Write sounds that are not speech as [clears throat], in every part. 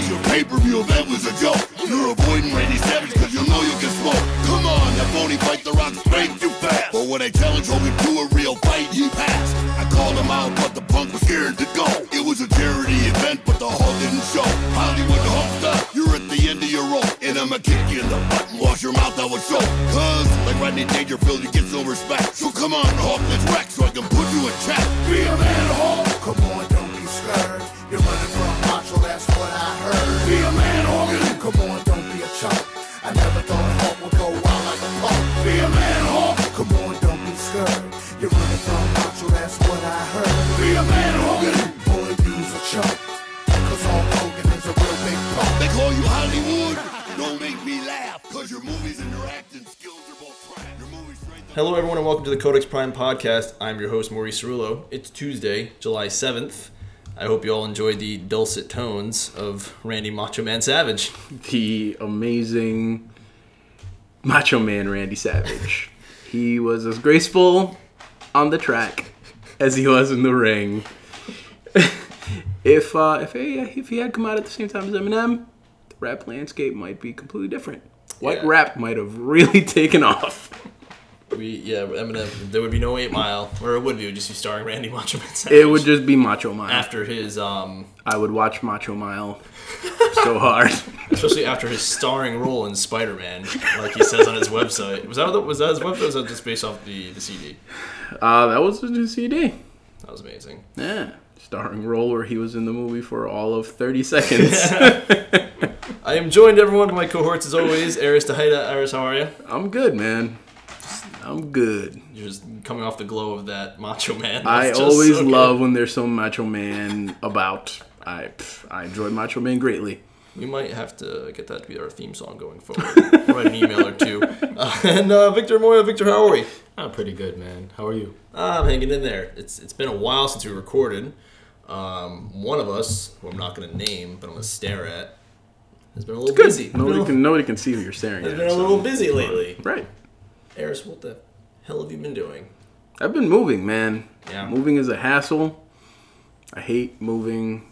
Reveal that was a joke. You're avoiding Randy Savage cause you know you can smoke. Come on, that phony fight the rocks break you fast. But when I challenge Hogan to a real fight, he passed. I called him out, but the punk was scared to go. It was a charity event, but the hall didn't show. Hollywood Hulkster, you're at the end of your rope. And I'ma kick you in the butt and wash your mouth out with soap. Cause, like Rodney Dangerfield, you get no respect. So come on, Hulk, let's wreck so I can put you in check. Be a man, Hulk. Come on, don't be scared. You're running for a macho, that's what I heard. Be a man, Hogan. Come on, don't be a chump. I never thought Hulk would go out like a punk. Be a man, Hulk. Come on, don't be scared. You're running for a macho, that's what I heard. Be a man, Hogan. Boy, you's a chump. Cause Hulk Hogan is a real big punk. They call you Hollywood. Don't make me laugh. Cause your movies and your acting skills are both crap. Your movie strength. Hello, everyone, and welcome to the Codex Prime podcast. I'm your host, Maurice Cerullo. It's Tuesday, July 7th. I hope you all enjoyed the dulcet tones of Randy Macho Man Savage. the amazing Macho Man Randy Savage. he was as graceful on the track as he was in the ring. if uh, if he if he had come out at the same time as Eminem, the rap landscape might be completely different. White Yeah. rap might have really [laughs] taken off. We, yeah, Eminem, there would be no 8 Mile, or it would be, it would just be starring Randy Macho Man Savage. It would just be Macho Mile. After his, um, I would watch Macho Mile so hard. especially after his starring role in Spider Man, like he says on his website. Was that, was that his website, or was that just based off the, the CD? Uh, that was his new CD. That was amazing. Yeah. Starring role where he was in the movie for all of [laughs] 30 seconds. [laughs] I am joined, everyone, by my cohorts as always. Aris Tejeda. Aris, how are you? I'm good, man. I'm good. You're just coming off the glow of that [laughs] Macho Man. I That's just always so good. love when there's some Macho Man about. I pff, I enjoy Macho Man greatly. We might have to get that to be our theme song going forward. Write an email or [laughs] two. [laughs] Uh, and uh, Victor Moya, Victor, how are we? Ah, I'm pretty good, man. How are you? I'm hanging in there. It's it's been a while since we recorded. Um, one of us, who I'm not going to name, but I'm going to stare at, has been a little busy. [laughs] Nobody Been a- can nobody can see who you're staring Has at. been a so- little busy lately. Right. Aris, what the hell have you been doing? I've been moving, man. Yeah. Moving is a hassle. I hate moving.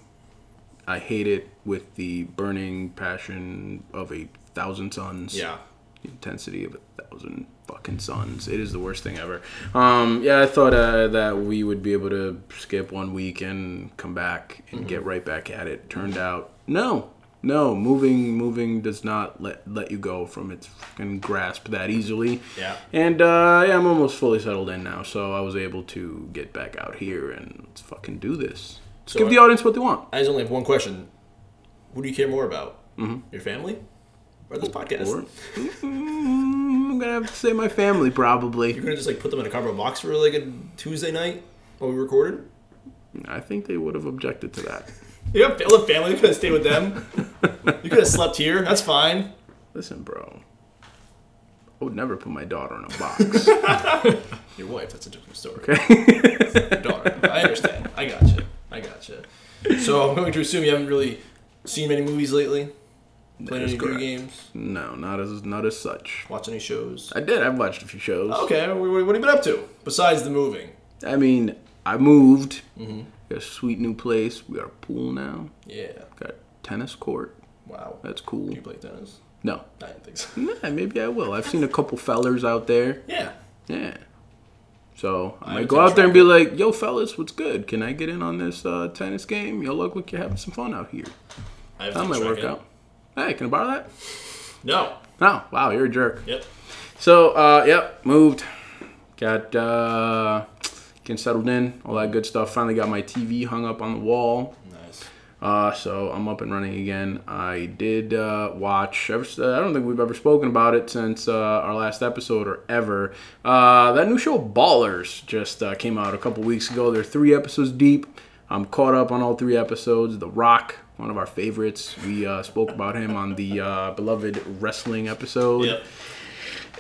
I hate it with the burning passion of a thousand suns. Yeah. the intensity of a thousand fucking suns. It is the worst thing ever. Um, yeah, I thought uh, that we would be able to skip one week and come back and Mm-hmm. get right back at it. Turned out, no, no, moving, moving does not let let you go from its fucking grasp that easily. Yeah. And uh, yeah, I'm almost fully settled in now, so I was able to get back out here and let's fucking do this. Let's So give I- the audience what they want. [laughs] I just only have one question. Who do you care more about? Mm-hmm. Your family or this podcast? Or, Mm, I'm gonna have to say my family probably. You're gonna just like put them in a cardboard box for like a Tuesday night while we recorded? I think they would have objected to that. [laughs] You have a family. You could have stayed with them. [laughs] you could have slept here. That's fine. Listen, bro. I would never put my daughter in a box. [laughs] Your wife. That's a different story. Okay. Your daughter. I understand. I gotcha. I gotcha. So I'm going to assume you haven't really seen many movies lately. Played is any video correct. games? no, not as not as such. Watched any shows? I did. I've watched a few shows. Okay. wh- wh- What have you been up to besides the moving? I mean, I moved. Got a sweet new place. We got a pool now. Yeah. Got a tennis court. Wow. That's cool. Do you play tennis? No. I didn't think so. Nah, maybe I will. I've seen a couple fellers out there. Yeah. Yeah. So I might would go say out there and try be like, "Yo, fellas, what's good? Can I get in on this uh, tennis game? Yo, look, look, you're having some fun out here. I have That to might check work in. out. Hey, can I borrow that? No. Oh, wow, you're a jerk. Yep. So, uh, yep, moved. Got uh, getting settled in, all that good stuff. Finally got my TV hung up on the wall. Nice. Uh, so I'm up and running again. I did uh, watch. ever- I don't think we've ever spoken about it since uh, our last episode or ever. Uh, that new show Ballers just uh, came out a couple weeks ago. They're three episodes deep. I'm caught up on all three episodes. The Rock, one of our favorites. We uh, spoke about him on the uh, beloved wrestling episode Yep.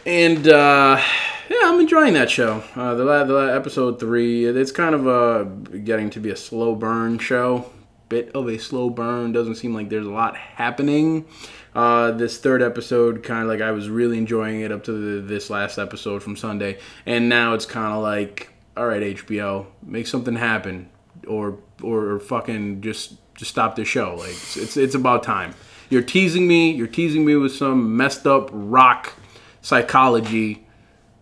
and uh, yeah, I'm enjoying that show. Uh, the, la- the la- episode three, it's kind of uh, getting to be a slow burn show. Bit of a slow burn. Doesn't seem like there's a lot happening. Uh, this third episode, kind of like I was really enjoying it up to the, this last episode from Sunday, and now it's kind of like, all right, HBO, make something happen, or or fucking just just stop the show. Like it's it's, it's about time. You're teasing me. You're teasing me with some messed up rock psychology.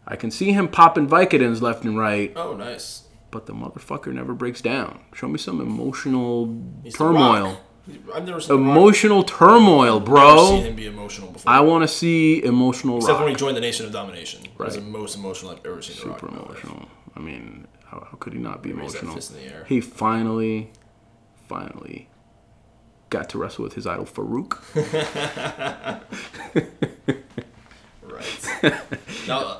I can see him popping Vicodins left and right, Oh, nice. but the motherfucker never breaks down. Show me some emotional He's The turmoil. Rock. I've never seen The Rock. Emotional turmoil, I've seen bro. him be emotional before. I want to see emotional Except when he rock. joined the Nation of Domination. Right. was the Right. most emotional I've ever seen The Rock. Super in my life. emotional. I mean, how, how could he not be Raise that emotional? fist in the air. He finally, finally got to wrestle with his idol Farouk. [laughs] Right. [laughs] now, uh,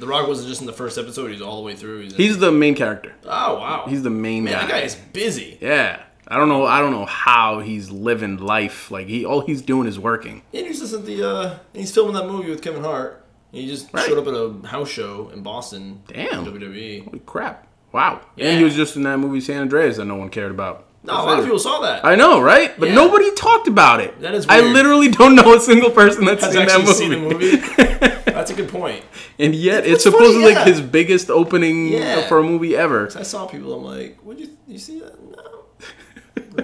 The Rock wasn't just in the first episode. He's all the way through. He's, in- He's the main character. oh wow. He's the main man. That guy guy. is busy. Yeah. I don't know. I don't know how he's living life. Like he, all he's doing is working. And he's just at the. Uh, he's filming that movie with Kevin Hart. And he just Right. showed up at a house show in Boston. E. Damn. WWE. Holy crap! Wow. Yeah. And he was just in that movie San Andreas that no one cared about. No, a lot of people saw that. I know, right? But Yeah. nobody talked about it. That is I weird. literally don't know a single person that's Has seen that actually movie. seen the movie. [laughs] That's a good point. and yet, That's it's funny, supposedly like yeah. his biggest opening Yeah. for a movie ever. I saw people. I'm like, would you you see that? No.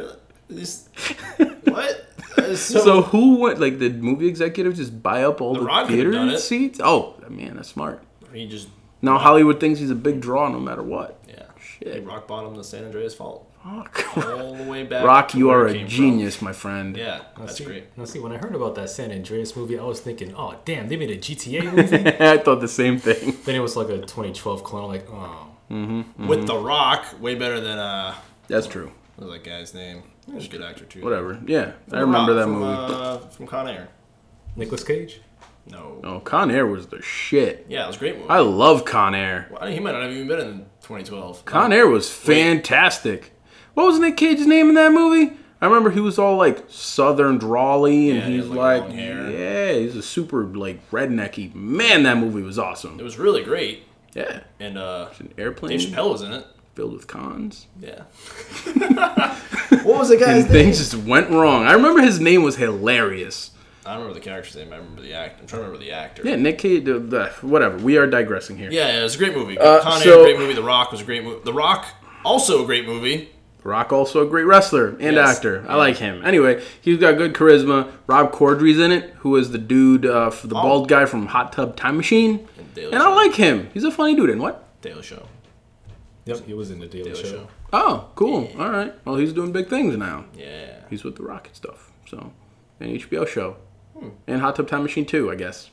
Really? This, what? That is so, So who went? Like, did movie executives just buy up all the, Rock could've done theater it. seats? Oh, man, that's smart. he just Now Hollywood thinks he's a big draw no matter what. yeah. He Shit. rock bottom the San Andreas fault Fuck. all the way back. Rock, to you where are it came a from. genius, my friend. Yeah, Now, that's see, great. Now, see, when I heard about that San Andreas movie, I was thinking, oh, damn, they made a [laughs] GTA movie? [laughs] I thought the same thing. then it was like a 2012 clone. I'm like, oh. Mm-hmm. With The Rock, way better than uh, That's true. what was that guy's name? He was a good actor too. Whatever. Yeah, I remember Rock that from, movie. uh, from Con Air. Nicolas Cage? No. oh, Con Air was the shit. Yeah, it was a great movie. I love Con Air. Well, he might not have even been in 2012. Con Air was fantastic. What was Nick Cage's name in that movie? I remember he was all like southern drawly, and Yeah, he he's had, like, like, long hair. yeah, he's a super like rednecky man. That movie was It awesome. was really great, Yeah, and uh, an Dave airplane Chappelle was in it. filled with cons. [laughs] Yeah. what was the guy's and things just went wrong. I remember his name was hilarious. I don't remember the character's name. I remember the act. I'm trying to remember the actor. Yeah, Nick Cage. The, the, whatever. We are digressing here. Yeah, yeah, it was a great movie. Uh, Con Air, so- great movie. The Rock was a great movie. The Rock, also a great movie. Rock also a great wrestler and Yes. actor. I like him. Anyway, he's got good charisma. Rob Corddry's in it, who is the dude, uh, f- the bald guy from Hot Tub Time Machine, And Daily and I Show. like him. He's a funny dude. And what? Daily Show. Yep, he was in The Daily, Daily Show. Show. Oh, cool. All right. Well, he's doing big things now. Yeah. He's with the Rocket stuff. So, an HBO show, and Hot Tub Time Machine too, I guess.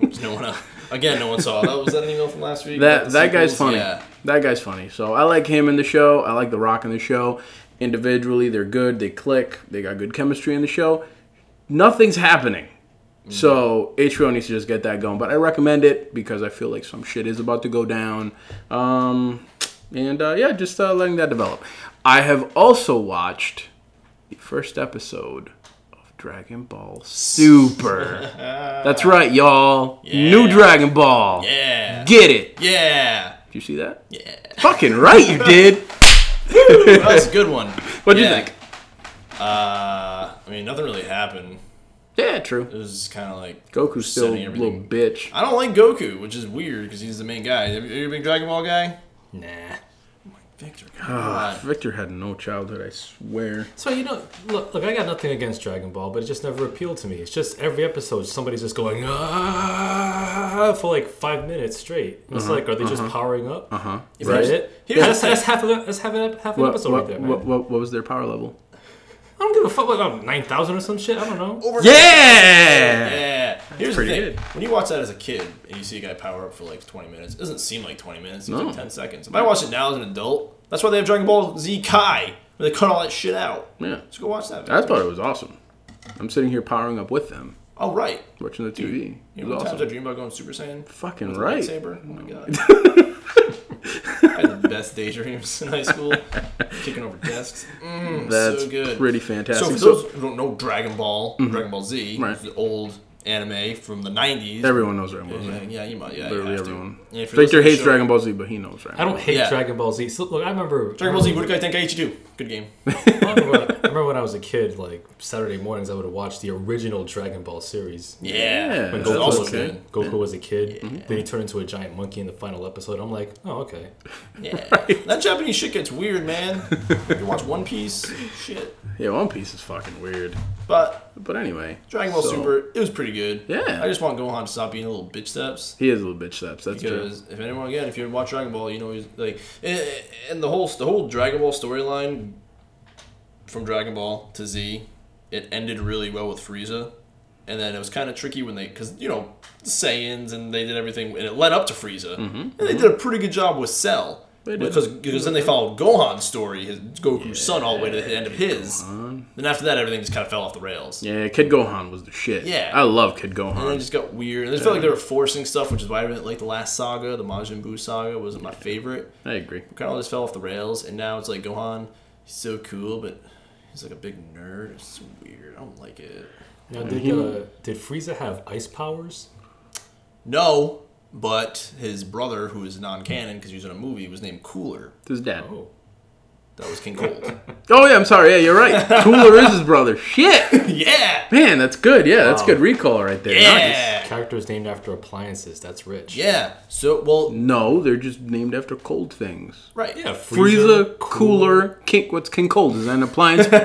There's no one. Else. Again, no one saw that. Was that an email from last week? That The that guy's sequels? funny. Yeah. That guy's funny. So I like him in the show. I like The Rock in the show. Individually, they're good. They click. They got good chemistry in the show. Nothing's happening. Mm. So HBO needs to just get that going. But I recommend it because I feel like some shit is about to go down. Um, and uh, yeah, just uh, letting that develop. I have also watched the first episode of Dragon Ball [laughs] Super. That's right, y'all. New Yeah. Dragon Ball. Yeah. Get it. Yeah. Did you see that? Yeah. [laughs] Fucking right, you did. That was a good one. What'd Yeah. you think? Uh, I mean, nothing really happened. Yeah, It true. was kind of like Goku's still a setting little everything- bitch. I don't like Goku, which is weird because he's the main guy. Have you ever been a Dragon Ball guy? Nah. Victor. God. Victor had no childhood, I swear. So, you know, look, look, I got nothing against Dragon Ball, but it just never appealed to me. It's just every episode, somebody's just going, ah, for like five minutes straight. It's like, are they just powering up? Uh huh. Is Mm-hmm, Uh-huh. Right. that it? Here's the that's, thing. that's half, of the, that's half, an, half an What, episode right what, there, man. what, what, what was their power level? I don't give a fuck about 9,000 or some shit. I don't know. Yeah! Yeah. Here's the pretty thing. good. When you watch that as a kid and you see a guy power up for like 20 minutes, it doesn't seem like 20 minutes. It's No. like 10 seconds. If I watch it now as an adult, that's why they have Dragon Ball Z Kai, where they cut all that shit out. Yeah. Just go watch that. I thought it was awesome. I'm sitting here powering up with them, Oh, right. watching the TV. You It know what was times I awesome. dream about going Super Saiyan? Fucking With a right. Lightsaber? Oh, my [laughs] God. I had the best daydreams in high [laughs] school, kicking over desks. Mm, That's so good. pretty So, fantastic. for So, Mm-hmm. those who don't know Dragon Ball, Dragon Ball Z, Right. is the old anime from the 90s. everyone knows Dragon Ball Z. Yeah, yeah, you might. Yeah, you Literally have to. everyone. Yeah, if you're Victor listening to the hates show- Dragon Ball Z, but he knows Dragon I don't hate Yeah. Dragon Ball Z. So, look, I remember. Dragon Ball Z, Budokai Tenkaichi 2. Good [laughs] game. I remember, I remember when I was a kid, like Saturday mornings, I would watch the original Dragon Ball series. Yeah. When Which Goku, is Goku's also was, kid. good. Goku was a kid. Then he turned into a giant monkey in the final episode. I'm like, oh, okay. Yeah. That [laughs] Japanese shit gets weird, man. you watch One Piece, shit. Yeah, One Piece is fucking weird. But But anyway, Dragon Ball so- Super, it was pretty good. Yeah. I just want Gohan to stop being a little bitch steps. He is a little bitch steps. That's true. Because if anyone again, if you watch Dragon Ball, you know he's like, and, and the whole the whole Dragon Ball storyline from Dragon Ball to Z, it ended really well with Frieza, and then it was kind of tricky when they because you know Saiyans and they did everything and it led up to Frieza, and they did a pretty good job with Cell. Mm-hmm. They did. Because, because then they followed Gohan's story, his Goku's son, all the way to the end of his. Then after that, everything just kind of fell off the rails. Yeah, Kid Gohan was the shit. Yeah. I love Kid And then it Gohan. just got weird. And it felt like they were forcing stuff, which is why I didn't like the last saga. The Majin Buu saga wasn't my favorite. I agree. Kind of just fell off the rails, and now it's like Gohan, he's so cool, but he's like a big nerd. It's weird. I don't like it. Now, did, Mm-hmm. uh, did Frieza have ice powers? No, but his brother, who is non-canon because he was in a movie, was named Cooler. His dad. Oh, That was King Cold. Oh yeah, I'm sorry. Yeah, you're right. Cooler is his [laughs] brother. Shit, yeah, man, that's good. Yeah, that's good recall right there. Nice. yeah, characters named after appliances. That's rich. yeah. So well, No, they're just named after cold things. right. Yeah, Freezer, cooler, King. What's King Cold? Is that an appliance, bro?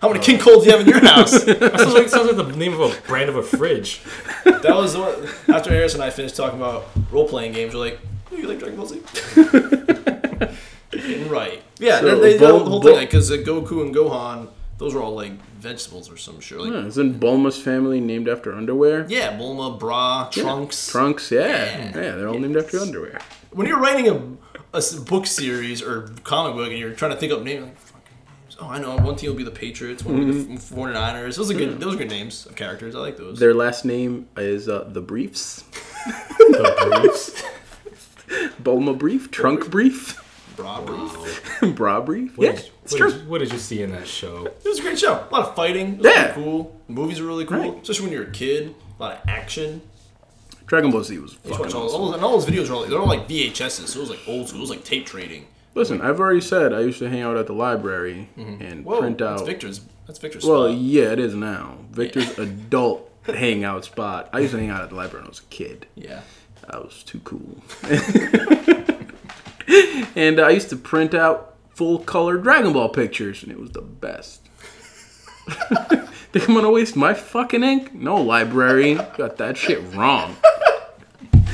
How many King Colds do you have in your house? that That sounds like, sounds like the name of a brand of a fridge. was the one, after Harris and I finished talking about role-playing games. We're like, oh, you like Dragon Ball [laughs] Z? right. Yeah. So, they, they, the Bul- whole Bul- thing, because Goku and Gohan, those were all like vegetables or some shit. Like, Isn't Bulma's family named after underwear? Yeah, Bulma, Bra, Trunks. Trunks, yeah, yeah, Yeah. they're all named after underwear. When you're writing a, a s- book series or comic book and you're trying to think up names, like, fucking names. Oh, I know. One team will be the Patriots. One will Mm-hmm. be the 49ers. Those are good. Hmm. Those are good names of characters. I like those. Their last name is uh, the Briefs. [laughs] The briefs. Bulma Brief, Trunk Brief, [laughs] Bra, brief. Bra Brief. What Yeah, did- it's what true. Did, you- what did you see in that show? It was a great show. A lot of fighting. It was Yeah. yeah. cool. The movies are really cool. Right. Especially when you're a kid. A lot of action. Dragon Ball Z was You just fucking watch all, awesome. all, and all those videos are all, they're all like VHSs. So it was like old school. It was like tape trading. Listen, I've already said I used to hang out at the library and Mm-hmm. Whoa, print that's out. Victor's. That's Victor's. Well, spot. yeah, it is now. Victor's [laughs] adult hangout spot. I used to hang out at the library when I was a kid. yeah. I was too cool. [laughs] and I used to print out full color Dragon Ball pictures, and it was the best. [laughs] They're gonna waste my fucking ink? No, library. Got that shit wrong. [laughs]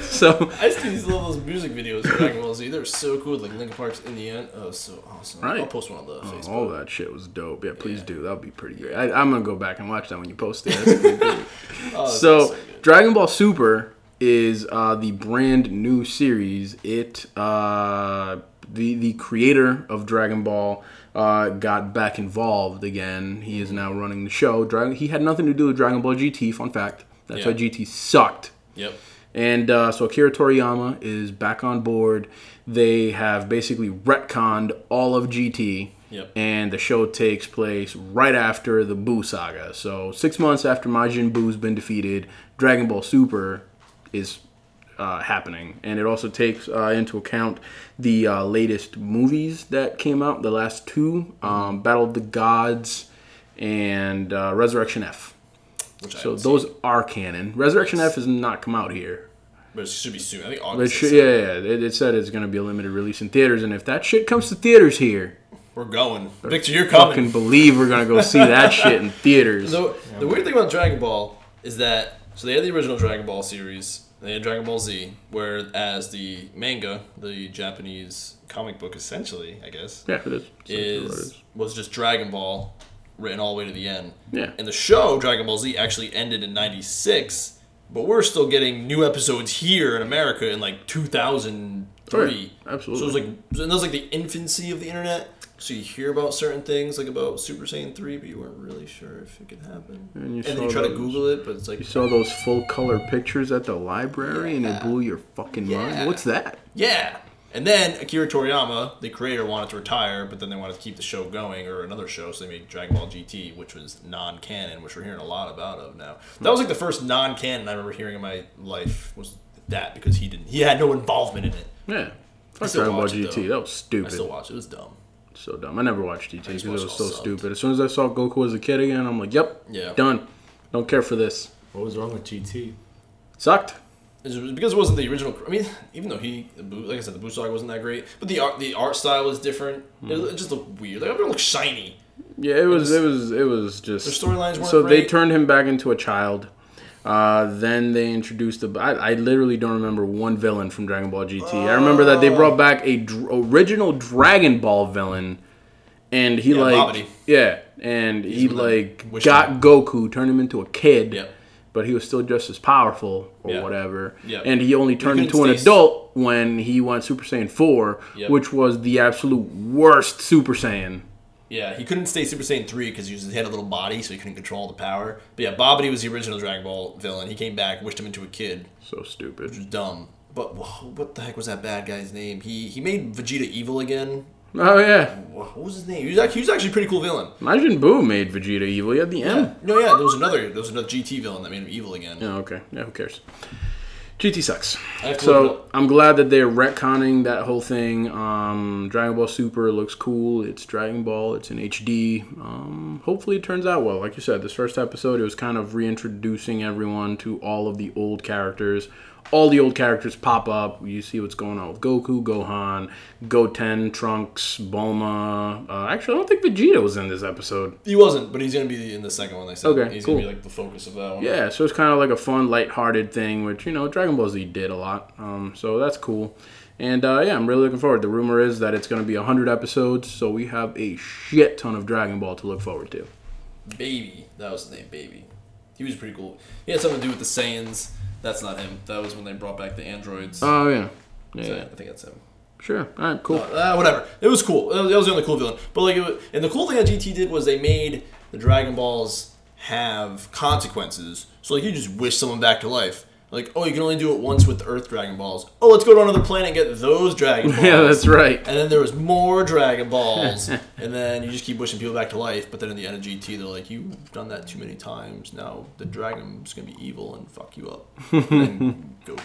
so, I just used to love those music videos for Dragon Ball Z. They were so cool, like Linkin Park's "In the End." Oh, so awesome! I'll Right. Oh, post one on the Facebook. all that shit was dope. Yeah, please do. That would be pretty great. I, I'm gonna go back and watch that when you post it. That's pretty good. so, Dragon Ball Super is uh, the brand new series. It uh, the the creator of Dragon Ball uh, got back involved again. He is now running the show. Dragon. He had nothing to do with Dragon Ball GT. Fun fact. That's Yeah. why GT sucked. Yep. And uh, so Akira Toriyama is back on board. They have basically retconned all of GT. Yep. And the show takes place right after the Boo saga. So, six months after Majin Boo's been defeated, Dragon Ball Super is uh, happening. And it also takes uh, into account the uh, latest movies that came out, the last two um, Battle of the Gods and uh, Resurrection F. Which So, so I those, those are canon. Resurrection F has not come out here. but it should be soon. I think It August. should, yeah, yeah, yeah. It, it said it's going to be a limited release in theaters, and if that shit comes to theaters here, We're going. Victor, you're fucking coming. believe we're going to go [laughs] see that shit in theaters. So the weird thing about Dragon Ball is that so they had the original Dragon Ball series. and They had Dragon Ball Z, whereas the manga, the Japanese comic book, essentially, I guess, yeah, it is. is was just Dragon Ball written all the way to the end. Yeah. And the show Dragon Ball Z actually ended in '96, but we're still getting new episodes here in America in like 2003. Right, Oh, absolutely. So it was like, and that was like the infancy of the internet. So you hear about certain things, like about Super Saiyan 3, but you weren't really sure if it could happen. And you then saw you try to those- Google it, but it's like, You saw those full color pictures at the library, and it blew your fucking mind. Yeah. What's that? yeah. And then Akira Toriyama, the creator, wanted to retire, but then they wanted to keep the show going or another show, so they made Dragon Ball GT, which was non-canon, which we're hearing a lot about of now. That was like the first non-canon I remember hearing in my life was that because he didn't, he had no involvement in it. Yeah, fuck still Dragon Ball watch it, GT. though. That was I stupid. still watch it. It was dumb. so dumb. I never watched GT because used it to was watch so all subbed. stupid. As soon as I saw Goku as a kid again, I'm like, yep, Yeah. done. Don't care for this. What was wrong with GT? Sucked. It was because it wasn't the original. I mean, even though he, the boot, like I said, the boot saga wasn't that great, but the art, the art style was different. It, it just looked weird. Like everything looked shiny. Yeah, it was it was it was just Their storylines weren't So they great. turned him back into a child. Uh, then they introduced the. I, I literally don't remember one villain from Dragon Ball GT. I remember that they Oh. brought back a dr- original Dragon Ball villain, and he like Bobbity. yeah, and he like wishing- got Goku, turned him into a kid, Yeah. but he was still just as powerful or Yeah. whatever. Yeah. And he only turned couldn't into an stay s- adult when he went Super Saiyan four, Yep. which was the absolute worst Super Saiyan. Yeah, he couldn't stay Super Saiyan 3 because he, was- he had a little body, so he couldn't control the power. But yeah, Bobbity was the original Dragon Ball villain. He came back, wished him into a kid. So stupid. Dumb. But wh- what the heck was that bad guy's name? He he made Vegeta evil again. Oh yeah, Wh- What was his name? He was, act- he was actually a pretty cool villain. Majin Buu made Vegeta evil. He had the M. No, yeah, there was another there was another GT villain that made him evil again. Oh, okay. Yeah, who cares? GT sucks. have to look it So up. I'm glad that they're retconning that whole thing. Um, Dragon Ball Super looks cool. It's Dragon Ball. It's in HD. Um, hopefully it turns out well. Like you said, this first episode it was kind of reintroducing everyone to all of the old characters. All the old characters pop up. You see what's going on with Goku, Gohan, Goten, Trunks, Bulma. Uh, actually, I don't think Vegeta was in this episode. He wasn't, but he's gonna be in the second one. They said Okay, he's cool. gonna be like the focus of that one. Yeah, so it's kind of like a fun, lighthearted thing, which you know Dragon Ball Z did a lot. Um, so that's cool, and uh, yeah, I'm really looking forward. The rumor is that it's going to be 100 episodes, so we have a shit ton of Dragon Ball to look forward to. Baby, that was his name. Baby, he was pretty cool. He had something to do with the Saiyans. That's not him. That was when they brought back the androids. Oh yeah, So, yeah, I think that's him. sure. All right, cool. uh, whatever. It was cool. That was, that was the only cool villain. But like, it was, and the cool thing that GT did was they made the Dragon Balls have consequences. So like, you just wish someone back to life. Like, oh, you can only do it once with the Earth Dragon Balls. Oh, let's go to another planet and get those Dragon Balls. [laughs] [laughs] Yeah, that's right. And then there was more Dragon Balls, and then you just keep wishing people back to life. But then in the end of GT, they're like, "You've done that too many times. Now the dragon's gonna be evil and fuck you up." and then Goku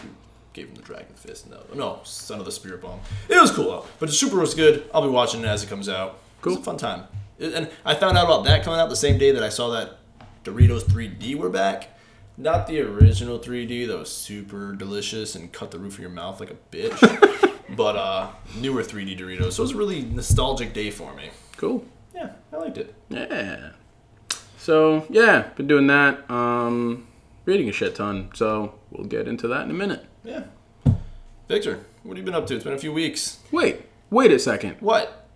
gave him the dragon fist. No, no, son of the spirit bomb. It was cool though. But Super was good. I'll be watching it as it comes out. Cool, fun time. It- And I found out about that coming out the same day that I saw that Doritos 3D were back. Not the original 3D that was super delicious and cut the roof of your mouth like a bitch. but uh, newer 3D Doritos. So it was a really nostalgic day for me. Cool. Yeah, I liked it. Yeah. So yeah, been doing that. Um, reading a shit ton. So we'll get into that in a minute. Yeah. Victor, what have you been up to? It's been a few weeks. Wait, wait a second. What?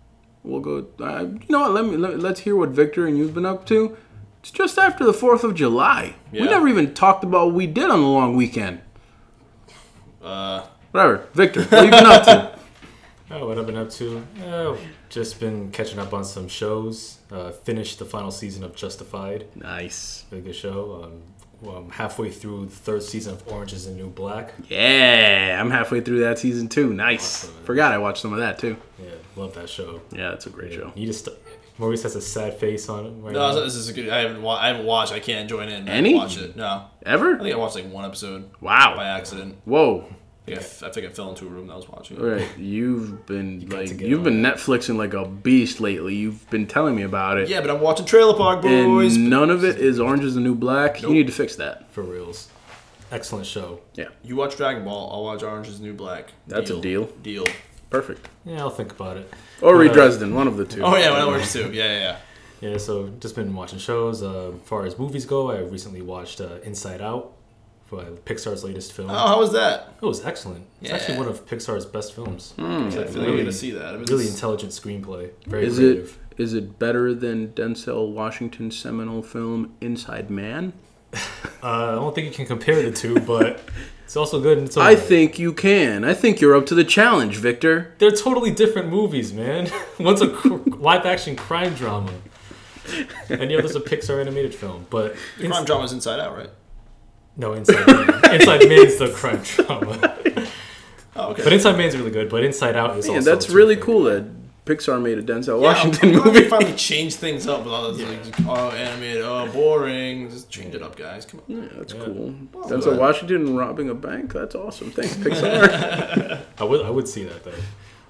We'll go. Uh, you know what? Let me let, let's hear what Victor and you've been up to. It's just after the Fourth of July. We Yeah. never even talked about what we did on the long weekend. Uh, Whatever, Victor. What have you been up to? Oh, what I've been up to? Oh, just been catching up on some shows. Uh, finished the final season of Justified. [laughs] Nice. Really good show. Um, well, I'm halfway through the third season of Orange is the New Black. Yeah, I'm halfway through that season too. Nice. Forgot I watched some of that too. Yeah, love that show. Yeah, that's a great show. You just Maurice has a sad face on it right no, now. Uh, this is a good. I haven't. Wa- I haven't watched. I can't join in. I Any? haven't watched it. No. I Ever? think I watched like one episode by Wow. accident. Whoa. I think I, f- I think I fell into a room that I was watching. it. All right, you've been like get you've been Netflixing like a beast lately. You've been telling me about it. Yeah, but I'm watching Trailer Park Boys. And none of it is Orange is the New Black. Nope. You need to fix that. For reals, excellent show. Yeah. You watch Dragon Ball. I'll watch Orange Is the New Black. That's a Deal. Perfect. Yeah, I'll think about it. Or Uh, read Dresden, one of the two. Oh yeah, well, that works too. Yeah, yeah, yeah. Yeah, so just been watching shows. Uh, as far as movies go, I recently watched uh, Inside Out, for Pixar's latest film. Oh, how was that? It was excellent. It's actually Yeah. one of Pixar's best films. I feel like I'm gonna see that. I mean, Really it's- intelligent screenplay. Very Hmm. Is creative. it is it better than Denzel Washington's seminal film Inside Man? Uh, I don't think you can compare the [laughs] two, but it's also good. And it's I think you can. I think you're up to the challenge, Victor. they're totally different movies, man. [laughs] One's a live action crime drama, and the other's a Pixar animated film. But the crime drama's Inside Out, right? no, Inside Man. Inside Man's the crime drama. Oh, okay. But Inside Man's really good. But Inside Out is Yeah, also that's terrific. really cool that Pixar made a Denzel Yeah, [laughs] Washington I'm glad movie. They finally changed things up with all this, like, oh, animated, oh, boring. Just change it up, guys. Come on. That's cool. good. Denzel Washington robbing a bank. That's [laughs] awesome. Thanks, Pixar. I would I would see that though.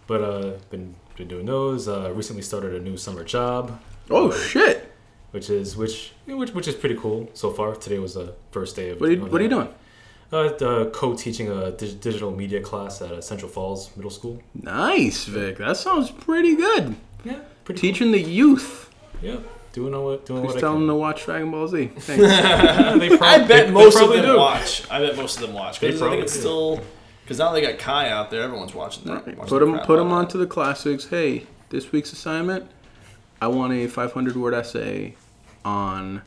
But uh, been been doing those. Uh, recently started a new summer job. oh shit! Which is which, which which is pretty cool so far. Today was the first day of. What are you, of what are you that. doing? Uh, uh, co-teaching a dig- digital media class at uh, Central Falls Middle School. Nice, Vic. That sounds pretty good. Yeah, pretty. Teaching the youth. Yeah, doing what doing Just what tell I them [laughs] can. to watch Dragon Ball Z. Thanks. Yeah, they prob- I they- bet they most of probably them do. watch. I bet most of them watch. 'Cause They I think probably it's do. still because now they got Kai out there. Everyone's watching that. watching put the them crap put out them of onto the classics. Hey, this week's assignment. I want a 500 word essay on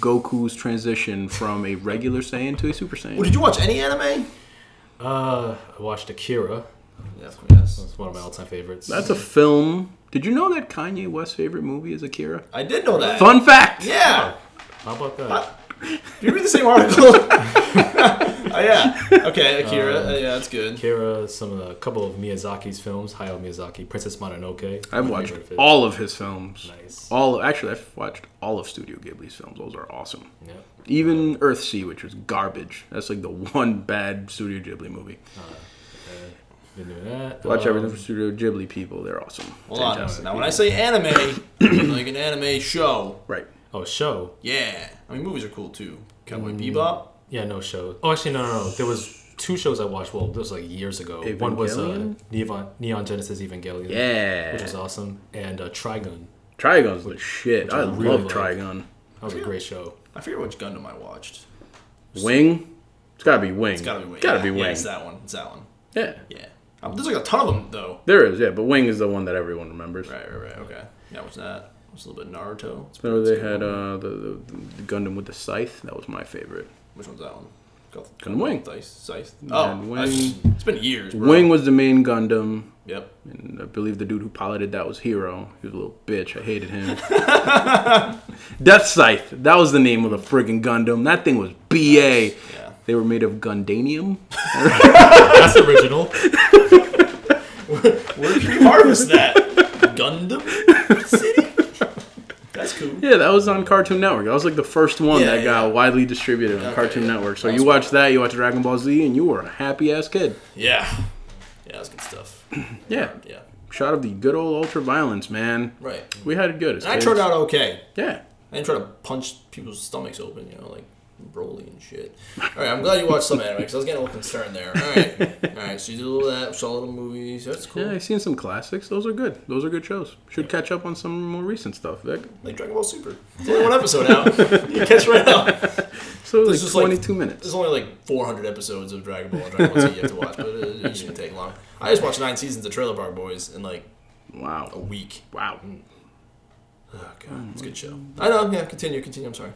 Goku's transition from a regular Saiyan to a Super it. Well, Saiyan. did you watch any anime? Uh, I watched Akira. Yes, yes. It's one of my all-time favorites. That's a film. Did you know that Kanye West's favorite movie is Akira? I did know that. Fun fact. Yeah. How about that? Did [laughs] you read the same [laughs] article? oh yeah. Okay, Akira. Uh, yeah, that's good. Akira, some of the, a couple of Miyazaki's films, Hayao Miyazaki, Princess Mononoke. I've my watched favorite of his. all of his films. Nice. All actually, I've watched all of Studio Ghibli's films. Those are awesome. Yeah. Even Earthsea, which was garbage. That's like the one bad Studio Ghibli movie. Been doing that. Watch Um, everything from Studio Ghibli people. They're awesome. Hold on. Now, when I say anime, [coughs] like an anime show, Right. Oh, show. yeah. I mean, movies are cool too. Cowboy Bebop. Yeah, no show. Oh, actually, no, no, no. There was two shows I watched. Well, this was like years ago. One was uh, Evangelion? Neon, Neon Genesis Evangelion. Yeah. Which was awesome. And uh, Trigun. Trigun's the shit. I, I really love like. Trigun. That was a great show. I forget which Gundam I watched. Wing. It's gotta be Wing. It's gotta be Wing. Gotta yeah, be Yeah, Wing. it's that one. It's that one. Yeah. Yeah. Um, there's like a ton of them though. There is. Yeah, but Wing is the one that everyone remembers. Right, right, right. Okay. Yeah, what's that? What's a little bit Naruto? It's Remember they had uh, the, the the Gundam with the scythe. That was my favorite. Which one's that one? Got Gundam Wing. Dice, Scythe. Yeah, Oh, Wing. that's- it's been years. Bro. Wing was the main Gundam. Yep. And I believe the dude who piloted that was Hero. He was a little bitch. I [laughs] hated him. Death Scythe. That was the name of the friggin' Gundam. That thing was BA. Yeah. They were made of Gundanium. That's original. [laughs] Where did you harvest that? Gundam City. That's cool. Yeah, that was on Cartoon Network. That was like the first one Yeah, that got yeah. widely distributed on Okay, Cartoon yeah. Network. So That you was watched that, you watched Dragon Ball Z, and you were a happy ass kid. Yeah. Yeah, that's good stuff. Yeah. Yeah. Shot of the good old ultra violence, man. Right. We had it good. As And I kids. turned out okay. Yeah. I didn't try to punch people's stomachs open, you know, like Broly and shit. All right, I'm glad you watched some anime because I was getting a little concerned there. All right, [laughs] all right. So you did a little of that, saw a little movies. That's cool. Yeah, I've seen some classics. Those are good. Those are good shows. Should catch up on some more recent stuff, Vic. Like Dragon Ball Super. It's only one episode out. You catch right up. So it This is was like like- 22 minutes. There's only like 400 episodes of Dragon Ball and Dragon Ball Z you have to watch, but it, it shouldn't take long. I just watched nine seasons of Trailer Park Boys in like a Wow. week. Wow. Oh god, it's a good show. I know. Yeah, continue, continue. I'm sorry.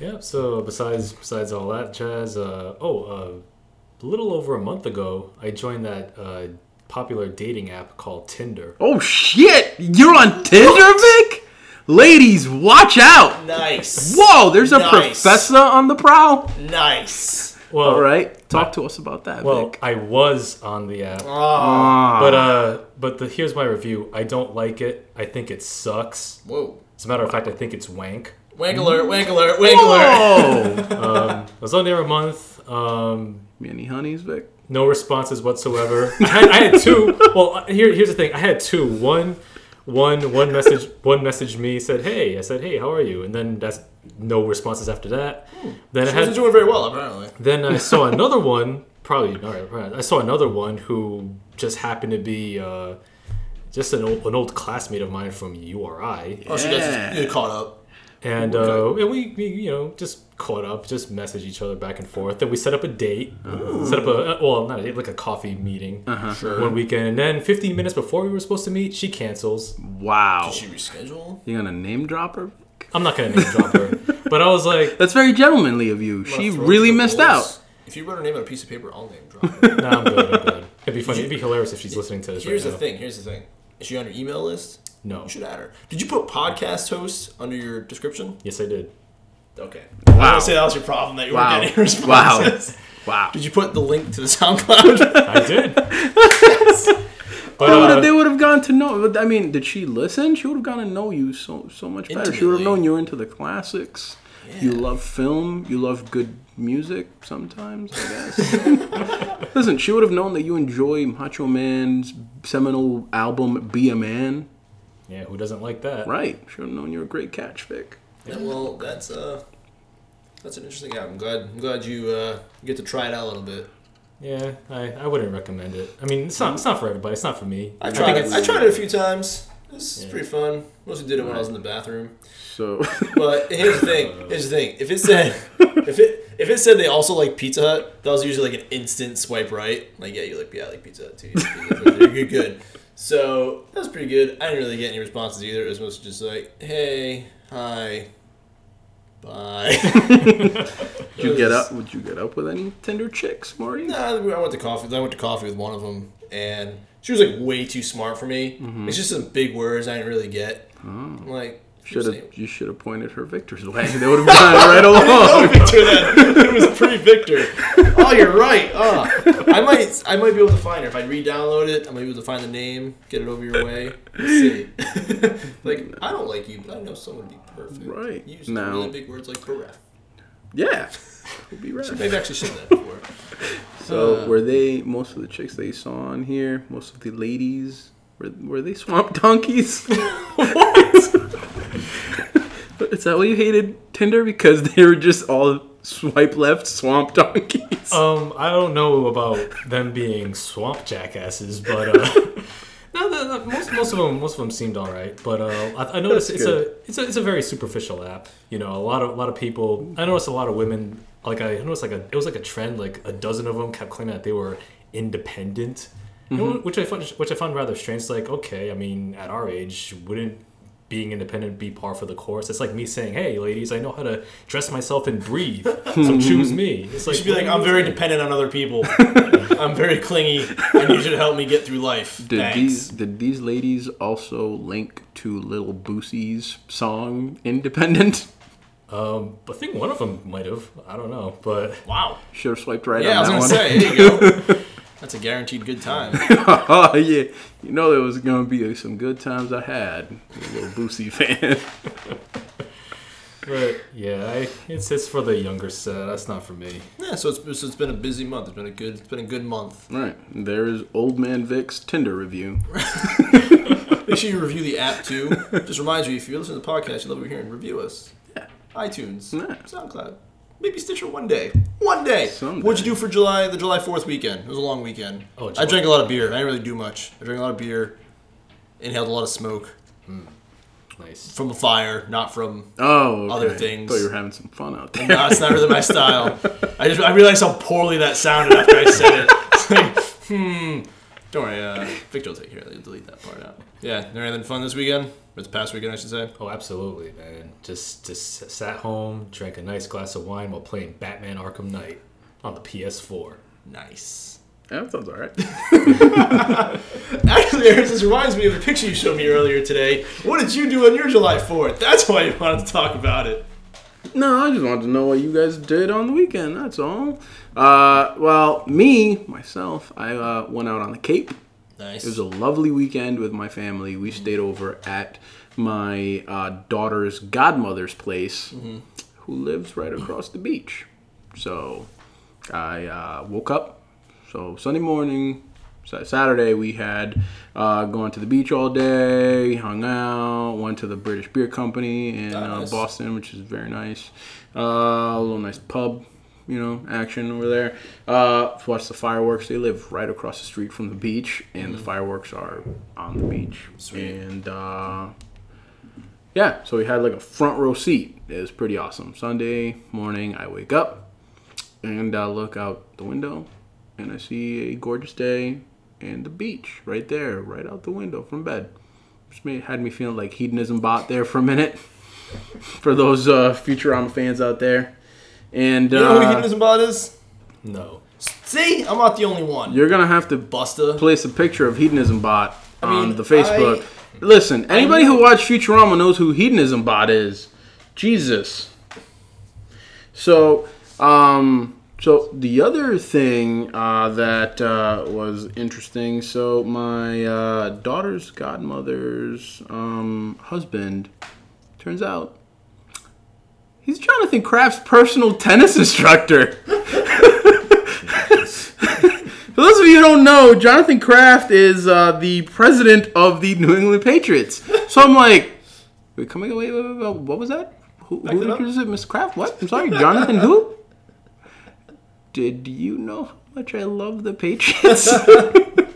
Yep. So besides besides all that jazz, uh, oh, uh, a little over a month ago, I joined that uh, popular dating app called Tinder. Oh, shit. You're on Tinder, Vic? Ladies, watch out. Nice. Whoa, there's a Nice. professor on the prowl. Nice. Well, All right. Talk to us about that, Well, Vic. I was on the app. Ah. But uh, but the, here's my review. I don't like it. I think it sucks. Whoa. As a matter of fact, I think it's wank. Wank alert! Wank alert! Wank alert! Oh, I was on there a month. Um, [laughs] many honeys, Vic. no responses whatsoever. I had, I had two. Well, here, here's the thing. I had two. One, one, one message. One messaged me said, "Hey." I said, "Hey, how are you?" And then that's no responses after that. Then I She wasn't had. doing very well apparently. Then I saw another one. Probably all right, right. I saw another one who just happened to be uh, just an old, an old classmate of mine from URI. Oh, she Yeah. got you caught up. and uh, and we, we you know just caught up, just messaged each other back and forth, and we set up a date, set up a uh, well not a date like a coffee meeting Sure. one weekend, and then 15 minutes before we were supposed to meet, she cancels. Wow. She rescheduled. You're gonna name drop her? I'm not gonna name [laughs] drop her, but I was like, That's very gentlemanly of you. She really missed out. If you wrote her name on a piece of paper, I'll name [laughs] drop. her. Nah, I'm good, I'm good. It'd be funny, it'd be hilarious if she's listening to this Here's right the now. thing. Here's the thing. Is she on your email list? No, You should add her. Did you put podcast host under your description? yes, I did. Okay. Wow. I was Wow. gonna say that was your problem that you Wow. weren't getting responses. Wow. Wow. [laughs] Did you put the link to the [laughs] SoundCloud? I did. [laughs] but They would have, uh, they would have gone to know. I mean, did she listen? She would have gone to know you so so much better. She would have Intimately. known you were into the classics. You love film. You love good music. Sometimes, I guess. [laughs] Listen, she would have known that you enjoy Macho Man's seminal album "Be a Man." yeah, who doesn't like that? Right? She would have known you're a great catch, Vic. yeah, well, that's uh, that's an interesting app. I'm glad. I'm glad you uh, get to try it out a little bit. Yeah, I, I wouldn't recommend it. I mean, it's not it's not for everybody. It's not for me. I tried. it. I tried it a few times. This is pretty fun. Mostly did it when I was in the bathroom. So [laughs] But here's the thing. Here's the thing. If it said, if it if it said they also like Pizza Hut, that was usually like an instant swipe right. Like yeah, you like yeah, I like Pizza Hut too. You're good, good. So that was pretty good. I didn't really get any responses either. It was mostly just like hey, hi, bye. would you get up? Would you get up with any Tinder chicks, Marty? Nah, I went to coffee. I went to coffee with one of them, and she was like way too smart for me. It's just some big words I didn't really get. I'm like Should have you should have pointed her Victor's way. They would have gone right along. Victor then. [laughs] It was pre-Victor. Oh, you're right. Oh. I might I might be able to find her. If I re-download it, I might be able to find the name, get it over your way. Let's see. [laughs] like, I don't like you, but I know someone would be perfect. Right. You use No. really big words like bereft. Yeah, would be right. Maybe I actually said that before. So were they most of the chicks that you saw on here? Most of the ladies were were they swamp [laughs] donkeys? what? Is that why you hated Tinder because they were just all swipe left swamp donkeys? Um, I don't know about them being swamp jackasses, but uh, [laughs] no, the, the- most most of them most of them seemed all right. But uh, I, I noticed That's it's a it's a it's a very superficial app. You know, a lot of a lot of people. I noticed a lot of women. Like I noticed like a it was like a trend. Like a dozen of them kept claiming that they were independent, you know, which I found which I found rather strange. It's like okay, I mean, at our age, wouldn't being independent be par for the course? It's like me saying, "Hey, ladies, I know how to dress myself and breathe, so choose me." It's like She'd be like, what I'm was very that?" dependent on other [laughs] people. I'm very clingy. I need you to help me get through life. Did Thanks. these did these ladies also link to Little Boosie's song "Independent"? Um, I think one of them might have. I don't know, but Wow. Should have swiped right Yeah, I was on gonna that one. say, there you go. That's a guaranteed good time. [laughs] oh yeah, you know there was gonna be some good times I had. with a little Boosie [laughs] fan. but yeah, I, it's it's for the younger set. That's not for me. Yeah, so it's, so it's been a busy month. It's been a good it's been a good month. All right, there is Old Man Vic's Tinder review. Make sure you review the app too. Just reminds you if you're listening to the podcast, you love what you're hearing, review us. Yeah. iTunes, Yeah. SoundCloud, maybe Stitcher one day. One day. Someday. What'd you do for July? The July Fourth weekend. It was a long weekend. Oh, I July. drank a lot of beer. I didn't really do much. I drank a lot of beer. Inhaled a lot of smoke Nice. from a fire, not from. Oh, okay. Other things. Thought you were having some fun [laughs] out there. No, it's not really my style. I just I realized how poorly that sounded after I said it. [laughs] It's like, hmm. Don't worry, uh, Victor will take care of it. He'll delete that part out. Yeah, there anything fun this weekend? Or this past weekend, I should say. Oh, absolutely, man. Just just sat home, drank a nice glass of wine while playing Batman Arkham Knight on the PS4. Nice. Yeah, that sounds all right. Actually, [laughs] Eric, this reminds me of a picture you showed me earlier today. What did you do on your July 4th? That's why you wanted to talk about it. [laughs] No, I just wanted to know what you guys did on the weekend. That's all. Uh, well, me myself, I uh, went out on the Cape. Nice. It was a lovely weekend with my family. We stayed over at my uh, daughter's godmother's place, who lives right across the beach. So I uh, woke up. So Sunday morning, Sa- Saturday, we had uh, gone to the beach all day, hung out, went to the British Beer Company in uh, Nice. Boston, which is very nice. Uh, a little nice pub, you know, action over there. Uh, watched the fireworks. They live right across the street from the beach, and the fireworks are on the beach. Mm. Sweet. And uh, yeah, so we had like a front row seat. It was pretty awesome. Sunday morning, I wake up and I look out the window and I see a gorgeous day and the beach right there, right out the window from bed. Just made, had me feeling like hedonism bot there for a minute. [laughs] for those uh, Futurama fans out there, and you know who uh, Hedonism about is? No. See? I'm not the only one. you're gonna have to Busta. place a picture of hedonism bot on mean, the Facebook. I- Listen, anybody know- who watched Futurama knows who hedonism bot is. Jesus. So, um, so the other thing uh, that uh, was interesting. So my uh, daughter's godmother's um, husband turns out. He's Jonathan Kraft's personal tennis [laughs] instructor. For those of you who don't know, Jonathan Kraft is uh, the president of the New England Patriots. So I'm like, wait, coming away, wait, wait, wait, what was that? Who, who it up. introduced it, Mr. Kraft? What? I'm sorry, Jonathan who? [laughs] Did you know how much I love the Patriots? the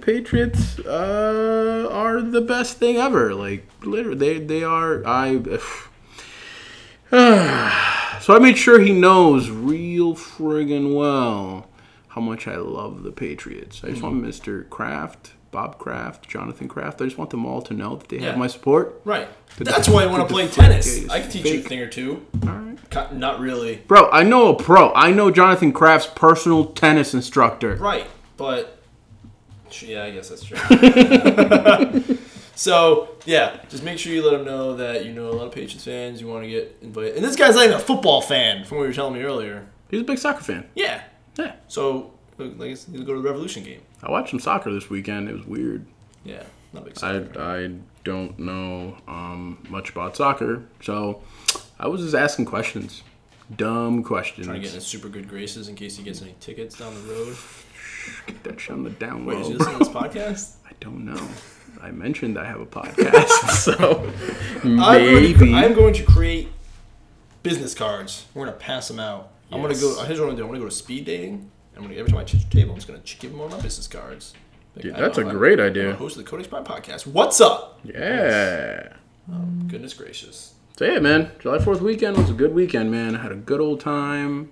Patriots uh, are the best thing ever. Like literally, they they are. I. [sighs] so I made sure he knows real friggin' well how much I love the Patriots. I just Mm. want Mr. Kraft, Bob Kraft, Jonathan Kraft. I just want them all to know that they Yeah. have my support. Right. Did That's the- why I want did to the play fuck tennis. is I can teach you a fake? thing or two. Ki- Not really. Bro, I know a pro. I know Jonathan Kraft's personal tennis instructor. Right, but yeah, I guess that's [laughs] true. so yeah, just make sure you let them know that you know a lot of Patriots fans. You want to get invited, and this guy's not even a football fan, from what you were telling me earlier. He's a big soccer fan. Yeah, Yeah. so like I guess he'll go to the Revolution game. I watched some soccer this weekend. It was weird. Yeah, not a big. I, uh, soccer fan. I don't know um, much about soccer, so I was just asking questions. Dumb questions. Trying to get in super good graces in case he gets any tickets down the road. Get that shit on the down Wait, low, is he bro. listening to this podcast? [laughs] I don't know. I mentioned I have a podcast, [laughs] so I'm going, to, maybe. cr- I'm going to create business cards. We're gonna pass them out. I'm gonna go. Yes. Here's what I'm gonna do. I'm gonna go to speed dating. I'm gonna every time I change the table, I'm just gonna ch- give them all my business cards. Like, Dude, I that's know, a I'm- great I'm idea. the host of the Codex Prime podcast. What's up? yeah. Goodness gracious. So yeah, man. July Fourth weekend was a good weekend, man. I had a good old time.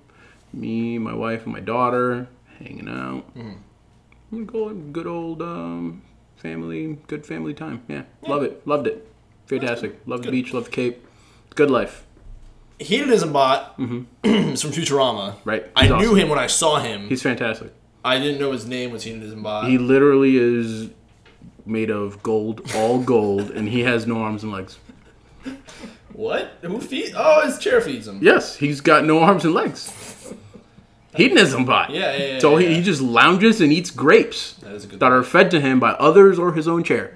Me, my wife, and my daughter hanging out. Mm-hmm. Good, good old um, family, good family time. Yeah. love it. Loved it. Fantastic. Love the beach. Love the Cape. Good life. Hedonism bot [clears throat] is from Futurama. Mm-hmm. Right. I He's knew awesome. him when I saw him. He's fantastic. I didn't know his name was Hedonism bot. He literally is made of gold, all gold, and he has no arms and legs. what? Who feeds? Oh, his chair feeds him. Yes, he's got no arms and legs. Hedonism bot. Yeah, yeah, yeah, so yeah. He, he just lounges and eats grapes. That is a good. that are fed to him by others or his own chair.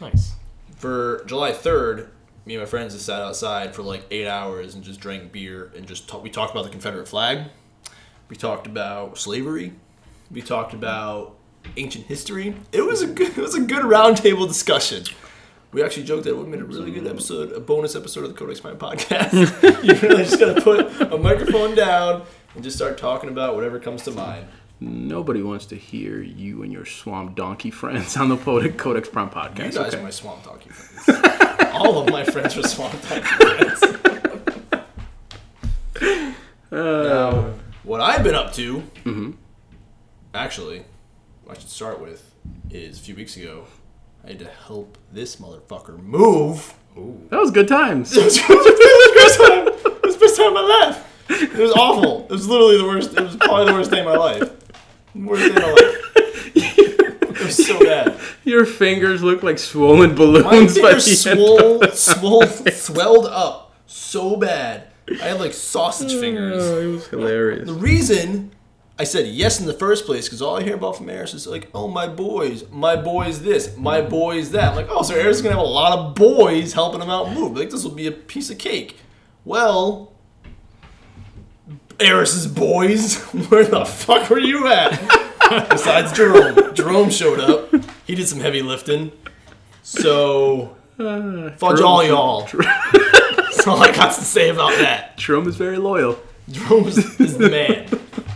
Nice. for July 3rd, me and my friends just sat outside for like eight hours and just drank beer and just talk, we talked about the Confederate flag. We talked about slavery. We talked about ancient history. It was a [laughs] good, it was a good roundtable discussion. We actually joked that it would have been a really good episode, a bonus episode of the Codex Mind podcast. [laughs] you really just gotta put a microphone down and just start talking about whatever comes to mind. Nobody wants to hear you and your swamp donkey friends on the Pod- Codex Prime You podcast. guys okay. are my swamp donkey friends. All of my friends were swamp donkey friends. now, what I've been up to, actually, I should start with, is a few weeks ago, I had to help this motherfucker move. [laughs] That was good times. it was the first time. It was the first time I left. It was awful. It was literally the worst. It was probably the worst day of my life. Worst day of my life. It was so bad. your fingers look like swollen balloons. My by fingers the end of- swole, swole, swelled up so bad. I had like sausage Oh, fingers. it was hilarious. The reason I said yes in the first place because all I hear about from Eris is like, "Oh my boys, my boys this, my boys that." I'm like, oh, so Eris is gonna have a lot of boys helping him out move. Like this will be a piece of cake. Well. Eris's boys, [laughs] where the fuck were you at? [laughs] Besides Jerome, Jerome showed up. He did some heavy lifting. So, fudge all y'all. That's all I got to say about that. Jerome is very loyal. Jerome is, [laughs] [laughs] is the man.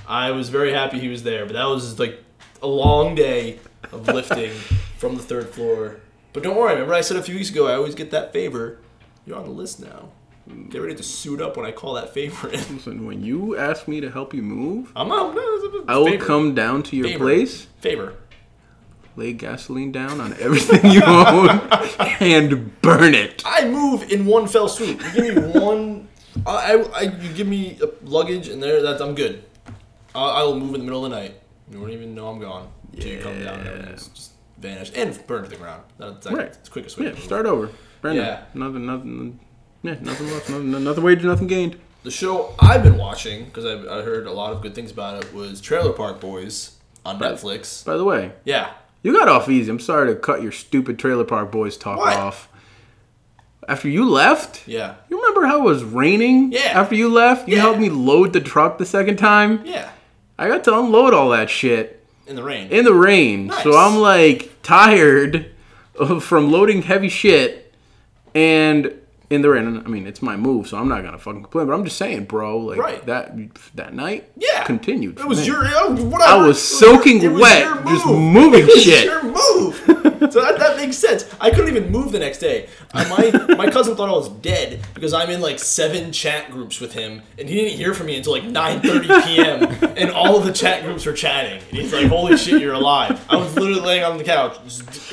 I was very happy he was there, but that was like a long day of [laughs] lifting from the third floor. But don't worry, remember I said a few weeks ago I always get that favor. You're on the list now. Get ready to suit up when I call that favor in. [laughs] Listen, when you ask me to help you move, I'm out. No, it's a- it's I will favor. come down to your Favor. place, Favor. lay gasoline down on everything you [laughs] own, and burn it. I move in one fell swoop. You give [laughs] me one. I, I, I you give me a luggage and there. That's I'm good. I, I will move in the middle of the night. You won't even know I'm gone until you come down and everything's just vanished and burn to the ground. That's that, Right. it's the quickest way. Yeah, to move. start over. Burn Yeah. it. Nothing, nothing. Yeah, nothing lost. Nothing, nothing waged, nothing gained. The show I've been watching because I, I heard a lot of good things about it was Trailer Park Boys on Netflix. By the way, Yeah, You got off easy. I'm sorry to cut your stupid Trailer Park Boys talk What? off. After you left, yeah, you remember how it was raining? Yeah. After you left, you Yeah. helped me load the truck the second time. yeah. I got to unload all that shit In the rain. in the rain. Nice. So I'm like tired of, from loading heavy shit and in the rain. I mean, it's my move, so I'm not gonna fucking complain. But I'm just saying, bro, like Right. that that night, Yeah. continued. It for was me. your. oh, whatever. I It was was your- soaking it was your wet, just move. [laughs] moving It's shit. your move. [laughs] so that, that makes sense. I couldn't even move the next day. Uh, my my cousin thought I was dead because I'm in like seven chat groups with him, and he didn't hear from me until like 9:30 [laughs] p.m. and all of the chat groups were chatting. And he's like, "Holy shit, you're alive!" I was literally laying on the couch. Just,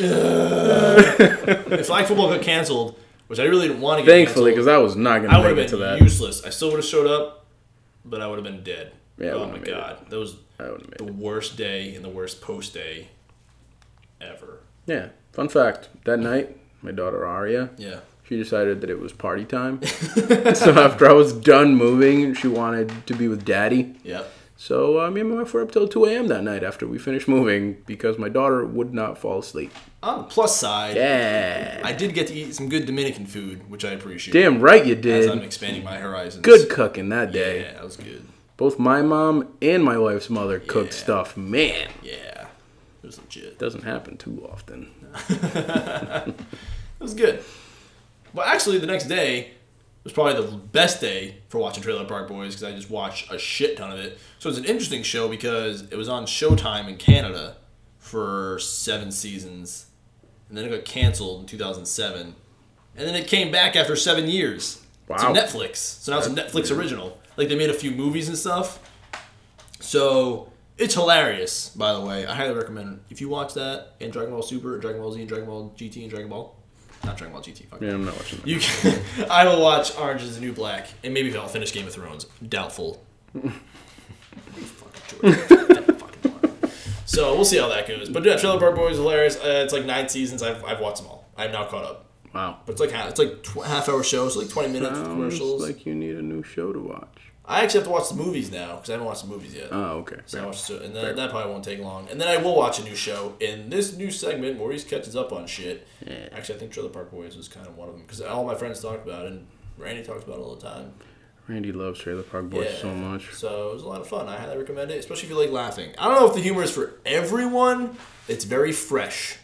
[laughs] uh. Flag football got canceled, which I really didn't want to get. Thankfully, canceled. because I was not gonna I make would it have to been that. useless. I still would have showed up, but I would have been dead. Yeah, I oh wouldn't my have made it. god, that was I wouldn't have the made it. worst day and the worst post day ever. Yeah. Fun fact: that night, my daughter Aria, Yeah. she decided that it was party time. [laughs] so after I was done moving, she wanted to be with daddy. Yeah. So uh, me and my wife were up till 2 a.m. that night after we finished moving because my daughter would not fall asleep. On the plus side, Yeah. I did get to eat some good Dominican food, which I appreciate. Damn right you As I'm did. expanding my horizons. Good cooking that day. Yeah, that was good. Both my mom and my wife's mother cooked Yeah. stuff. Man, Yeah. It was legit. It doesn't happen too often. was good. Well, actually, the next day was probably the best day for watching Trailer Park Boys because I just watched a shit ton of it. So it's an interesting show because it was on Showtime in Canada for seven seasons, and then it got canceled in 2007, and then it came back after seven years. Wow. To Netflix. So now it's a Netflix original. Like they made a few movies and stuff. So it's hilarious, by the way. I highly recommend if you watch that and Dragon Ball Super, and Dragon Ball Z, and Dragon Ball GT, and Dragon Ball. Not Dragon Ball GT. Fuck. Yeah, I'm not watching that. You can, [laughs] I will watch Orange is the New Black, and maybe I'll finish Game of Thrones. [laughs] Doubtful. Fucking Jordan. Fucking Jordan. so we'll see how that goes. But yeah, Trailer Park Boys is hilarious. Uh, it's like nine seasons. I've, I've watched them all. I'm now caught up. Wow. But it's like half, it's like tw- half hour show, so like 20 minutes with Sounds commercials. like you need a new show to watch. I actually have to watch the movies now because I haven't watched the movies yet. Oh, okay. So I watched, and that, that probably won't take long. And then I will watch a new show. In this new segment, Maurice catches up on shit. Actually, I think Trailer Park Boys was kind of one of them because all my friends talked about it. And Randy talks about it all the time. Randy loves Trailer Park Boys Yeah. so much. So it was a lot of fun. I highly recommend it, especially if you like laughing. I don't know if the humor is for everyone. It's very fresh.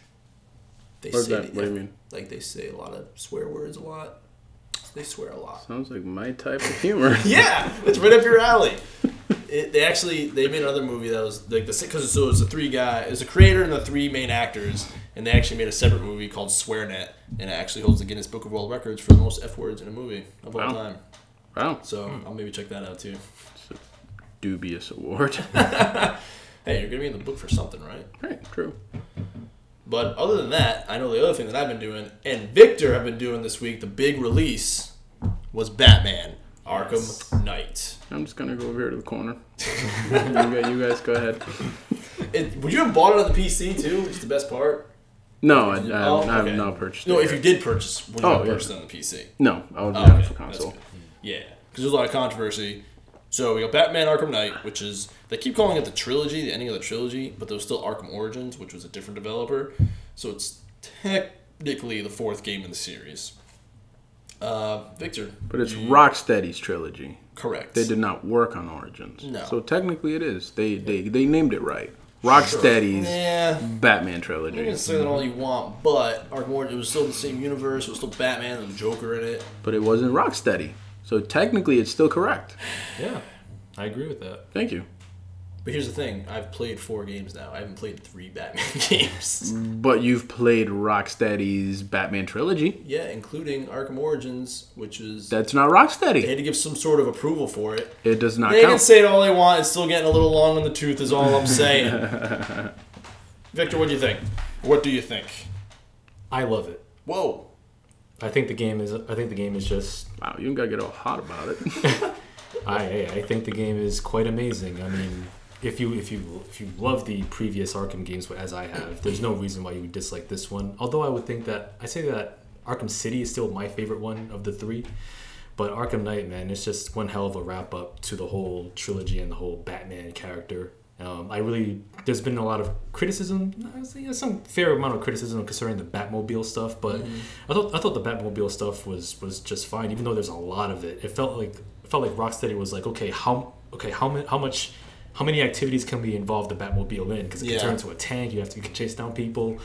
They What's that? What do you mean? Like they say a lot of swear words a lot. They swear a lot. Sounds like my type of humor. [laughs] Yeah, it's right up your alley. It, they actually they made another movie that was like the because so it was the three guy it was the creator and the three main actors and they actually made a separate movie called SwearNet and it actually holds the Guinness Book of World Records for the most f words in a movie of all Wow. time. Wow. So I'll maybe check that out too. Dubious [laughs] award. Hey, you're gonna be in the book for something, right? right, true. But other than that, I know the other thing that I've been doing and Victor have been doing this week. The big release was Batman Arkham Knight. I'm just gonna go over here to the corner. you, guys, you guys go ahead. It, would you have bought it on the PC too? Which is the best part. No, I, I, Oh, I have okay. not purchased. No, it if yet. you did purchase, would you Oh, have yeah. purchased it on the PC? no, I would Oh, not okay. for That's console. good. Yeah, because there's a lot of controversy. So we got Batman Arkham Knight, which is they keep calling it the trilogy, the ending of the trilogy, but there was still Arkham Origins, which was a different developer. So it's technically the fourth game in the series. Uh, Victor, But it's Rocksteady's trilogy. correct. They did not work on Origins. No. So technically, it is. They they they named it right. Rocksteady's Yeah, Batman you trilogy, can say that all you want, but Arkham Origins it was still the same universe. It was still Batman and the Joker in it. but it wasn't Rocksteady. So technically, it's still correct. Yeah, I agree with that. Thank you. But here's the thing: I've played four games now. I haven't played three Batman [laughs] games. But you've played Rocksteady's Batman trilogy. Yeah, including Arkham Origins, which is That's not they Rocksteady. had to give some sort of approval for it. It does not They can count. say it all they want. It's still getting a little long in the tooth. Is all I'm saying. Victor, what do you think? What do you think? I love it. Whoa. I think the game is. I think the game is just. wow, you don't gotta get all hot about it. [laughs] I I- I think the game is quite amazing. I mean, if you if you if you love the previous Arkham games as I have, there's no reason why you would dislike this one. Although I would think that I say that Arkham City is still my favorite one of the three. But Arkham Knight, man, it's just one hell of a wrap up to the whole trilogy and the whole Batman character. Um, I really, there's been a lot of criticism, I would say, yeah, some fair amount of criticism concerning the Batmobile stuff, but I thought I thought the Batmobile stuff was was just fine, even though there's a lot of it. It felt like it felt like Rocksteady was like, okay, how okay how mu- how much how many activities can we involve the Batmobile in? Because it Yeah. can turn into a tank. [laughs] You have to you can chase down people,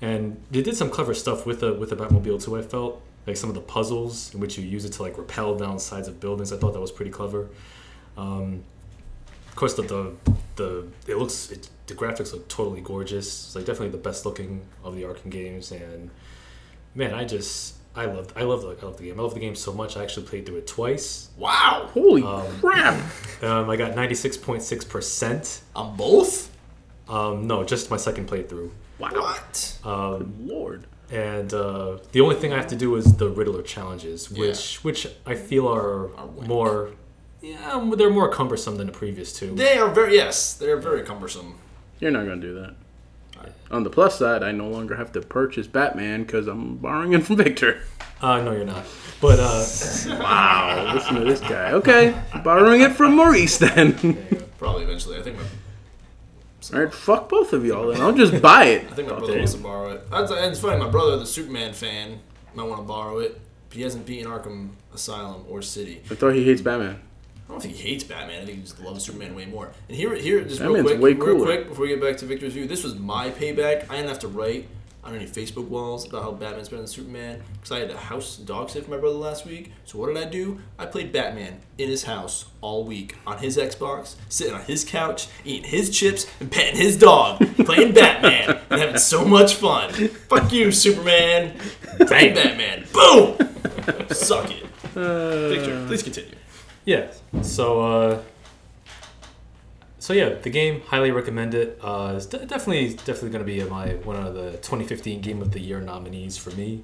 and they did some clever stuff with the with the Batmobile too. I felt. like some of the puzzles in which you use it to like rappel down sides of buildings. I thought that was pretty clever. Um, of course, the the, the it looks it, the graphics look totally gorgeous. It's like definitely the best looking of the Arkham games, and man, I just I loved I love the I love the game. I love the game so much. I actually played through it twice. Wow. Holy crap! Um, I got ninety six point six percent. On both? Um, no, just my second playthrough. What? Um, Lord. and uh, the only thing I have to do is the Riddler challenges, which which I feel are, whack. more yeah um, they're more cumbersome than the previous two. They are very yes, they are very cumbersome. You're not gonna do that. On the plus side, I no longer have to purchase Batman because I'm borrowing it [laughs] from Victor. Uh, no, you're not. But uh, Listen to this guy. Okay, borrowing it from Maurice then. [laughs] Probably eventually. I think my All right, fuck both of y'all then. I'll just buy it. I think my brother wants to borrow it. That's, and it's funny, my brother, the Superman fan, might want to borrow it. But he hasn't beaten Arkham Asylum or City. I thought he hates Batman. I don't think he hates Batman. I think he just loves Superman way more. And here, here, just real Batman's quick, way real cooler. quick, before we get back to Victor's view, this was my payback. I didn't have to write on any Facebook walls about how Batman's better than Superman because I had a house dog sit for my brother last week. So what did I do? I played Batman in his house all week on his Xbox, sitting on his couch, eating his chips, and petting his dog, playing Batman, and having so much fun. Fuck you, Superman. Dang Batman. Boom. Suck it. Victor, please continue. yeah, so uh, so yeah, the game highly recommend it. Uh, it's de- definitely definitely going to be my one of the 2015 Game of the Year nominees for me.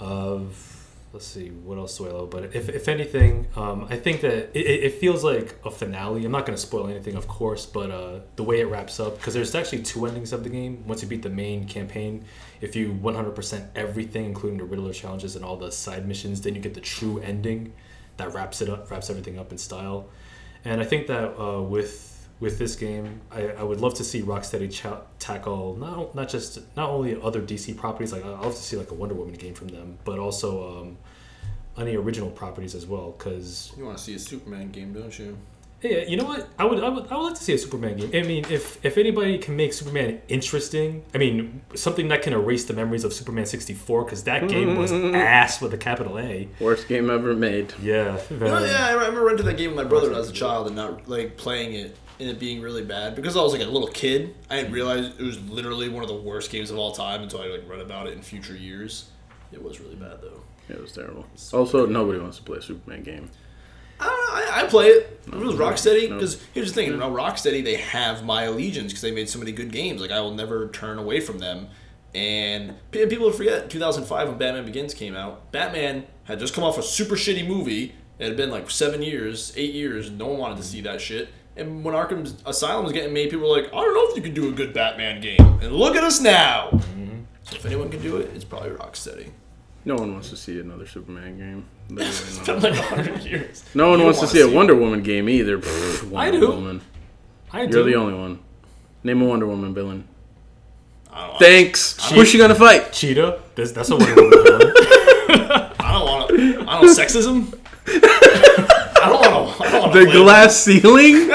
Of let's see, what else do I love? But if, if anything, um, I think that it, it it feels like a finale. I'm not going to spoil anything, of course, but uh, the way it wraps up because there's actually two endings of the game. Once you beat the main campaign, if you 100% everything, including the Riddler challenges and all the side missions, then you get the true ending that wraps it up, wraps everything up in style. And I think that uh, with with this game, I, I would love to see Rocksteady cha- tackle not not just not only other DC properties. Like I- I'd love to see like a Wonder Woman game from them, but also um, any original properties as well. Because You want to see a Superman game, don't you? yeah, you know what? I would, I would I would like to see a Superman game. I mean, if if anybody can make Superman interesting, I mean something that can erase the memories of Superman sixty four because that game was Mm-hmm. ass with a capital A. Worst game ever made. Yeah. Oh, yeah, I remember renting that game with my brother when I was a child and not like playing it and it being really bad because I was like a little kid. I didn't realize it was literally one of the worst games of all time until I like read about it in future years. It was really bad though. It was terrible. Also, nobody wants to play a Superman game. I don't know. I, I play it. If it was Rocksteady, no. because here's the thing: now Rocksteady, they have my allegiance because they made so many good games. Like I will never turn away from them. And pe- people forget 2005 when Batman Begins came out. Batman had just come off a super shitty movie. It had been like seven years, eight years. No one wanted to see that shit. And when Arkham Asylum was getting made, people were like, "I don't know if you can do a good Batman game." And look at us now. So if anyone can do it, it's probably Rocksteady. No one wants to see another Superman game. Literally [laughs] It's not. been like 100 years. No one You wants to wanna see a see Wonder Woman game either. Pfft, Wonder do. Woman. I do. You're the only one. Name a Wonder Woman villain. I don't, Thanks. Who's she gonna fight? Cheetah. [laughs] That's, that's a Wonder Woman. villain. I don't want to. I don't sexism. I don't want to. I don't want to. The [laughs] glass ceiling?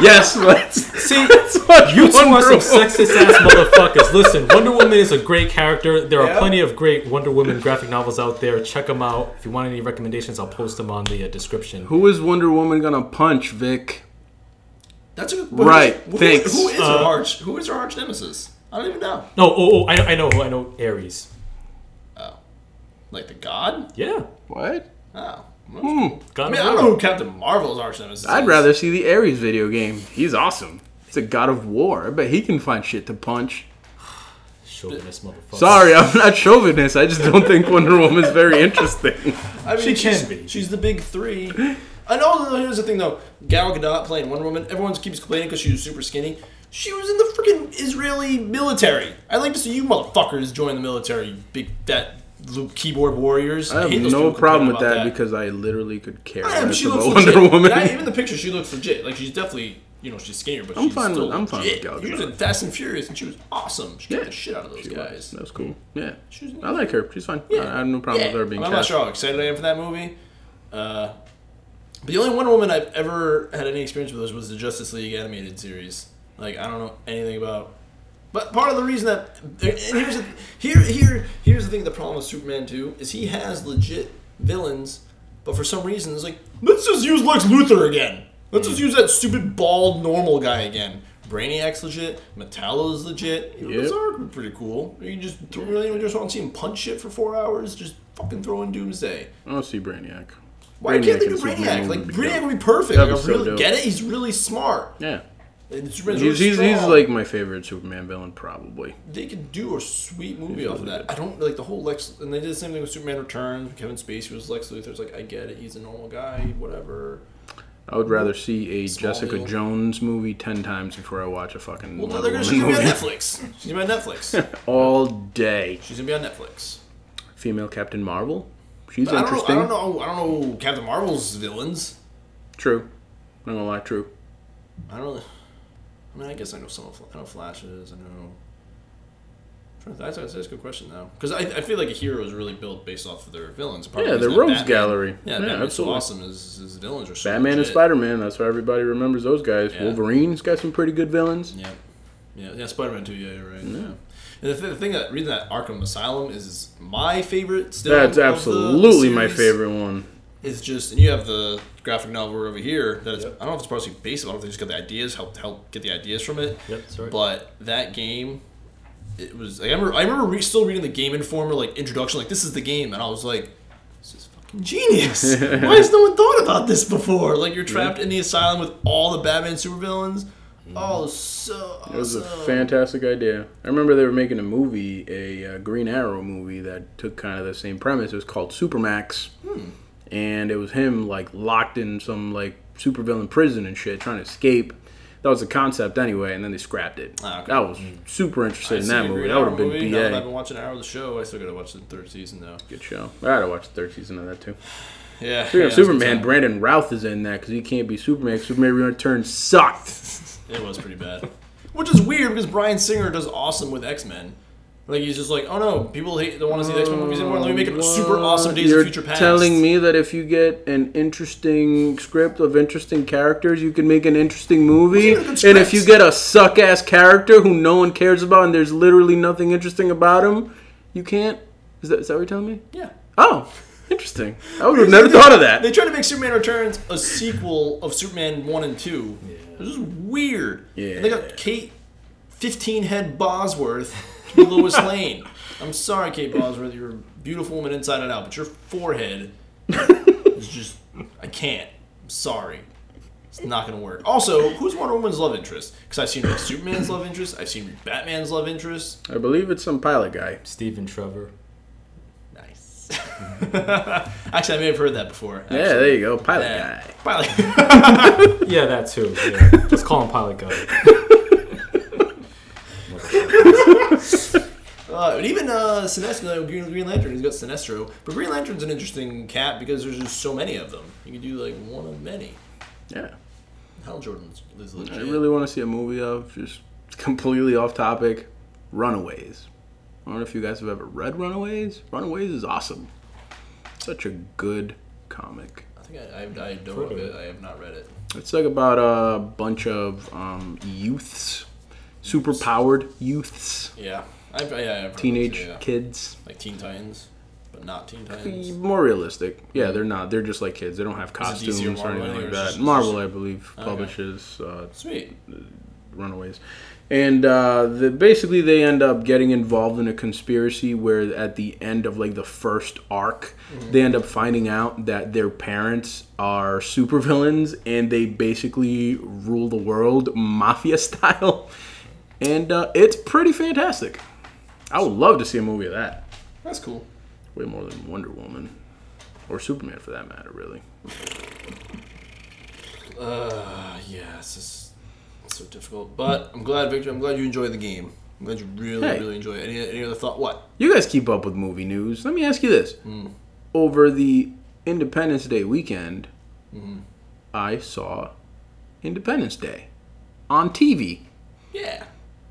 yes, let's. See, what you two Wonder are some Woman- sexist ass motherfuckers. Listen, Wonder Woman is a great character. There are Yeah. plenty of great Wonder Woman graphic novels out there. Check them out. If you want any recommendations, I'll post them on the uh, description. Who is Wonder Woman gonna punch, Vic? That's a good. Right, Who, thanks. Who is Uh, her arch? Who is her arch nemesis? I don't even know. No, oh, oh I, I know, who, I know, Ares. Like the god? Yeah, What? Oh. God I of mean, I don't War. know who Captain Marvel's arch nemesis. I'd is. rather see the Ares video game. He's awesome. It's a god of war. I bet he can find shit to punch. Chauvinist motherfucker. Sorry, I'm not chauvinist. I just don't think Wonder Woman's very interesting. I mean, She she's- can be. She's the big three. I know. though, Here's the thing, though. Gal Gadot playing Wonder Woman. Everyone keeps complaining because she was super skinny. She was in the freaking Israeli military. I'd like to see you motherfuckers join the military, you big fat little keyboard warriors. I have hate those no people problem with complaining that, about because I literally could care Yeah, but less she looks about legit. Wonder Woman. Yeah, [laughs] even the picture, she looks legit. Like she's definitely, you know, she's skinnier, but I'm she's fine with- still I'm fine with legit. Gal She was Gadot. in Fast and Furious, and she was awesome. She got Yeah, the shit out of those She was. guys. That was cool. Yeah, She was- I like her. She's fine. I, I have no problem Yeah. with her being I'm cast. not sure how excited I am for that movie. Uh, but the only Wonder Woman I've ever had any experience with was the Justice League animated series. Like I don't know anything about But part of the reason that and here's the, here here here's the thing. The problem with Superman two is he has legit villains, but for some reason it's like let's just use Lex Luthor again. Let's Mm. just use that stupid bald normal guy again. Brainiac's legit. Metallo's legit. You know, Yep. Those are pretty cool. You just you really just want to see him punch shit for four hours. Just fucking throw in Doomsday. I want to see Brainiac. Why can't they do and Superman Brainiac? Like would be Brainiac dope. would be perfect. That'd Like, I be so really dope. get it. He's really smart. Yeah. And Superman's He's, really he's, he's strong. like my favorite Superman villain, probably. they could do a sweet movie off of that. I don't like the whole Lex, and they did the same thing with Superman Returns. Kevin Spacey was Lex Luthor. It's like I get it, he's a normal guy, whatever. I would rather see a Small Jessica deal. Jones movie ten times before I watch a fucking Well, now Wonder they're gonna Woman she's gonna be on movie Netflix. She's gonna be on [laughs] Netflix. all day. She's gonna be on Netflix. Female Captain Marvel. She's I don't know. I interesting. don't know. I don't know Captain Marvel's villains. True. I'm not gonna lie. True. I don't. I mean, I guess I know some. Of, I know Flashes. I know. I'm trying to- That's, that's a good question now, because I, I feel like a hero is really built based off of their villains. Part of Yeah, the the reason that rogues Batman- gallery. Yeah, Yeah, Batman's so absolutely. awesome. His, his villains are so Batman and legit. Spider Man. That's why everybody remembers those guys. Yeah. Wolverine's got some pretty good villains. Yeah, yeah, yeah. Spider Man Two. Yeah, you're right. Yeah. And the, th- the thing that reading that Arkham Asylum is my favorite. Still, That's of the- the absolutely my uh, series. favorite one. It's just, and you have the graphic novel over here. That is, I don't know if it's partially based. on I don't know if they just got the ideas, help help get the ideas from it. Yep, sorry. But that game, it was. Like, I remember, I remember re- still reading the Game Informer like introduction, like this is the game, and I was like. This is fucking [laughs] genius. Why has no one thought about this before? Like you're trapped in the asylum with all the Batman supervillains. Oh, so awesome. Mm-hmm. It was a fantastic idea. I remember they were making a movie, a uh, Green Arrow movie that took kind of the same premise. It was called Supermax, Hmm. and it was him like locked in some like supervillain prison and shit, trying to escape. That was the concept anyway, and then they scrapped it. Ah, okay. I was super interested in I that see, movie. Green That would Arrow have been movie. Now that I've been BA. watching Arrow the show. I still gotta watch the third season though. Good show. I gotta watch the third season of that too. Yeah. Speaking of yeah, it was a good Superman, time. Brandon Routh is in that because he can't be Superman. 'cause Superman Return sucked. It was pretty bad. [laughs] Which is weird because Brian Singer does awesome with X Men. Like he's just like, oh no, people hate don't want to see the X Men movies anymore. Let me make a super awesome Days You're of Future Past. telling me that if you get an interesting script of interesting characters, you can make an interesting movie. It wasn't even a good And if you script. get a suck ass character who no one cares about and there's literally nothing interesting about him, you can't. Is that, is that what you're telling me? Yeah. Oh, interesting. I would have never thought of that. They tried to make Superman Returns a sequel of Superman One and Two. Yeah. This is weird. Yeah. And they got Kate, fifteen head Bosworth, to be [laughs] Lois Lane. I'm sorry, Kate Bosworth, you're a beautiful woman inside and out, but your forehead [laughs] is just I can't. I'm sorry. It's not gonna work. Also, who's Wonder Woman's love interest? Because I've seen her as Superman's love interest. I've seen her as Batman's love interest. I believe it's some pilot guy. Stephen Trevor. Nice. [laughs] actually, I may have heard that before. Actually. Yeah, there you go, pilot Yeah. guy. [laughs] Finally. Yeah, that too. Yeah. Let's call him Pilot Guy. Uh, and even uh, Sinestro, like, Green, Green Lantern, he's got Sinestro. But Green Lantern's an interesting cat because there's just so many of them. You can do like one of many. Yeah. Hal Jordan's is legit. I really want to see a movie of just completely off topic, Runaways. I don't know if you guys have ever read Runaways. Runaways is awesome. Such a good comic. I think I, I, I know of it. I have not read it. It's like about a bunch of um, youths, super powered youths, Yeah. I've, yeah, I've heard of it, teenage yeah. kids. Like Teen Titans, but not Teen Titans. More realistic. Yeah, they're not. They're just like kids. They don't have Is it DC costumes or or Marvel, or anything like is it that. just- Marvel, I believe, publishes uh, Sweet. runaways and uh, the, basically they end up getting involved in a conspiracy where at the end of like the first arc they end up finding out that their parents are supervillains and they basically rule the world mafia [laughs] style and uh, it's pretty fantastic i would love to see a movie of that That's cool. way more than wonder woman or superman for that matter really Uh, yeah, it's just it's so difficult. But I'm glad, Victor, I'm glad you enjoy the game. I'm glad you really, Hey. really enjoy it. Any, any other thought? What? You guys keep up with movie news. Let me ask you this: Mm. Over the Independence Day weekend, Mm-hmm. I saw Independence Day on TV. Yeah.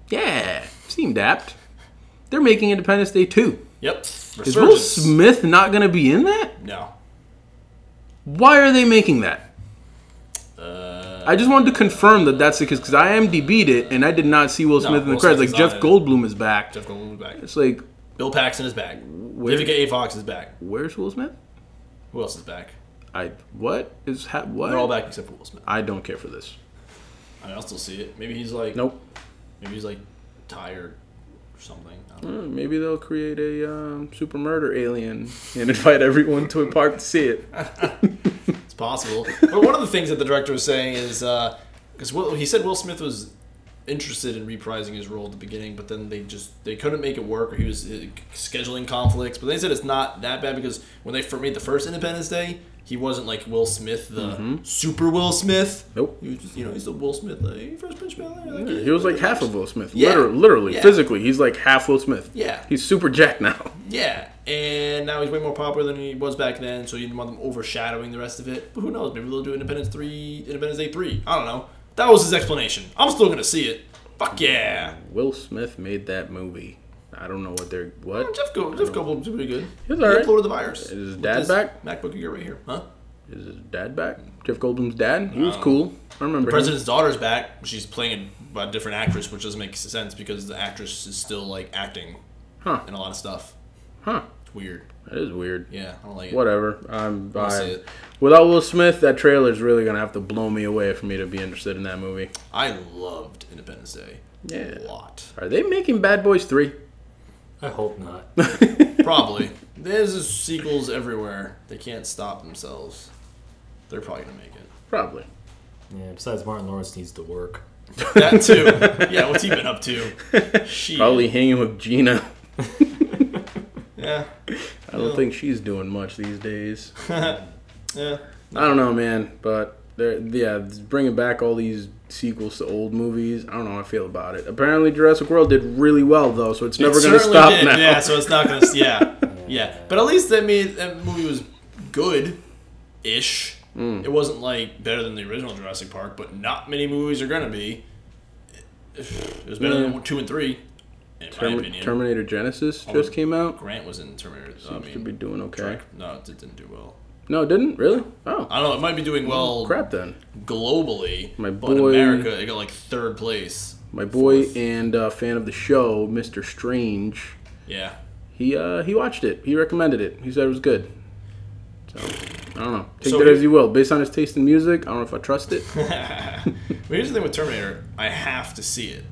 Yeah, seemed apt. They're making Independence Day two. Yep. Is Will Resurgence. Smith not going to be in that? no. Why are they making that? Uh, I just wanted to confirm that that's the case because I IMDb'd it and I did not see Will Smith in the Will credits. Like Smith is Jeff on it. Goldblum is back. Jeff Goldblum's back. It's like Bill Paxton is back. Vivica A. Fox is back. where's Will Smith? Who else is back? I what is ha- what? They're all back except for Will Smith. I don't care for this. I mean, I'll still see it. Maybe he's like Nope. Maybe he's like tired or something. I don't know. Hmm, Maybe they'll create a um, super murder alien and invite everyone to a park to see [laughs] it. It's possible. but one of the things that the director was saying is because Will he said Will Smith was interested in reprising his role at the beginning, but then they just they couldn't make it work, or he was uh, scheduling conflicts. But they said it's not that bad because when they fir- made the first Independence Day, he wasn't like Will Smith, the super Will Smith. Mm-hmm. Nope. He was just you know he's the Will Smith, like, "Hey, first Benchman. Like, He was like half of Will Smith, Yeah. literally, literally, Yeah. physically. He's like half Will Smith. Yeah. he's super Jack now. Yeah, and now he's way more popular than he was back then, so you didn't want them overshadowing the rest of it. But who knows? Maybe they'll do Independence 3, Independence Day 3. I don't know. That was his explanation. I'm still going to see it. Fuck yeah. Will Smith made that movie. I don't know what they're what. Jeff, Go- Jeff Goldblum's pretty good. He's he all right. uploaded the virus. Is his with dad back? MacBook you got right here. Huh? Is his dad back? Jeff Goldblum's dad. He was cool. I remember. him. President's daughter's back. She's playing a different actress, which doesn't make sense because the actress is still, like, acting Huh. and a lot of stuff. Huh. It's weird. That is weird. Yeah, I don't like it. Whatever. I'm. I'll see I, it. without Will Smith, that trailer's really gonna have to blow me away for me to be interested in that movie. I loved Independence Day Yeah. a lot. Are they making Bad Boys Three? [laughs] I hope not. Probably. There's just sequels everywhere. They can't stop themselves. They're probably gonna make it. Probably. Yeah, besides Martin Lawrence needs to work. That [laughs] too. yeah, what's he been up to? She. Probably hanging with Gina. Yeah. I don't think she's doing much these days. Yeah. I don't know, man, but they're yeah bringing back all these sequels to old movies. I don't know how I feel about it. Apparently, Jurassic World did really well though, so it's never It going to certainly stop did, now. Yeah, so it's not gonna. [laughs] Yeah. Yeah. But at least that made that movie was good, ish. Hmm. It wasn't like better than the original Jurassic Park, but not many movies are gonna be. It was better Yeah. than two and three, in my Hmm. Termi- opinion. Terminator Genesis just came out. Grant was in Terminator. I Seems to be mean, doing okay. no, it didn't do well. No, it didn't really. Oh I don't know. It might be doing well crap! Then globally, My but in boy- America, it got like third place. my boy and uh, fan of the show, Mister Strange, Yeah, he uh, he watched it. He recommended it. He said it was good. So I don't know. Take So that he- as you will. Based on his taste in music, I don't know if I trust it. but here's the thing with Terminator. I have to see it.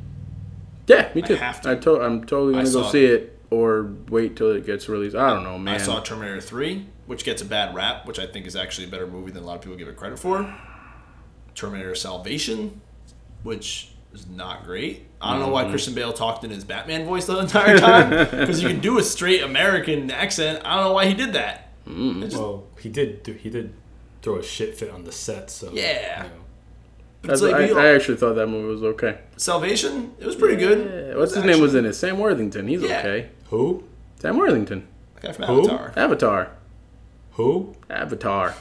Yeah, me too. I have to. to- I'm totally I gonna go saw see it. or wait till it gets released. I don't know, man. I saw Terminator Three, which gets a bad rap, which I think is actually a better movie than a lot of people give it credit for. Terminator Salvation, which is not great. I don't know Mm-hmm. why Christian Bale talked in his Batman voice the entire time [laughs] because you can do a straight American accent. I don't know why he did that. Well, he did. Do, he did throw a shit fit on the set. So Yeah. you know. But it's That's- like I, we all- I actually thought that movie was okay. Salvation, it was pretty good. Yeah, what's his name was in it? Sam Worthington. He's Yeah. okay. who? Sam Worthington. The guy from Who? Avatar. Avatar. Who? Avatar.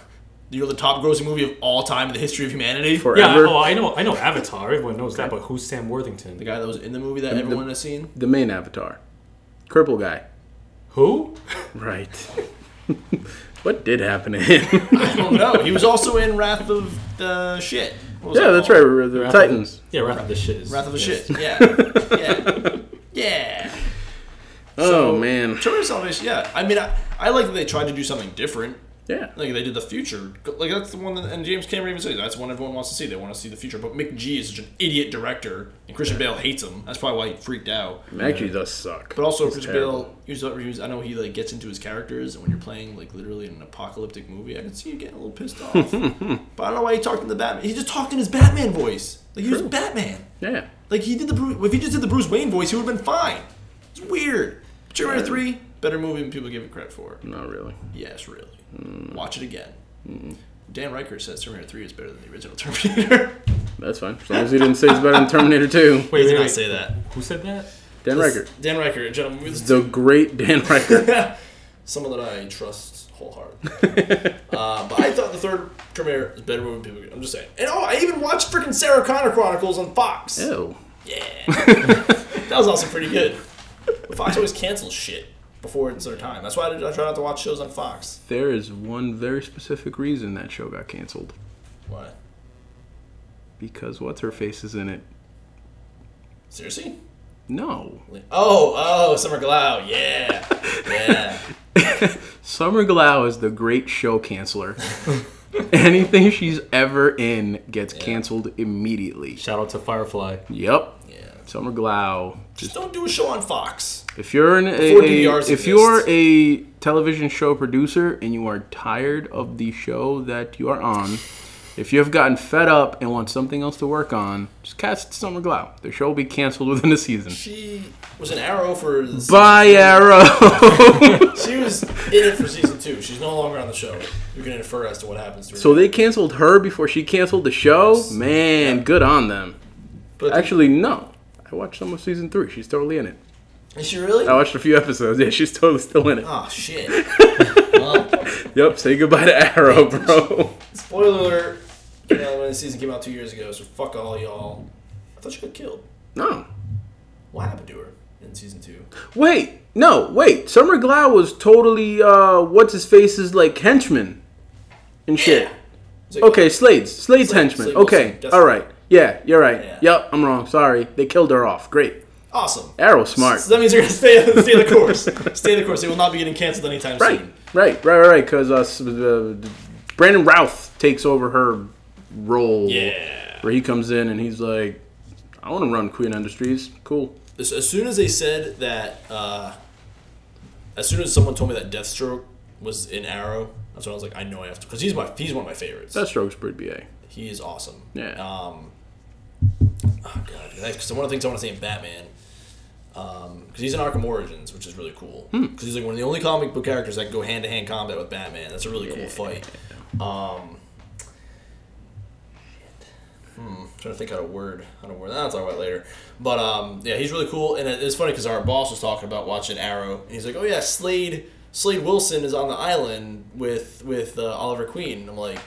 You know the top grossing movie of all time in the history of humanity? Yeah. Forever. Oh, I know. I know Avatar. Everyone knows that. But who's Sam Worthington? The guy that was in the movie that everyone has seen? The main Avatar. Cripple guy. Who? Right. [laughs] what did happen to him? [laughs] I don't know. He was also in Wrath of the Shit. What was yeah, that that's right. called? The Titans. Yeah, Wrath of the Shit is. Wrath of the yes. Shit. Yeah. Yeah. Yeah. Oh man. Terminator Salvation, yeah. I mean, I, I like that they tried to do something different. Yeah. Like, they did the future. Like, that's the one that, and James Cameron even said, that's the one everyone wants to see. They want to see the future. But Mick G is such an idiot director, and Christian Bale hates him. That's probably why he freaked out. Actually, does suck. But also, Chris terrible. Bale, he was, he was, I know he like gets into his characters, and when you're playing like literally an apocalyptic movie, I can see you getting a little pissed off. [laughs] but I don't know why he talked in the Batman. He just talked in his Batman voice. Like he was Batman. Yeah. Like he did the Bruce, if he just did the Bruce Wayne voice, he would have been fine. It's weird. Terminator Three, better movie than people give it credit for. Mm. Not really. Yes, really. Watch it again. Mm. Dan Riker says Terminator Three is better than the original [laughs] Terminator. That's fine. As long as he didn't say it's better than [laughs] Terminator 2. Wait, He wait, did wait. not say that. Who said that? Dan Riker. Dan Riker, a gentleman, with- The great Dan Riker. [laughs] someone that I trust wholeheartedly. uh, but I thought the third Terminator is a better movie than people. I'm just saying. And oh, I even watched freaking Sarah Connor Chronicles on Fox. Ew. Yeah, [laughs] that was also pretty good. But Fox always cancels shit before it's their time. That's why I, I try not to watch shows on Fox. There is one very specific reason that show got canceled. Why? because what's her face is in it. Seriously? No, Oh, oh, Summer Glau. Yeah. Yeah. Summer Glau is the great show canceller. Anything she's ever in gets canceled immediately. Shout out to Firefly. Yep. [laughs] yeah. Summer Glau. Just don't do a show on Fox. If you're an Before a, a- DVRs if you're exist. a television show producer and you are tired of the show that you are on, if you have gotten fed up and want something else to work on, just cast Summer Glau. The show will be canceled [laughs] within a season. She was an arrow for. the season Bye, two. Arrow. [laughs] She was in it for season two. She's no longer on the show. You can infer as to what happens to her. so they canceled her before she canceled the show. Man, good on them. but Actually, no. I watched some of season three. She's totally in it. is she really? I watched a few [laughs] episodes. Yeah, she's totally still in it. Oh shit. well, Yep. Say goodbye to Arrow, bro. [laughs] spoiler alert. You know, when the season came out two years ago, so fuck all y'all. I thought she got killed. No. What happened to her in season two? Wait, no, wait. Summer Glau was totally uh what's his face's like henchman and shit. It's like, Okay, Slade's Slade's henchman. Slade okay, Wilson, that's- all right. Yeah, you're right. Yeah. Yep, I'm wrong. Sorry, they killed her off. Great, Awesome. Arrow smart. So that means they're gonna stay stay the course. stay the course. They will not be getting canceled anytime Right, soon. right, right, right, right. Because uh, s- uh, Brandon Routh takes over her role. Yeah. where he comes in and he's like, I want to run Queen Industries. Cool. As, as soon as they said that, uh, as soon as someone told me that Deathstroke was in Arrow, that's when I was like, I know I have to, because he's my he's one of my favorites. Deathstroke's pretty BA. He is awesome. Yeah. Um, oh god, because one of the things I want to say in Batman, because he's in Arkham Origins, which is really cool. Because he's like one of the only comic book characters that can go hand to hand combat with Batman. That's a really cool fight. Um, hmm, trying to think how to word how to word that. I'll talk about it later. But um, yeah, he's really cool, and it- it's funny because our boss was talking about watching Arrow, and he's like, "Oh yeah, Slade." Slade Wilson is on the island with with uh, Oliver Queen. And I'm like,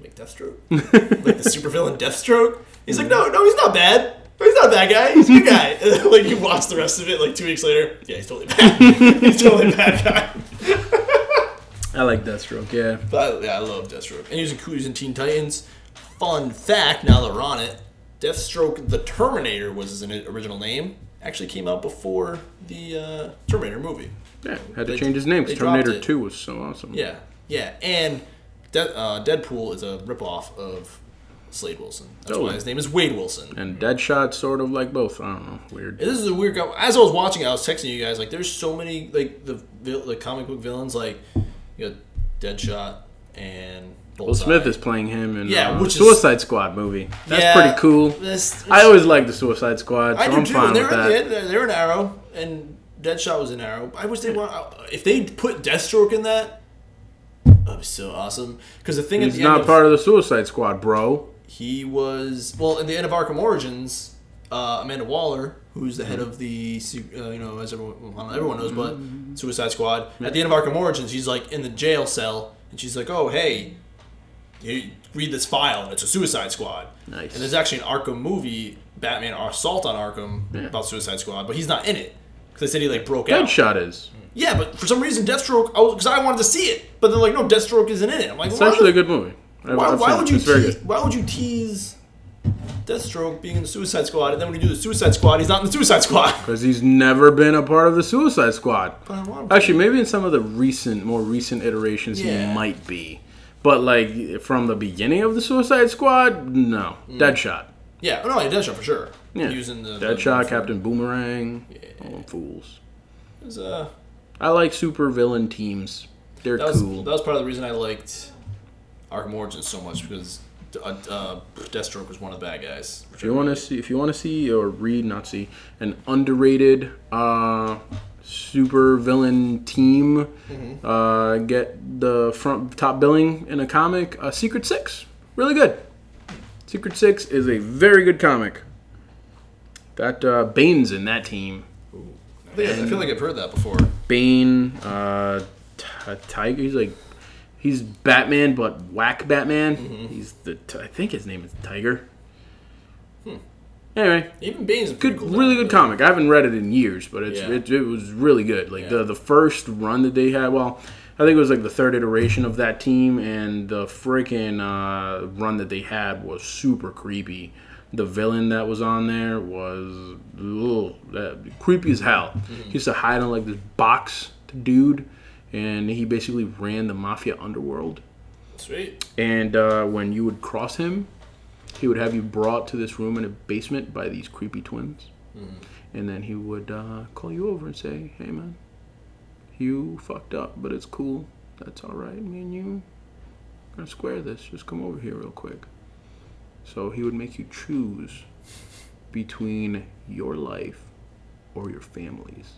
like Deathstroke like the supervillain Deathstroke. He's like, no, no, he's not bad. No, He's not a bad guy. He's a good guy. [laughs] And, like you watch the rest of it, like two weeks later, yeah, he's totally bad. [laughs] he's totally a bad guy. I like Deathstroke. Yeah. But I, yeah, I love Deathstroke. And he was in Coolies and Teen Titans. Fun fact: now that we're on it, Deathstroke the Terminator was his in- original name. Actually, came out before the uh, Terminator movie. Yeah, had to They- change his name they because dropped Terminator it. 2 was so awesome. Yeah, yeah, and De- uh, Deadpool is a ripoff of Slade Wilson. That's Totally. why his name is Wade Wilson. And Deadshot sort of like both. I don't know. Weird. This is a weird. Com- As I was watching, it, I was texting you guys. Like, there's so many like the vil- the comic book villains. Like, you got Deadshot and Will Smith is playing him in Yeah, uh, which is- Suicide Squad movie. That's pretty cool. I always liked the Suicide Squad, so I do I'm too. fine and they're, with that. in- They're, they're an arrow, and Deadshot was an arrow. I wish they want if they put Deathstroke in that. That'd be so awesome. Because the thing He's at the not end part of, of the Suicide Squad, bro. he was well in the end of Arkham Origins. Uh, Amanda Waller, who's the head of the, su- uh, you know, as everyone, well, I don't know, everyone knows, but Suicide Squad. At the end of Arkham Origins, she's like in the jail cell, and she's like, "Oh, hey, you read this file, and it's a Suicide Squad." Nice. And there's actually an Arkham movie, Batman Assault on Arkham, about Suicide Squad, but he's not in it because they said he like broke out. Deadshot is Yeah, but for some reason, Deathstroke, I was because I wanted to see it, but they're like, "No, Deathstroke isn't in it." I'm like, it's "Why the actually a good movie. I've- why, I've why seen would it. you It's very tea- good. why would you tease Deathstroke being in the Suicide Squad and then when you do the Suicide Squad he's not in the Suicide Squad? Because he's never been a part of the Suicide Squad. But I want him to Actually, maybe in some of the recent, more recent iterations, Yeah. he might be. But like from the beginning of the Suicide Squad, no. Mm. Deadshot. be. yeah, oh, no, yeah, Deathstroke for sure. Yeah. using the Deadshot, Captain Boomerang, all them fools. It was, uh, I like super villain teams. They're that was cool. that was part of the reason I liked Arkham Origins so much because uh, uh, Deathstroke was one of the bad guys. if you want to see, if you want to see or read, not see, an underrated uh, super villain team, Mm-hmm. uh, get the front top billing in a comic. Uh, Secret Six, really good. Secret Six is a very good comic. That uh, Bane's in that team. I, think- I feel like I've heard that before. Bane, uh, t- Tiger. He's like, he's Batman, but whack Batman. He's the. T- I think his name is Tiger. Anyway, Even Bane's a pretty good, cool really guy, good but- comic. I haven't read it in years, but it's Yeah. it, it was really good. Like Yeah. the the first run that they had. Well, I think it was like the third iteration of that team, and the freaking uh, run that they had was super creepy. The villain that was on there was ugh, that- creepy as hell. Mm-hmm. He used to hide in like this box dude, and he basically ran the mafia underworld. Sweet. And uh, when you would cross him, he would have you brought to this room in a basement by these creepy twins. And then he would uh, call you over and say, hey, man, you fucked up, but it's cool. That's all right. Me and you are going to square this. Just come over here real quick. So he would make you choose between your life or your family's.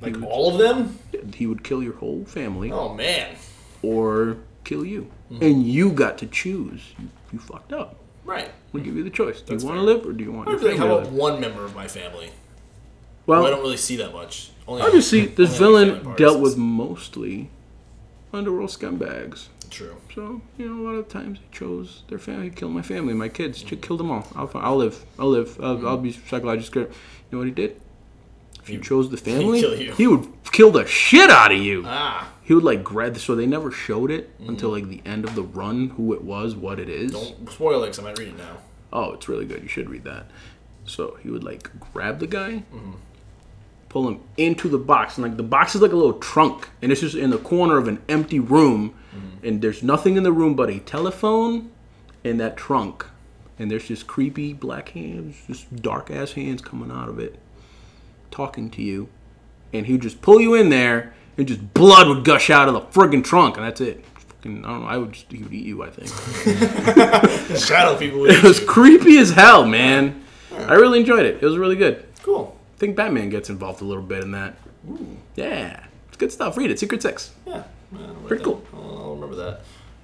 Like all of them? He would kill your whole family. Oh man. or kill you. And you got to choose. You, you fucked up. Right. We give you the choice. Do you want to live or do you want your I'd be like, family how to about live? one member of my family? Who I don't Well, really see that much. Only obviously, only this my family villain part dealt is- with mostly underworld scumbags. True. So, you know, a lot of times he chose their family. Kill my family, my kids. Just kill them all. I'll, fi- I'll live. I'll live. I'll, Mm-hmm. I'll be psychologically scared. You know what he did? If you [laughs] chose the family, kill you. he would kill the shit out of you. Ah, he would like grab. So they never showed it until like the end of the run, who it was, what it is. Mm-hmm. don't spoil it 'cause I might read it [laughs] now. oh, it's really good. You should read that. So he would like grab the guy, pull him into the box, and like the box is like a little trunk, and it's just in the corner of an empty room, and there's nothing in the room but a telephone and that trunk, and there's just creepy black hands, just dark ass hands coming out of it, talking to you, and he would just pull you in there, and just blood would gush out of the friggin' trunk, and that's it. Fucking, I don't know. I would just he would eat you. I think. Shadow people. [laughs] [laughs] It was creepy as hell, man. I really enjoyed it. It was really good. cool. I think Batman gets involved a little bit in that. Yeah. It's good stuff. Read it. Secret Six. Yeah. uh, I don't like Pretty that. cool. I'll, I'll remember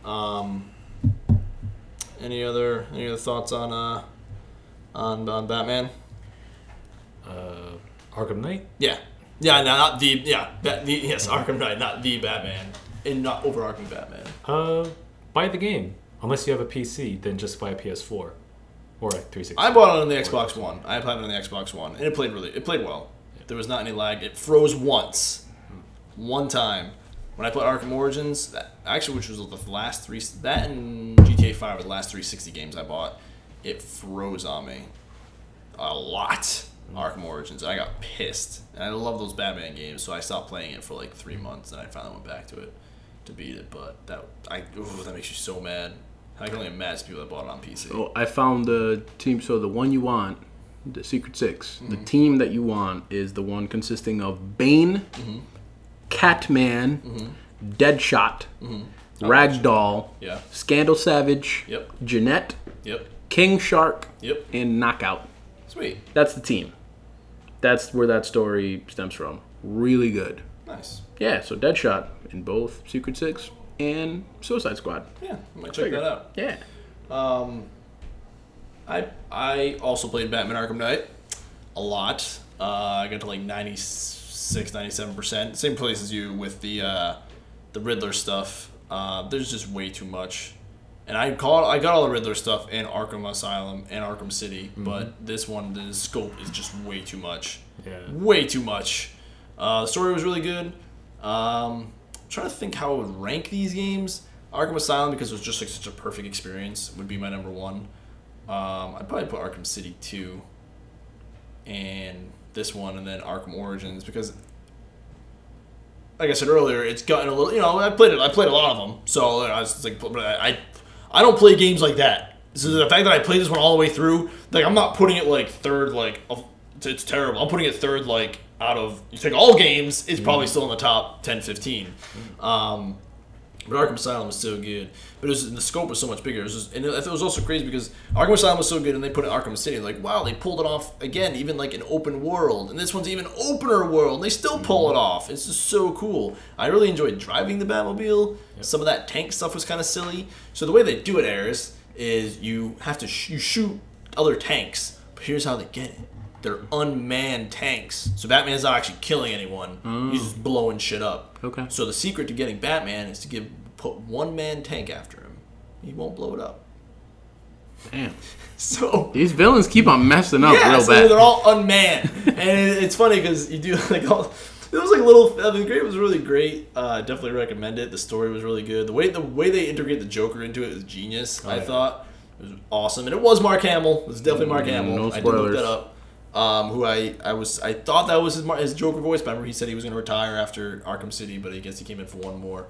that. Um, any other any other thoughts on uh on on Batman? Uh, Arkham Knight. Yeah. Yeah, no, not the yeah, Bat, the, yes, Arkham Knight, not the Batman, and not over Arkham Batman. Uh, buy the game unless you have a PC. Then just buy a PS4 or a 360. I bought it on the Xbox One. I played it on the Xbox One, and it played really. It played well. There was not any lag. It froze once, one time. When I played Arkham Origins, that, actually, which was the last three, that and GTA Five were the last 360 games I bought. It froze on me, a lot. Arkham Origins, and I got pissed. And I love those Batman games, so I stopped playing it for like three months, and I finally went back to it to beat it. But that I, ooh, that makes you so mad. I can only imagine people that bought it on PC. Oh, I found the team. So the one you want, the Secret 6 the Mm-hmm. team that you want is the one consisting of Bane, Mm-hmm. Catman, Deadshot, Ragdoll, Mm-hmm. Yeah. Scandal Savage, Yep. Jeanette, Yep. King Shark, Yep. and Knockout. Sweet. That's the team. That's where that story stems from. Really good. Nice. Yeah, so Deadshot in both Secret Six and Suicide Squad. Yeah, I might check that out. Yeah. I I also played Batman Arkham Knight a lot. Uh, I got to like 96, 97%. Same place as you with the uh, the Riddler stuff. Uh, there's just way too much. And I call I got all the Riddler stuff in Arkham Asylum and Arkham City, but this one the scope is just way too much. Yeah. Way too much. Uh, the story was really good. Um, I'm trying to think how I would rank these games. Arkham Asylum because it was just like such a perfect experience would be my number one. Um, I'd probably put Arkham City 2 and this one and then Arkham Origins because like I said earlier, it's gotten a little, you know, I played it, I played a lot of them. So I was just like but I I don't play games like that. So the fact that I played this one all the way through, like I'm not putting it like third like of- it's terrible. I'm putting it third like out of you take all games, it's probably still in the top 10 15. Um but Arkham Asylum was so good. But it was the scope was so much bigger. It was just, and it, it was also crazy because Arkham Asylum was so good, and they put in Arkham City. Like wow, they pulled it off again, even like an open world, and this one's even opener world. And they still pull it off. It's just so cool. I really enjoyed driving the Batmobile. Some of that tank stuff was kind of silly. So the way they do it, Eris, is you have to sh- you shoot other tanks. But here's how they get it. They're unmanned tanks. So Batman's not actually killing anyone. He's just blowing shit up. Okay. So the secret to getting Batman is to give put one man tank after him. He won't blow it up. [laughs] Damn. So These villains keep on messing up yeah, real so bad. they're all unmanned, and it- it's funny because you do [laughs] like all. It was like little. I mean, great was really great. Uh, definitely recommend it. The story was really good. The way the way they integrate the Joker into it was genius. I yeah. thought it was awesome, and it was Mark Hamill. It was definitely Mark Hamill. no I did look spoilers. that up. Um, who I, I was I thought that was his, Mar- his Joker voice. But I remember he said he was going to retire after Arkham City, but I guess he came in for one more.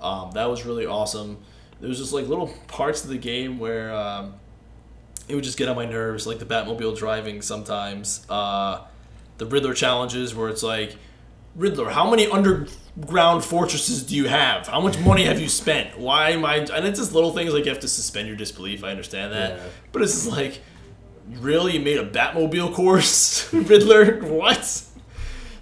Um, that was really awesome. There was just like little parts of the game where. Um, it would just get on my nerves, like the Batmobile driving sometimes. Uh, the Riddler challenges, where it's like, Riddler, how many underground fortresses do you have? How much money have you spent? Why am I? And it's just little things like you have to suspend your disbelief. I understand that, Yeah. but it's just like, really, you made a Batmobile course, [laughs] Riddler? What?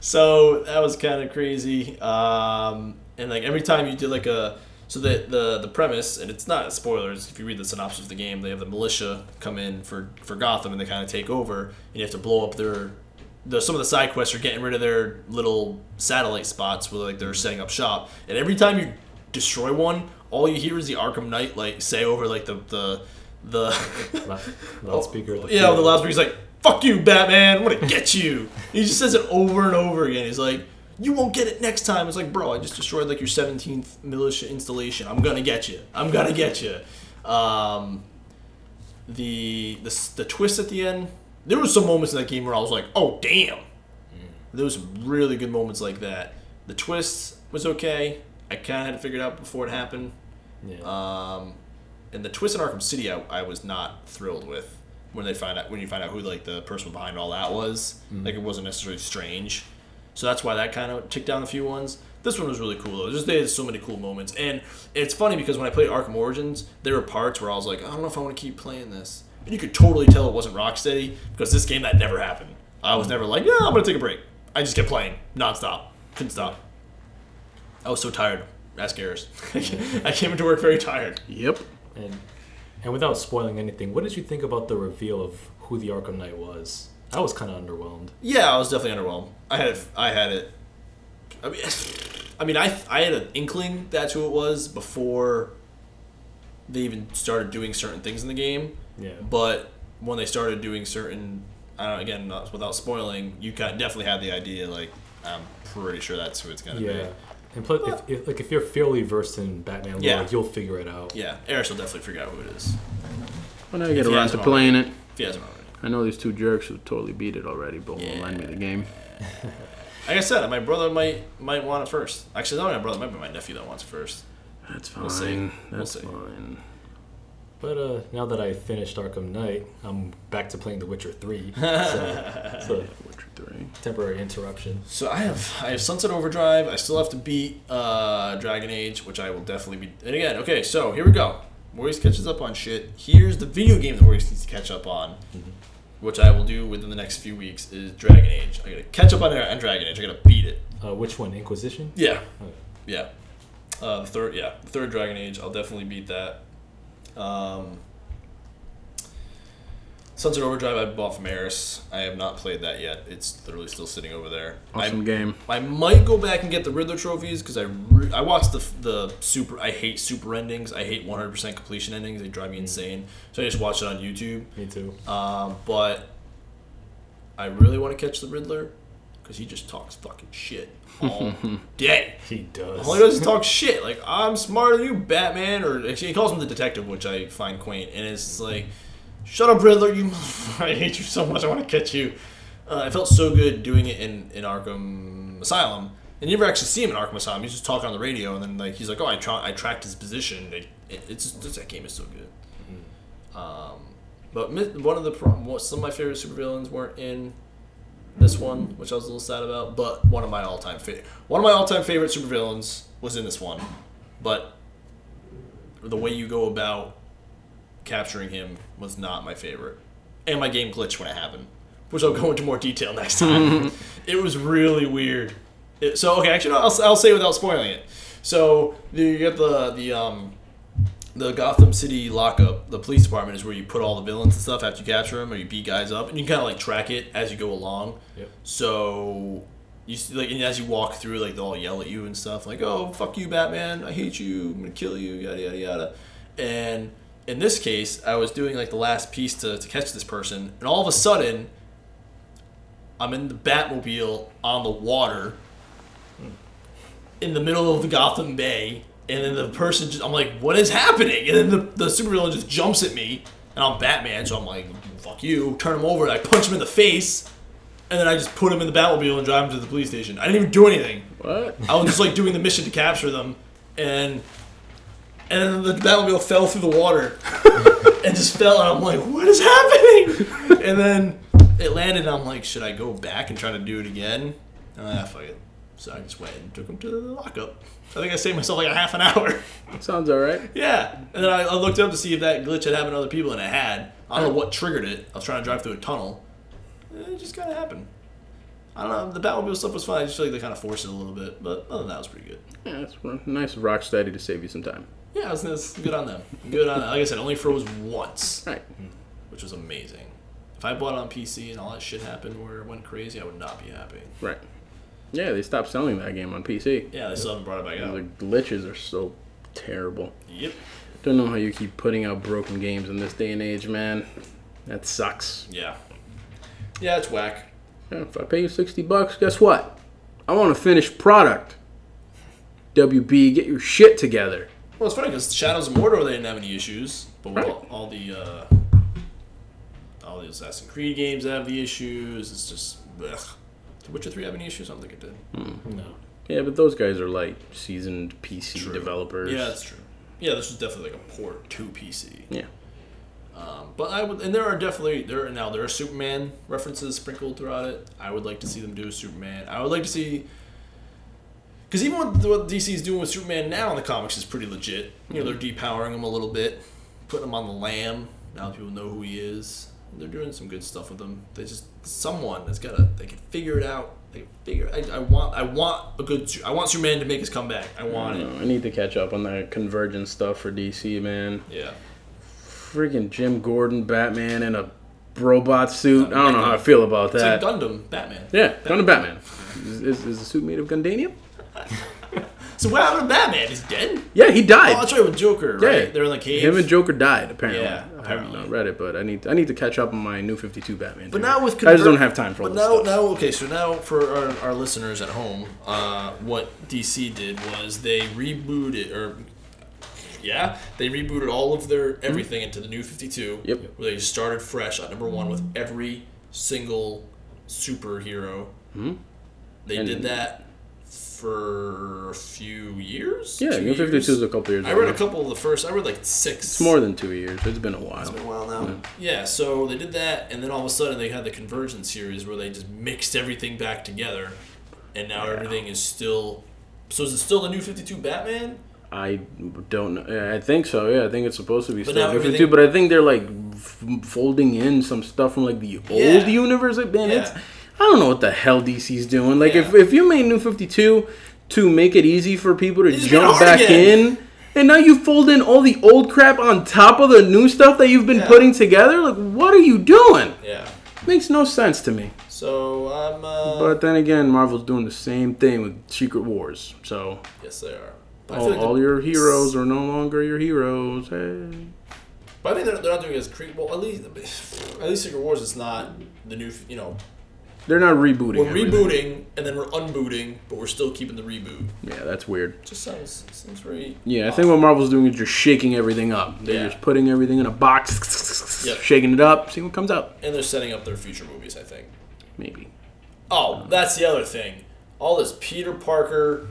So that was kind of crazy. Um, and like every time you did like a so the, the the premise and it's not spoilers if you read the synopsis of the game they have the militia come in for for Gotham and they kind of take over and you have to blow up their the, some of the side quests are getting rid of their little satellite spots where like they're setting up shop and every time you destroy one all you hear is the Arkham Knight like say over like the the the [laughs] Loud- Loudspeaker. like, Oh, yeah, with the loudspeaker, he's like, "Fuck you, Batman! I'm gonna get you." he just says it over and over again. He's like, "You won't get it next time." It's like, bro, I just destroyed like your 17th militia installation. I'm gonna get you. I'm gonna get you. Um, the the s- the twist at the end. There was some moments in that game where I was like, "Oh damn!" There was some really good moments like that. The twist was okay. I kind of had it figured out before it happened. Yeah. Um, and the twist in Arkham City, I, I was not thrilled with when they find out when you find out who like the person behind all that was. Like it wasn't necessarily strange, so that's why that kind of ticked down a few ones. This one was really cool though. Just they had so many cool moments, and it's funny because when I played Arkham Origins, there were parts where I was like, I don't know if I want to keep playing this, and you could totally tell it wasn't Rocksteady because this game that never happened. I was never like, yeah, I'm gonna take a break. I just kept playing nonstop, couldn't stop. I was so tired. Ask Garrus. [laughs] I came into work very tired. Yep. And and without spoiling anything, what did you think about the reveal of who the Arkham Knight was? I was kind of underwhelmed. Yeah, I was definitely underwhelmed. I had it. I had it. I mean, [sighs] I mean, I I had an inkling that's who it was before they even started doing certain things in the game. Yeah. But when they started doing certain, I don't again not, without spoiling, you kind definitely had the idea like I'm pretty sure that's who it's gonna Yeah. And plus, if, if, like if you're fairly versed in Batman lore, Yeah. you'll figure it out. be. Yeah, Eris will definitely figure out who it is When I get If he around has to it playing it, if he hasn't already. I know these two jerks who totally beat it already, but will lend me the game. Like I said, my brother might might want it first. Actually, not my brother, it might be my nephew that wants it first. That's fine. see. We'll That's see. fine. But uh, now that I finished Arkham Knight, I'm back to playing The Witcher 3. So, so Witcher three. temporary interruption. So I have I have Sunset Overdrive. I still have to beat uh, Dragon Age, which I will definitely be. And again, okay, so here we go. Maurice catches up on shit. Here's the video game that Maurice needs to catch up on, which I will do within the next few weeks. Is Dragon Age. I gotta catch up on, on Dragon Age. I gotta beat it. Uh, which one? Inquisition? Yeah, Okay. yeah. Uh, the third, yeah, the third Dragon Age. I'll definitely beat that. Um, Sunset Overdrive. I bought from Eris. I have not played that yet. It's literally still sitting over there. Awesome I, game. I might go back and get the Riddler trophies because I re- I watched the the super I hate super endings I hate 100% completion endings they drive me insane so I just watch it on YouTube Me too. um, but I really want to catch the Riddler because he just talks fucking shit all day he does. all he does is talk shit. Like I'm smarter than you, Batman, or actually he calls him the detective, which I find quaint. And it's just like, shut up, Riddler. You, [laughs] I hate you so much. I want to catch you. Uh, I felt so good doing it in in Arkham Asylum. And you never actually see him in Arkham Asylum. He's just talking on the radio, and then like he's like, oh, I tra- I tracked his position. It, it, it's just, that game is so good. Um, But mi- one of the pro- what- some of my favorite supervillains weren't in this one, which I was a little sad about. But one of my all time favorite one of my all time favorite supervillains was in this one. But the way you go about capturing him was not my favorite, and my game glitched when it happened, which I'll go into more detail next time. it was really weird. It- so okay, actually, no, I'll, I'll say it without spoiling it. So you get the the um the Gotham City lockup, the police department is where you put all the villains and stuff after you capture them or you beat guys up, and you can kind of like track it as you go along. Yep. So you see, like, and as you walk through, like they'll all yell at you and stuff, like, "Oh, fuck you, Batman! I hate you! I'm gonna kill you!" Yada yada yada. And in this case, I was doing like the last piece to, to catch this person, and all of a sudden, I'm in the Batmobile on the water in the middle of the Gotham Bay, and then the person just, I'm like, what is happening? And then the, the supervillain just jumps at me, and I'm Batman, so I'm like, fuck you. Turn him over, and I punch him in the face, and then I just put him in the Batmobile and drive him to the police station. I didn't even do anything. What? I was just like doing the mission to capture them, and and then the Batmobile fell through the water [laughs] and just fell, and I'm like, what is happening? And then it landed, and I'm like, should I go back and try to do it again? And I fuck it. So I just went and took him to the lockup. I think I saved myself like a half an hour. Sounds all right. yeah, and then I, I looked up to see if that glitch had happened to other people, and it had. I don't know what triggered it. I was trying to drive through a tunnel. It just kind of happened. I don't know. The Batmobile stuff was fine. I just feel like they kind of forced it a little bit, but other than that, it was pretty good. Yeah, it's r- nice of Rocksteady to save you some time. Yeah, it was, it was good on them. Good on. Like I said, it only froze once, All right. which was amazing. If I bought it on PC and all that shit happened where it went crazy, I would not be happy. Right. Yeah, they stopped selling that game on PC. Yeah, they still haven't brought it back The out. glitches are so terrible. Yep. Don't know how you keep putting out broken games in this day and age, man. That sucks. Yeah. Yeah, it's whack. Yeah, If I pay you 60 bucks, guess what? I want a finished product. WB, get your shit together. Well, it's funny because Shadows of Mordor they didn't have any issues, but with Right. all, all the uh, all the Assassin's Creed games have the issues. It's just ugh. Did Witcher Three have any issues? I don't think it did. No. Yeah, but those guys are like seasoned PC True. developers. Yeah, that's true. Yeah, this was definitely like a port to PC. Yeah. But I would, and there are definitely there now there are Superman references sprinkled throughout it. I would like to see them do a Superman. I would like to see because even what, what DC is doing with Superman now in the comics is pretty legit. You know, they're Hmm. depowering him a little bit, putting him on the lam. Now that people know who he is, they're doing some good stuff with him. They just someone that's gotta they can figure it out. They can figure. I, I want I want a good Su- I want Superman to make his comeback. I I want don't it. know. I need to catch up on that convergence stuff for DC, man. Yeah. Freaking Jim Gordon, Batman in a robot suit. Uh, I don't know how I feel about It's like that. Gundam, Batman. Yeah, Gun of Batman. Is, is, is the suit made of Gundanium? So what happened to Batman? He's dead. Yeah, he Oh, died. that's right with Joker. Yeah, Right? They're in the cave. Him and Joker died apparently. Yeah, I haven't apparently. uh, read it, but I need I need to catch up on my new Fifty Two Batman. But dude. now with I conver- just don't have time for all But this now, stuff. now, okay. So now for our, our listeners at home, uh, what DC did was they rebooted, or yeah, they rebooted all of their everything into the new Fifty Two. Hmm? Yep. Where they started fresh at number one with every single superhero. They Hmm? And- did that for a few years. yeah, Two New Fifty years? Two is a couple years. I read old. a couple of the first. I read like six. It's more than two years. It's been a while. a while now. Yeah, so they did that, and then all of a sudden they had the convergence series where they just mixed everything back together, and now everything is still. So is it still the new Fifty Two Batman? I don't know. Yeah, I think so. Yeah, I think it's supposed to be But still now New Fifty Two, everything- but I think they're like f- folding in some stuff from like the Yeah. old universe. Like, man, it's Yeah. I don't know what the hell DC's doing. Like if Yeah. if you made New Fifty Two to make it easy for people to just made it jump hard back again. in. And now you fold in all the old crap on top of the new stuff that you've been Yeah. putting together. Like, what are you doing? Yeah. Makes no sense to me. So I'm. Uh, But then again, Marvel's doing the same thing with Secret Wars. So yes, they are. But I, feel all, like all they're- your heroes are no longer your heroes. Hey. but I think they're, they're not doing it as creep. Well, at least at least Secret Wars is not the new. You know, They're not rebooting. we're everything. rebooting and then we're unbooting, but we're still keeping the reboot. Yeah, that's weird. Just sounds seems very. Yeah, I think what Marvel's doing is just shaking everything up. They're Yeah. just putting everything in a box, Yep. shaking it up, seeing what comes out. And they're setting up their future movies. I think. Maybe. Oh, that's the other thing. All this Peter Parker,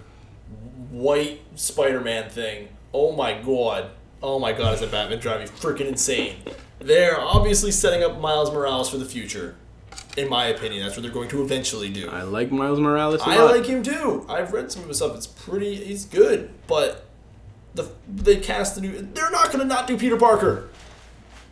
white Spider-Man thing. Oh my god. Oh my god, is that Batman drive me freaking insane? They're obviously setting up Miles Morales for the future. In my opinion, that's what they're going to eventually do. I like Miles Morales. a I lot. like him too. I've read some of his stuff. It's pretty. He's good, but the they cast the new. They're not going to not do Peter Parker.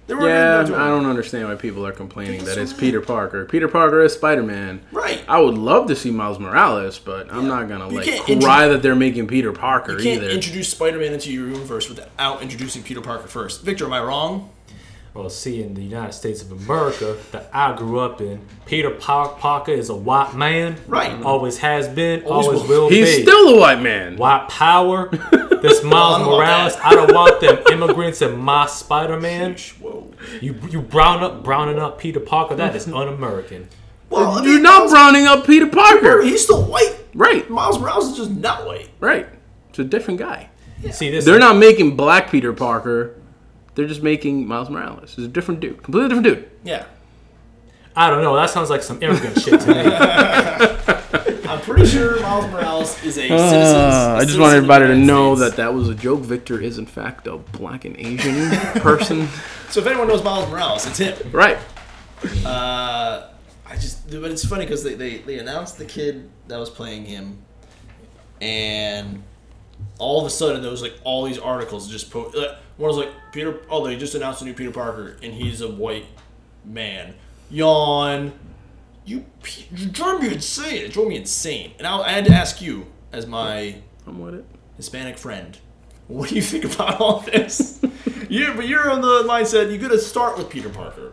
They were Yeah, not do him. I don't understand why people are complaining that so it's mad. Peter Parker. Peter Parker is Spider Man. Right. I would love to see Miles Morales, but I'm not gonna You like can't cry intro- that they're making Peter Parker You can't either. introduce Spider-Man into your universe without introducing Peter Parker first. Victor, am I wrong? Well, see, in the United States of America that I grew up in, Peter Par- Parker is a white man. Right. Always has been. Always Always, will. will. He's be. still a white man. white power. This Miles don't want Morales. that. I don't want them immigrants in my Spider Man. Whoa. You you brown up browning up Peter Parker. That is un-American. Well, I You're mean, not browning up Peter Parker. He's still white. Right, Miles Morales is just not white. right. It's a different guy. See this? They're not making Black Peter Parker. They're just making Miles Morales. It's a different dude, completely different dude. Yeah. I don't know. That sounds like some immigrant shit to me. [laughs] I'm pretty [laughs] sure Miles Morales is a citizen. Uh, I just want everybody to know that that was a joke. Victor is in fact a black and Asian person. So if anyone knows Miles Morales, it's him. [laughs] Right. Uh, I just, but it's funny because they, they, they announced the kid that was playing him, and all of a sudden there was like all these articles just po- like, one was like Peter. Oh, they just announced a new Peter Parker, and he's a white man. Yawn. You, pe- you drove me insane. It drove me insane. And I, I had to ask you, as my I'm with it. Hispanic friend. What do you think about all [laughs] this? you, but you're on the mindset you got to start with Peter Parker.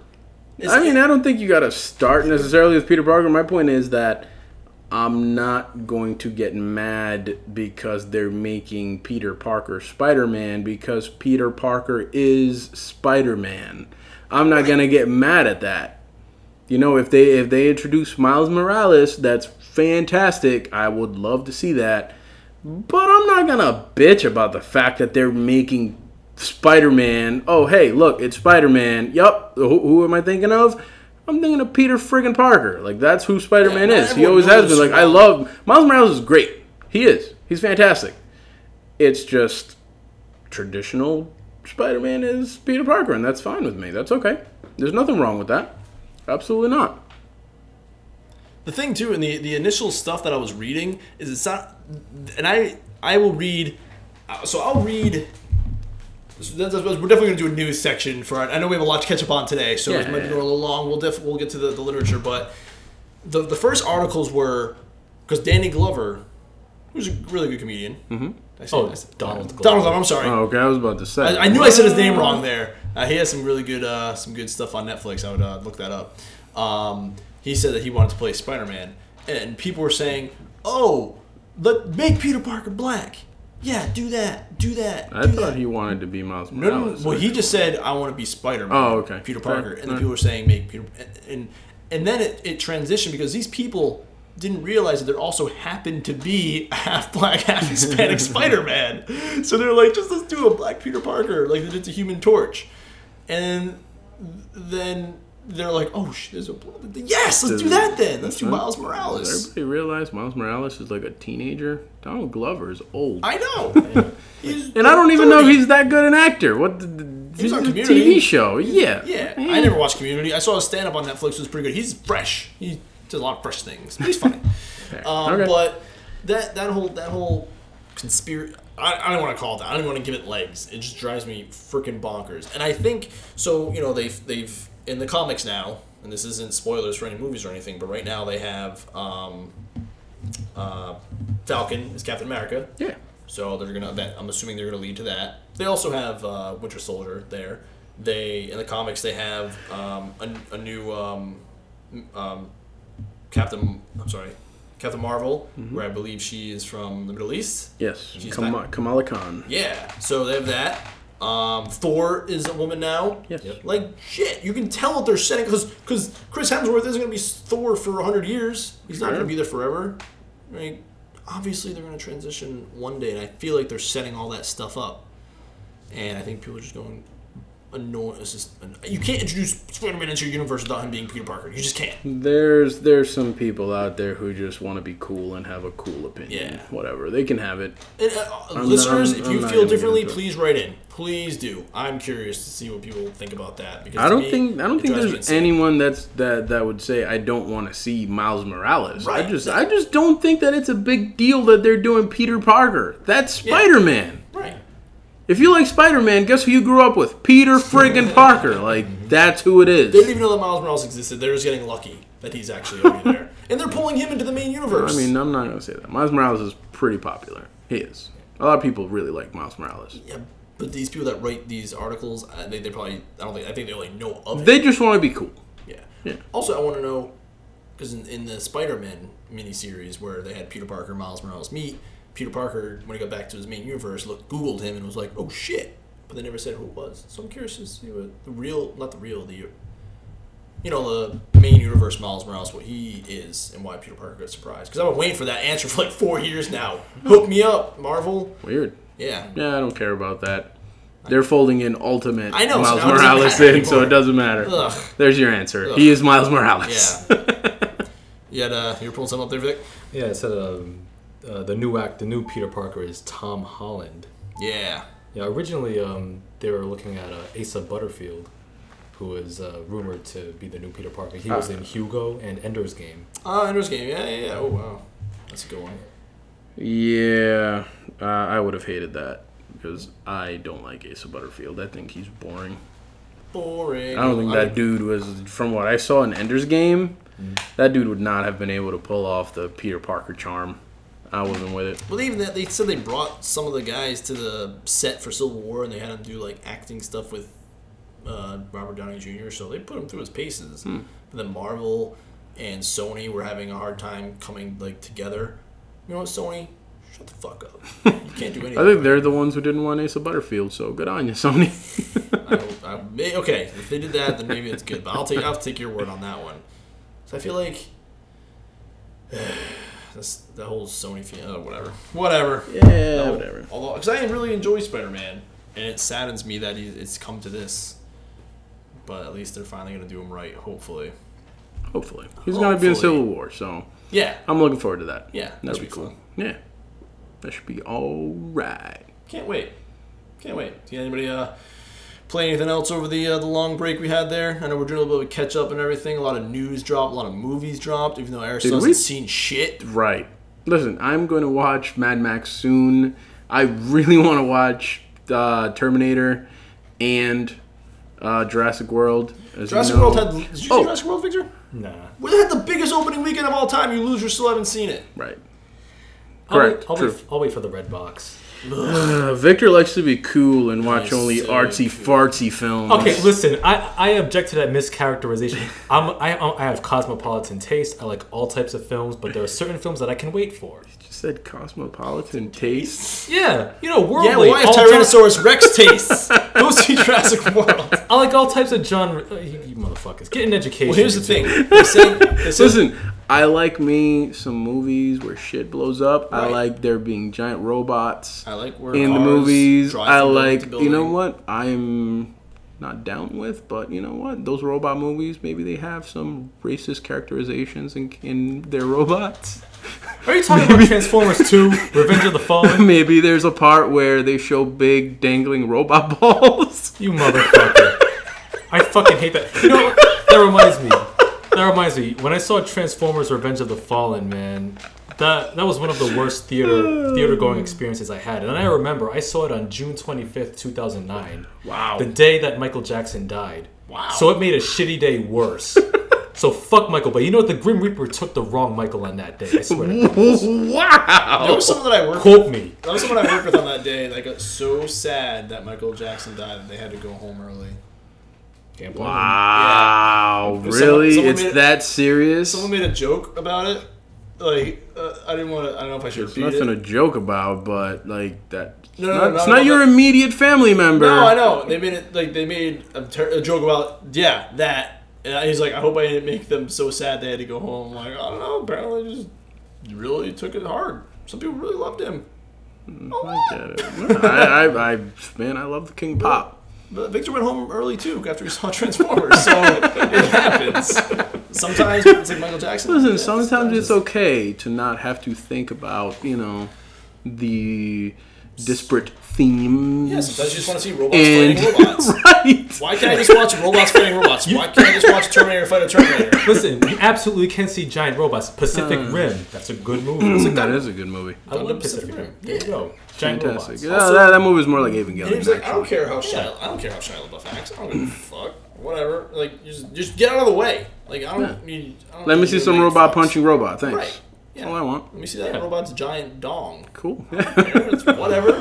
It's- I mean, I don't think you got to start necessarily with Peter Parker. My point is that I'm not going to get mad because they're making Peter Parker Spider Man because Peter Parker is Spider Man. I'm not gonna get mad at that. You know, if they if they introduce Miles Morales, that's fantastic. I would love to see that. But I'm not gonna bitch about the fact that they're making Spider-Man. Oh, hey, look, it's Spider-Man. Yup. Who, who am I thinking of? I'm thinking of Peter friggin' Parker. Like that's who Spider-Man Yeah, is. He everyone always has knows been. Like I love Miles Morales is great. He is. He's fantastic. It's just traditional Spider-Man is Peter Parker, and that's fine with me. That's okay. There's nothing wrong with that. Absolutely not. the thing too, and the the initial stuff that I was reading is it's not, and I I will read, uh, so I'll read. so that's- that's- we're definitely gonna do a news section for. I know we have a lot to catch up on today, so it Yeah, might be yeah, going a little long. We'll def, we'll get to the, the literature, but the the first articles were because Danny Glover, who's a really good comedian. Mm-hmm. Oh, it's Donald. Glover. Donald Glover. I'm sorry. Oh, okay, I was about to say. I, I knew I said his name wrong there. Uh, he has some really good uh, some good stuff on Netflix. I would uh, look that up. Um, he said that he wanted to play Spider Man, and people were saying, "Oh, let make Peter Parker black." Yeah, do that. Do that. I do thought that. he wanted to be Miles No, no, no. Morales. Well, he just said, "I want to be Spider Man." Oh, okay. Peter Fair. Parker, and then Alright. people were saying, "Make Peter," and and then it, it transitioned because these people didn't realize that there also happened to be a half black, [laughs] half Hispanic Spider Man. So they're like, "Just let's do a black Peter Parker, like they did to Human Torch," and then they're like, "Oh, shit, there's a bl- yes, let's do that then. Let's do Miles Does Morales." everybody realize Miles Morales is like a teenager? Donald Glover is old. I [laughs] know. He's and I don't even know if 30. he's that good an actor. What the, the, was on the Community. TV show? Yeah. Mm. Yeah, I never watched Community. I saw a stand up on Netflix. It was pretty good. He's fresh. He does a lot of fresh things. He's funny. um, Okay. But that that whole that whole conspiracy. I, I don't want to call it that. I don't want to give it legs. It just drives me freaking bonkers. And I think so. You know they've they've in the comics now, and this isn't spoilers for any movies or anything. But right now they have um, uh, Falcon is Captain America. Yeah. So they're gonna. That, I'm assuming they're gonna lead to that. They also have uh, Winter Soldier there. They in the comics they have um, a, a new um, um, Captain. I'm sorry, Captain Marvel, where I believe she is from the Middle East. Yes. She's Kama- back. Kamala Khan. Yeah. So they have that. Um, Thor is a woman now. Yes. Yep. Like shit, you can tell what they're setting because because Chris Hemsworth isn't gonna be Thor for hundred years. He's not Sure. gonna be there forever. I mean, obviously they're gonna transition one day, and I feel like they're setting all that stuff up. And I think people are just going annoyed. It's just you can't introduce Spider-Man into your universe without him being Peter Parker. You just can't. There's there's some people out there who just want to be cool and have a cool opinion. Yeah. Whatever. They can have it. And, uh, listeners, I'm- if I'm you not feel gonna get differently, into it. please write in. Please do. I'm curious to see what people think about that because I to don't me, think I don't it think drives me there's insane. anyone that's that that would say I don't want to see Miles Morales. Right. I just I just don't think that it's a big deal that they're doing Peter Parker. That's Spider-Man. right. If you like Spider-Man, guess who you grew up with? Peter friggin' Parker. Mm-hmm. Like that's who it They didn't is. even know that Miles Morales existed. They're just getting lucky that he's actually [laughs] already there, and they're pulling him into the main universe. I mean, I'm not gonna say that. Miles Morales is pretty popular. He is. A lot of people really like Miles Morales. yeah, but these people that write these articles, I think they probably, I don't think, I think they only know of it. They just want to be cool. Yeah. Yeah. Also, I want to know because in, in the Spider-Man miniseries where they had Peter Parker, and Miles Morales meet, Peter Parker when he got back to his main universe, looked Googled him and was like, "Oh shit!" But they never said who it was. So I'm curious to see what the real, not the real, the you know, the main universe Miles Morales, what he is, and why Peter Parker got surprised. Because I've been waiting for that answer [laughs] for like four years now. Hook me up, Marvel. Weird. Yeah. Yeah, I don't care about that. They're folding in ultimate I know, so Miles now it doesn't Morales matter in, so it anymore. doesn't matter. Ugh. There's your answer. Ugh. He is Miles [laughs] Morales. Yeah. you had, uh, you were pulling something up there, Vic? Yeah, it said um, uh, the new act, the new Peter Parker is Tom Holland. Yeah. Yeah, originally um, they were looking at uh, Asa Butterfield, who was uh, rumored to be the new Peter Parker. He Ah. was in Hugo and Ender's Game. Ah, Ender's Game. Yeah, yeah, yeah. Oh, wow. That's a good one. [laughs] Yeah, uh, I would have hated that because I don't like Asa Butterfield. I think he's boring. Boring. I don't think that dude was, from what I saw in Ender's Game, Mm-hmm. that dude would not have been able to pull off the Peter Parker charm. I wasn't with it. Well, even that they said they brought some of the guys to the set for Civil War, and they had them do like acting stuff with uh, Robert Downey Jr. So they put him through his paces. Hmm. But then Marvel and Sony were having a hard time coming like together. You know what, Sony? Shut the fuck up. You can't do anything. [laughs] I think they're the ones who didn't want Asa Butterfield, so good on you, [laughs] Sony. I, I may, okay, if they did that, then maybe it's good. But I'll take I'll take your word on that one. So I feel like [sighs] that's the whole Sony thing. Oh, whatever, whatever. [laughs] yeah, No, whatever. Although, because I really enjoy Spider Man, and it saddens me that he, it's come to this. But at least they're finally gonna do him right, hopefully. Hopefully. He's going to be in Hopefully. Civil War, so Yeah, I'm looking forward to that. yeah, that That'd should be cool. Yeah. That should be all right. Can't wait, can't wait. Did anybody uh, play anything else over the uh, the long break we had there? I know we're doing a little bit of catch up and everything. A lot of news dropped, a lot of movies dropped. Even though Aristotle we- hasn't seen shit. Right. Listen, I'm going to watch Mad Max soon. I really [laughs] want to watch uh, Terminator and uh, Jurassic World. as you Jurassic know. World had. Did you Oh. see Jurassic World, Victor? Nah. Well, it had the biggest opening weekend of all time. You losers still haven't seen it. Right. Oh, Correct, I'll wait, I'll, true. wait, I'll wait for the red box. Uh, Victor likes to be cool and watch Nice, only uh, artsy fartsy films. Okay, listen, I, I object to that mischaracterization. [laughs] I'm, I, I have cosmopolitan taste. I like all types of films, but there are certain films that I can [laughs] wait for. You said cosmopolitan taste. Yeah, you know, Yeah, worldly. why have all Oh, Tyrannosaurus Rex [laughs] tastes? Go see Jurassic World. gen- I like all types of genre. uh, You, you motherfuckers, get an education. Well, here's the you thing. They say, they say- Listen, I like me some movies where shit blows up. I Right. like there being giant robots. I like where in the cars movies. drive I from building to like, you know building. what? I'm not down with, but you know what? Those robot movies, maybe they have some racist characterizations in, in their [laughs] robots. Are you talking about Transformers 2, Revenge of the Fallen? [laughs] Maybe there's a part where they show big dangling robot [laughs] balls. You motherfucker. I fucking hate that. You know what? That reminds me. That reminds me. When I saw Transformers Revenge of the Fallen, man, that that was one of the worst theater theater going experiences I had. And I remember I saw it on June 25th, 2009. Wow. The day that Michael Jackson died. Wow. So it made a shitty day worse. so fuck Michael, but you know what? The Grim Reaper took the wrong Michael on that day. I [laughs] swear to God. There wow! was someone that I worked. Quote me. That was someone I worked with on that day. That got so sad that Michael Jackson died that they had to go home early. Can't blame him. Wow! Someone- Really? someone it's made- that serious? Someone made a joke about it. Like uh, I didn't want to. I don't know if I should It's repeat nothing it. to joke about, but like that. No, no, not, no, it's no, not no, your but- immediate family member. No, I know. They made it like they made a, ter- a joke about yeah that. And I- he's like, I hope I didn't make them so sad they had to go home. I'm like I don't know. Apparently, just really took it hard. Some people really loved him. I get it. I, I, I, man, I love the King Pop. But Victor went home early too after he saw [laughs] Transformers, so it happens. Sometimes it's like Michael Jackson. Listen, Yeah, sometimes it's okay to not have to think about, you know, the disparate themes. Yeah, sometimes you just want to see robots and fighting robots. right. Why can't I just watch robots fighting robots? Why can't I just watch Terminator fight a Terminator? Listen, you absolutely can see giant robots. Pacific Hmm. Rim. That's a good movie. It's [laughs] like, That is a good movie. I love Pacific Rim. There you go. Giant Fantastic. robots. Hmm. Yeah, that, that movie is more like And he Evangelion. was like, I actually. don't care how Shia, I don't care how Shia LaBeouf acts. I don't give a fuck. Whatever. Like, just, just get out of the way. Like, I don't need. I don't Let me need see to some make robot fucks. punching robot. Thanks. Right. Yeah. All I want. Let me see that robot's giant [laughs] dong. [laughs] Cool. It's whatever.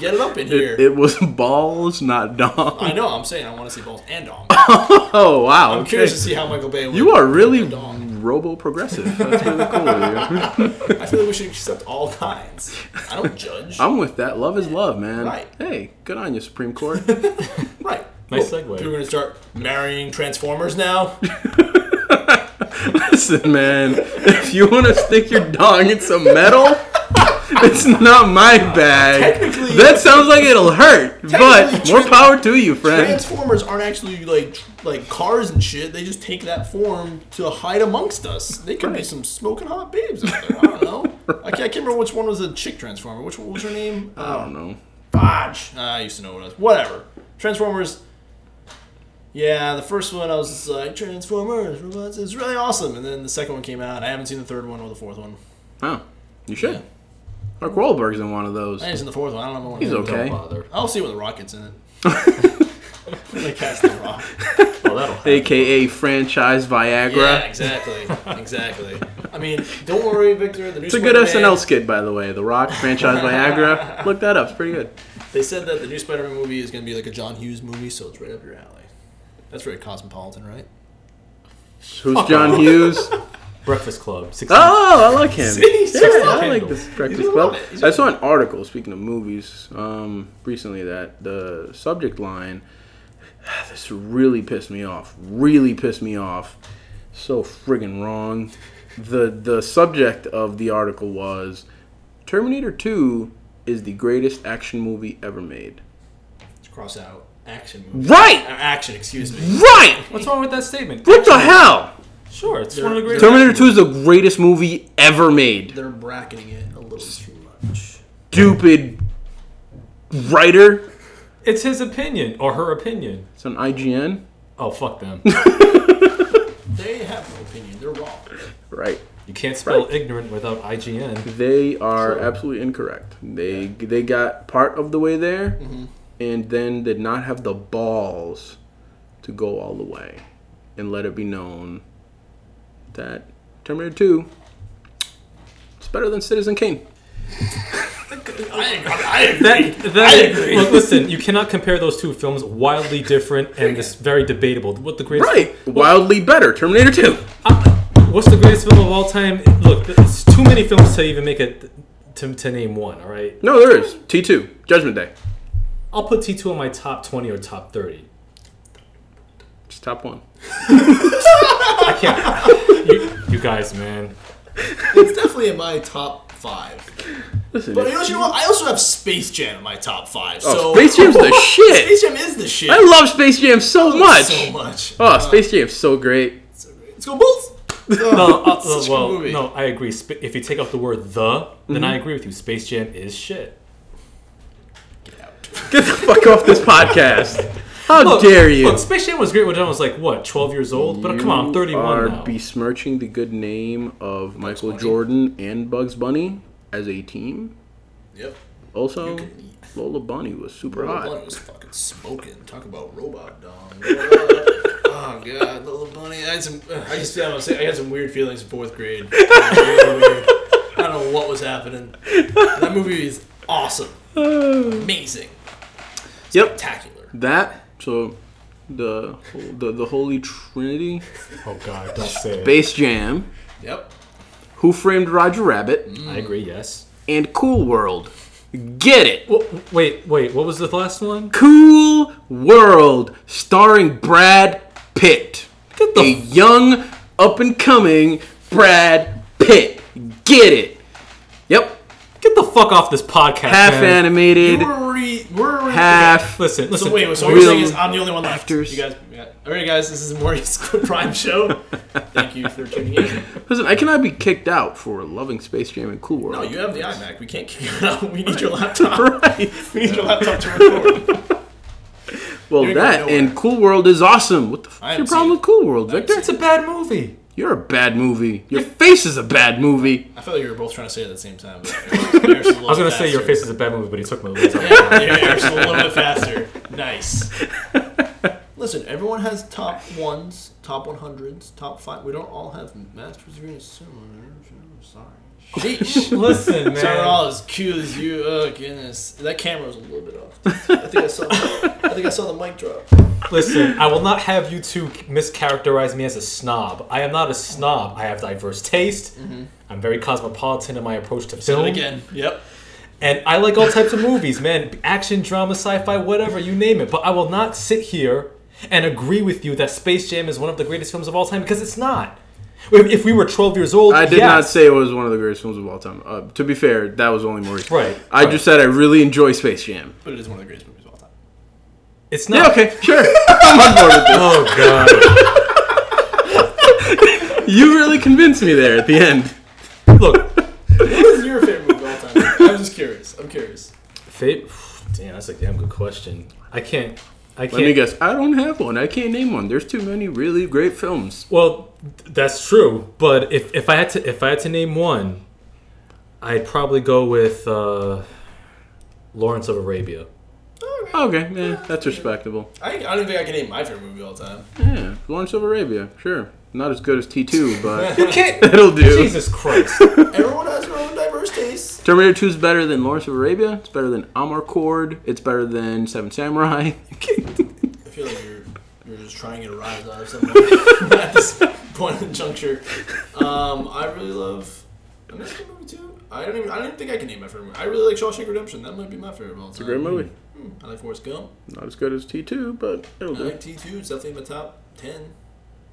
get it up in here. it was balls, not dong. I know. I'm saying I want to see balls and [laughs] dong. Oh wow. I'm curious to see how Michael Bay. would- You are really with dong. robo progressive. That's really [laughs] cool. of you. I feel like we should accept all kinds. I [laughs] don't judge. I'm with that. Love is love, man. Right. Hey, good on you, Supreme Court. [laughs] right. Nice People are segue. gonna start marrying Transformers now. Listen, man, if you want to stick your dong in some metal, [laughs] it's not my bag. Technically- that sounds like it'll hurt, but Technically, more tran- power to you, friend. Transformers aren't actually like tr- like cars and shit. They just take that form to hide amongst us. They could be some smoking hot babes out there. I don't [laughs] know. I can't, I can't remember which one was a chick Transformer. Which one was her name? I don't know. Bodge. Ah, I used to know what it was. Whatever. Transformers. Yeah, the first one I was just like Transformers robots. It's really awesome. And then the second one came out. I haven't seen the third one or the fourth one. Oh, you should. Yeah, Mark Wahlberg's in one of those. I haven't seen the fourth one. I don't know. if I wanna He's do it. okay. Don't bother. I'll see when the rocket's in it. [laughs] [laughs] they cast the rock. Well, that'll happen. AKA franchise Viagra. Yeah, exactly, exactly. I mean, don't worry, Victor. The new It's a good SNL skit, by the way. The [laughs] Rock franchise Viagra. Look that up. It's pretty good. They said that the new Spider-Man movie is going to be like a John Hughes movie, so it's right up your alley. That's very cosmopolitan, right? Who's John [laughs] Hughes? Breakfast Club. 16. Oh, I like him. See? [laughs] yeah, I like this Breakfast Club. He's I saw an article speaking of movies um, recently that the subject line [sighs] this really pissed me off. Really pissed me off. So friggin' wrong. The the subject of the article was Terminator 2 is the greatest action movie ever made. Let's cross out action movie. Uh, Right. Action, excuse me. Right. What's wrong with that statement? What the hell? Sure, it's one of the greatest. Terminator 2 is the greatest movie ever made. They're bracketing it a little too much. Stupid writer. It's his opinion or her opinion. It's on IGN. Oh, [laughs] fuck them. They have no opinion. They're wrong. Right. You can't spell ignorant [laughs] without IGN. They are absolutely incorrect. They they got part of the way there, and then did not have the balls to go all the way, and let it be known that Terminator Two is better than Citizen Kane. I, I agree. That, I that, agree. Look, listen, you cannot compare those two films, wildly different and this very debatable. What the greatest? Right. Wildly better. Terminator Two. What's the greatest film of all time? Look, it's too many films to even make it to, to name one. All right, No, there is T Two. Judgment Day. I'll put T two in my top twenty or top thirty. Just top one. I can't. you, you guys, [laughs] man. it's definitely in my top five. Listen. But you know, it's- you know what? I also have Space Jam in my top five. so oh, Space Jam's the [laughs] Space shit. Jam is the shit. I love Space Jam so much. So much. Oh, Space Jam's so great. Let's go Bulls. No, uh, uh, Such a well, good movie. no, I agree. Sp- if you take out the word the, then Mm-hmm. I agree with you. Space Jam is shit. Get the fuck off this podcast. How Look, dare you? Look, Space Jam was great when I was like what, twelve years old? But come on, I'm You are thirty-one now. besmirching the good name of Michael Jordan and Bugs Bunny as a team. Yep. Also, can- Lola Bunny was super Lola hot. Bunny was fucking smoking. Talk about robot [laughs] dong. oh god, Lola Bunny. I had some. I just. I, was, I had some weird feelings in fourth [laughs] grade. Really weird. I don't know what was happening. That movie is awesome, amazing, Yep. spectacular. That so the the the Holy Trinity, Oh God, don't say it. Space Jam, Yep. Who Framed Roger Rabbit, Mm-hmm. I agree. Yes. and Cool World. Get it. Well, wait, wait. What was the last one? Cool World starring Brad Pitt. Get a young, up and coming Brad Pitt. Get it? Yep. Get the fuck off this podcast. Half man. animated, We're re, we're re- half. Listen, listen. So wait, so what Real you're saying is I'm the only one left. actors. You guys, yeah. all right, guys, this is Morty's [laughs] Prime Show. Thank you for tuning in. Listen, I cannot be kicked out for loving Space Jam and Cool World. No, Oh, you have the iMac. We can't kick it out. We need your laptop. [laughs] right. We [laughs] need your laptop [laughs] to record. Well, You're that going nowhere. and Cool World is awesome. What the fuck's haven't your problem seen with Cool World, Victor? it's a bad movie. You're a bad movie. Your face is a bad movie. I felt like you were both trying to say it at the same time. [laughs] I I was gonna say your face is a bad movie, but he took [laughs] my words out. Yeah, yours a little bit faster. [laughs] Nice. Listen, everyone has top ones, top 100s, top five. We don't all have masters degree in cinema. I'm sorry. Sheesh. Listen, man. Sorry, we're all as cute as you. Oh goodness, that camera was a little bit off. I think I saw. I think I saw the mic drop. Listen, I will not have you two mischaracterize me as a snob. I am not a snob. I have diverse taste. I'm very cosmopolitan in my approach to film. Again. Yep. And I like all types of movies, man. Action, drama, sci-fi, whatever, you name it. But I will not sit here and agree with you that Space Jam is one of the greatest films of all time because it's not. If if we were 12 years old, I did yes. not say it was one of the greatest films of all time. Uh, to be fair, that was only Maurice. Right, I right. just said I really enjoy [laughs] Space Jam. But it is one of the greatest movies of all time. It's Yeah, not. okay, sure. I'm on board with this. Oh [laughs] god. You really convinced me there at the end. Look, What is your favorite movie of all time? I'm just curious. I'm curious. Fate. [sighs] Damn, that's a damn good question. I can't. I can't. Let me guess. I don't have one. I can't name one. There's too many really great films. Well, th- that's true. But if, if I had to if I had to name one, I'd probably go with uh, Lawrence of Arabia. Okay, yeah, that's respectable. I, I don't even think I can name my favorite movie of all time. Yeah, Lawrence of Arabia, sure. Not as good as [laughs] T2, but can't. [laughs] it'll do. Jesus Christ. Everyone has their own diverse tastes. Terminator 2 is better than Lawrence of Arabia. It's better than Amarcord. It's better than Seven Samurai. [laughs] I feel like you're you're just trying to get a rise out of someone [laughs] at this point in the juncture. Um, I really love another movie too. I don't even I don't even think I can name my favorite movie. I really like Shawshank Redemption. That might be my favorite of all time. It's a Great movie. I like Forrest Gump. Not as good as T2, but it'll I do. like T two. It's definitely in the top ten.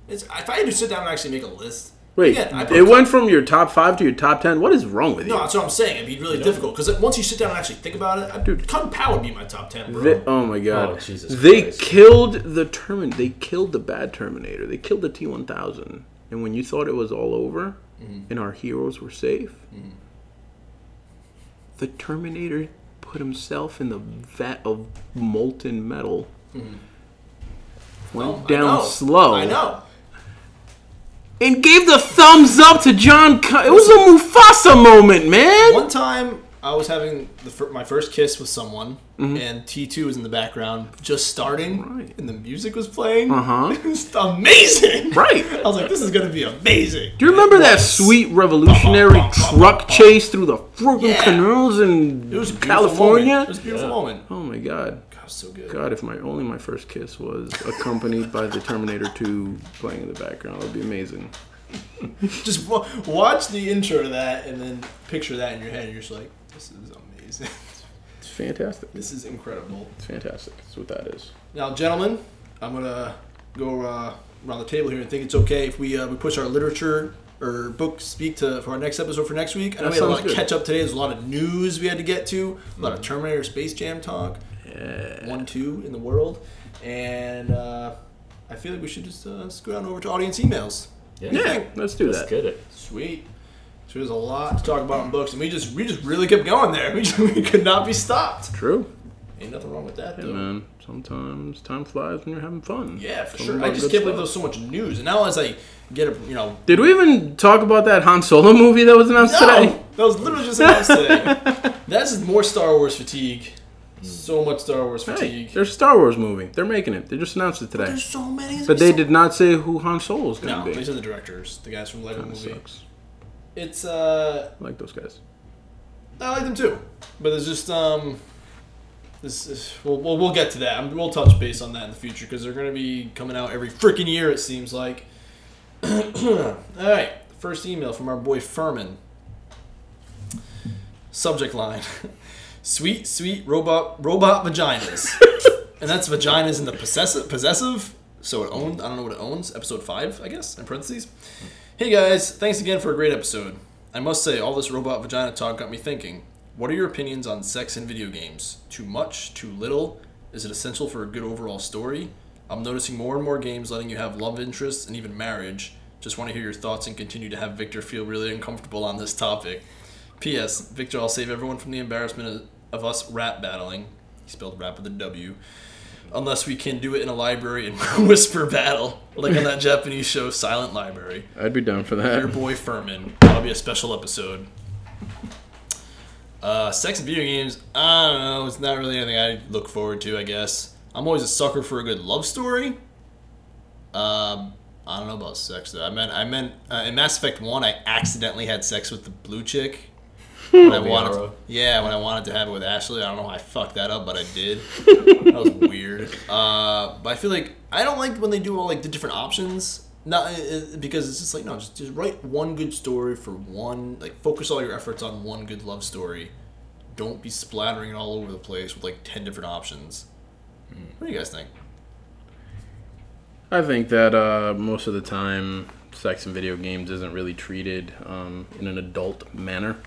It's if I had to sit down and actually make a list. Wait, again, I it put- went from your top five to your top ten. What is wrong with you? No, that's what I'm saying. It'd be really difficult because once you sit down and actually think about it, I, dude, Kung Pao would be my top ten, bro. They- oh my god! Oh, Jesus they Christ. killed the Termin. They killed the bad Terminator. They killed the T1000. And when you thought it was all over, Mm-hmm. and our heroes were safe, the Terminator put himself in the vat of molten metal. Went I down know. slow I know. and gave the thumbs up to John. C- it was a Mufasa moment, man. One time, I was having the fir- my first kiss with someone, and T2 was in the background, just starting, Mm-hmm. Right. and the music was playing. Uh-huh. [laughs] It was amazing. Right. [laughs] I was like, this is gonna be amazing. Do you remember that sweet revolutionary truck chase through the fruiting Yeah. canals in It was a beautiful California? Moment. It was a beautiful moment. Oh my god. God, it was so good. God, if my only my first kiss was accompanied by the Terminator 2 playing in the background, that would be amazing. Just wa- watch the intro to that, and then picture that in your head, and you're just like, this is amazing. [laughs] It's fantastic. this is incredible. It's fantastic. That's what that is. Now, gentlemen, I'm gonna go uh, around the table here and think it's okay if we uh, we push our literature or book speak to for our next episode for next week. I know That we had a lot sounds of good. Mm-hmm. catch up today. There's a lot of news we had to get to. A lot of Terminator, Space Jam talk. One, two in the world, and uh, I feel like we should just uh, scoot on over to audience emails. Yeah, let's do Let's that. get it. Sweet. So there's a lot to talk about in books, and we just we just really kept going there. [laughs] We, just, we could not be stopped. True. Ain't nothing wrong with that though. Man, sometimes time flies when you're having fun. Yeah, for Talking sure. I about just good can't believe stuff. there's so much news. And now as I get a, you know, Did we even talk about that Han Solo movie that was announced today? no, that was literally just announced [laughs] today. That's just more Star Wars fatigue. So much Star Wars Hey, fatigue. there's a Star Wars movie. They're making it. They just announced it today. There's so many. But they did not say who Han Solo is No, going to be. these are the directors, the guys from Lego That Movie. sucks. It's uh, I like those guys. I like them too, but there's just um, this is, we'll, we'll we'll get to that. I'm, we'll touch base on that in the future because they're gonna be coming out every freaking year it seems like. [clears throat] All right, first email from our boy Furman. Subject line: [laughs] Sweet, sweet robot robot vaginas, and that's vaginas in the possessive possessive. So it owns. I don't know what it owns. Episode five, I guess, in parentheses. Hey guys, thanks again for a great episode. I must say, all this robot vagina talk got me thinking. What are your opinions on sex in video games? Too much? Too little? Is it essential for a good overall story? I'm noticing more and more games letting you have love interests and even marriage. Just want to hear your thoughts and continue to have Victor feel really uncomfortable on this topic. P.S. Victor, I'll save everyone from the embarrassment of- of us rap battling. He spelled rap with a W unless we can do it in a library and [laughs] whisper battle, like on that Japanese show Silent Library. I'd be down for Your [laughs] that. boy Furman. That'll be a special episode. Uh, sex and video games. I don't know. It's not really anything I look forward to. I guess I'm always a sucker for a good love story. Um, I don't know about sex though. I meant, I meant uh, in Mass Effect One, I accidentally had sex with the blue chick. When I wanted, Liara. yeah, when I wanted to have it with Ashley, I don't know how I fucked that up, but I did. that was weird. Uh, but I feel like I don't like when they do all like the different options. Not uh, uh, because it's just like no, just, just write one good story for one. Like focus all your efforts on one good love story don't be splattering it all over the place with like ten different options. What do you guys think? I think that uh, most of the time, sex in video games isn't really treated um, in an adult manner.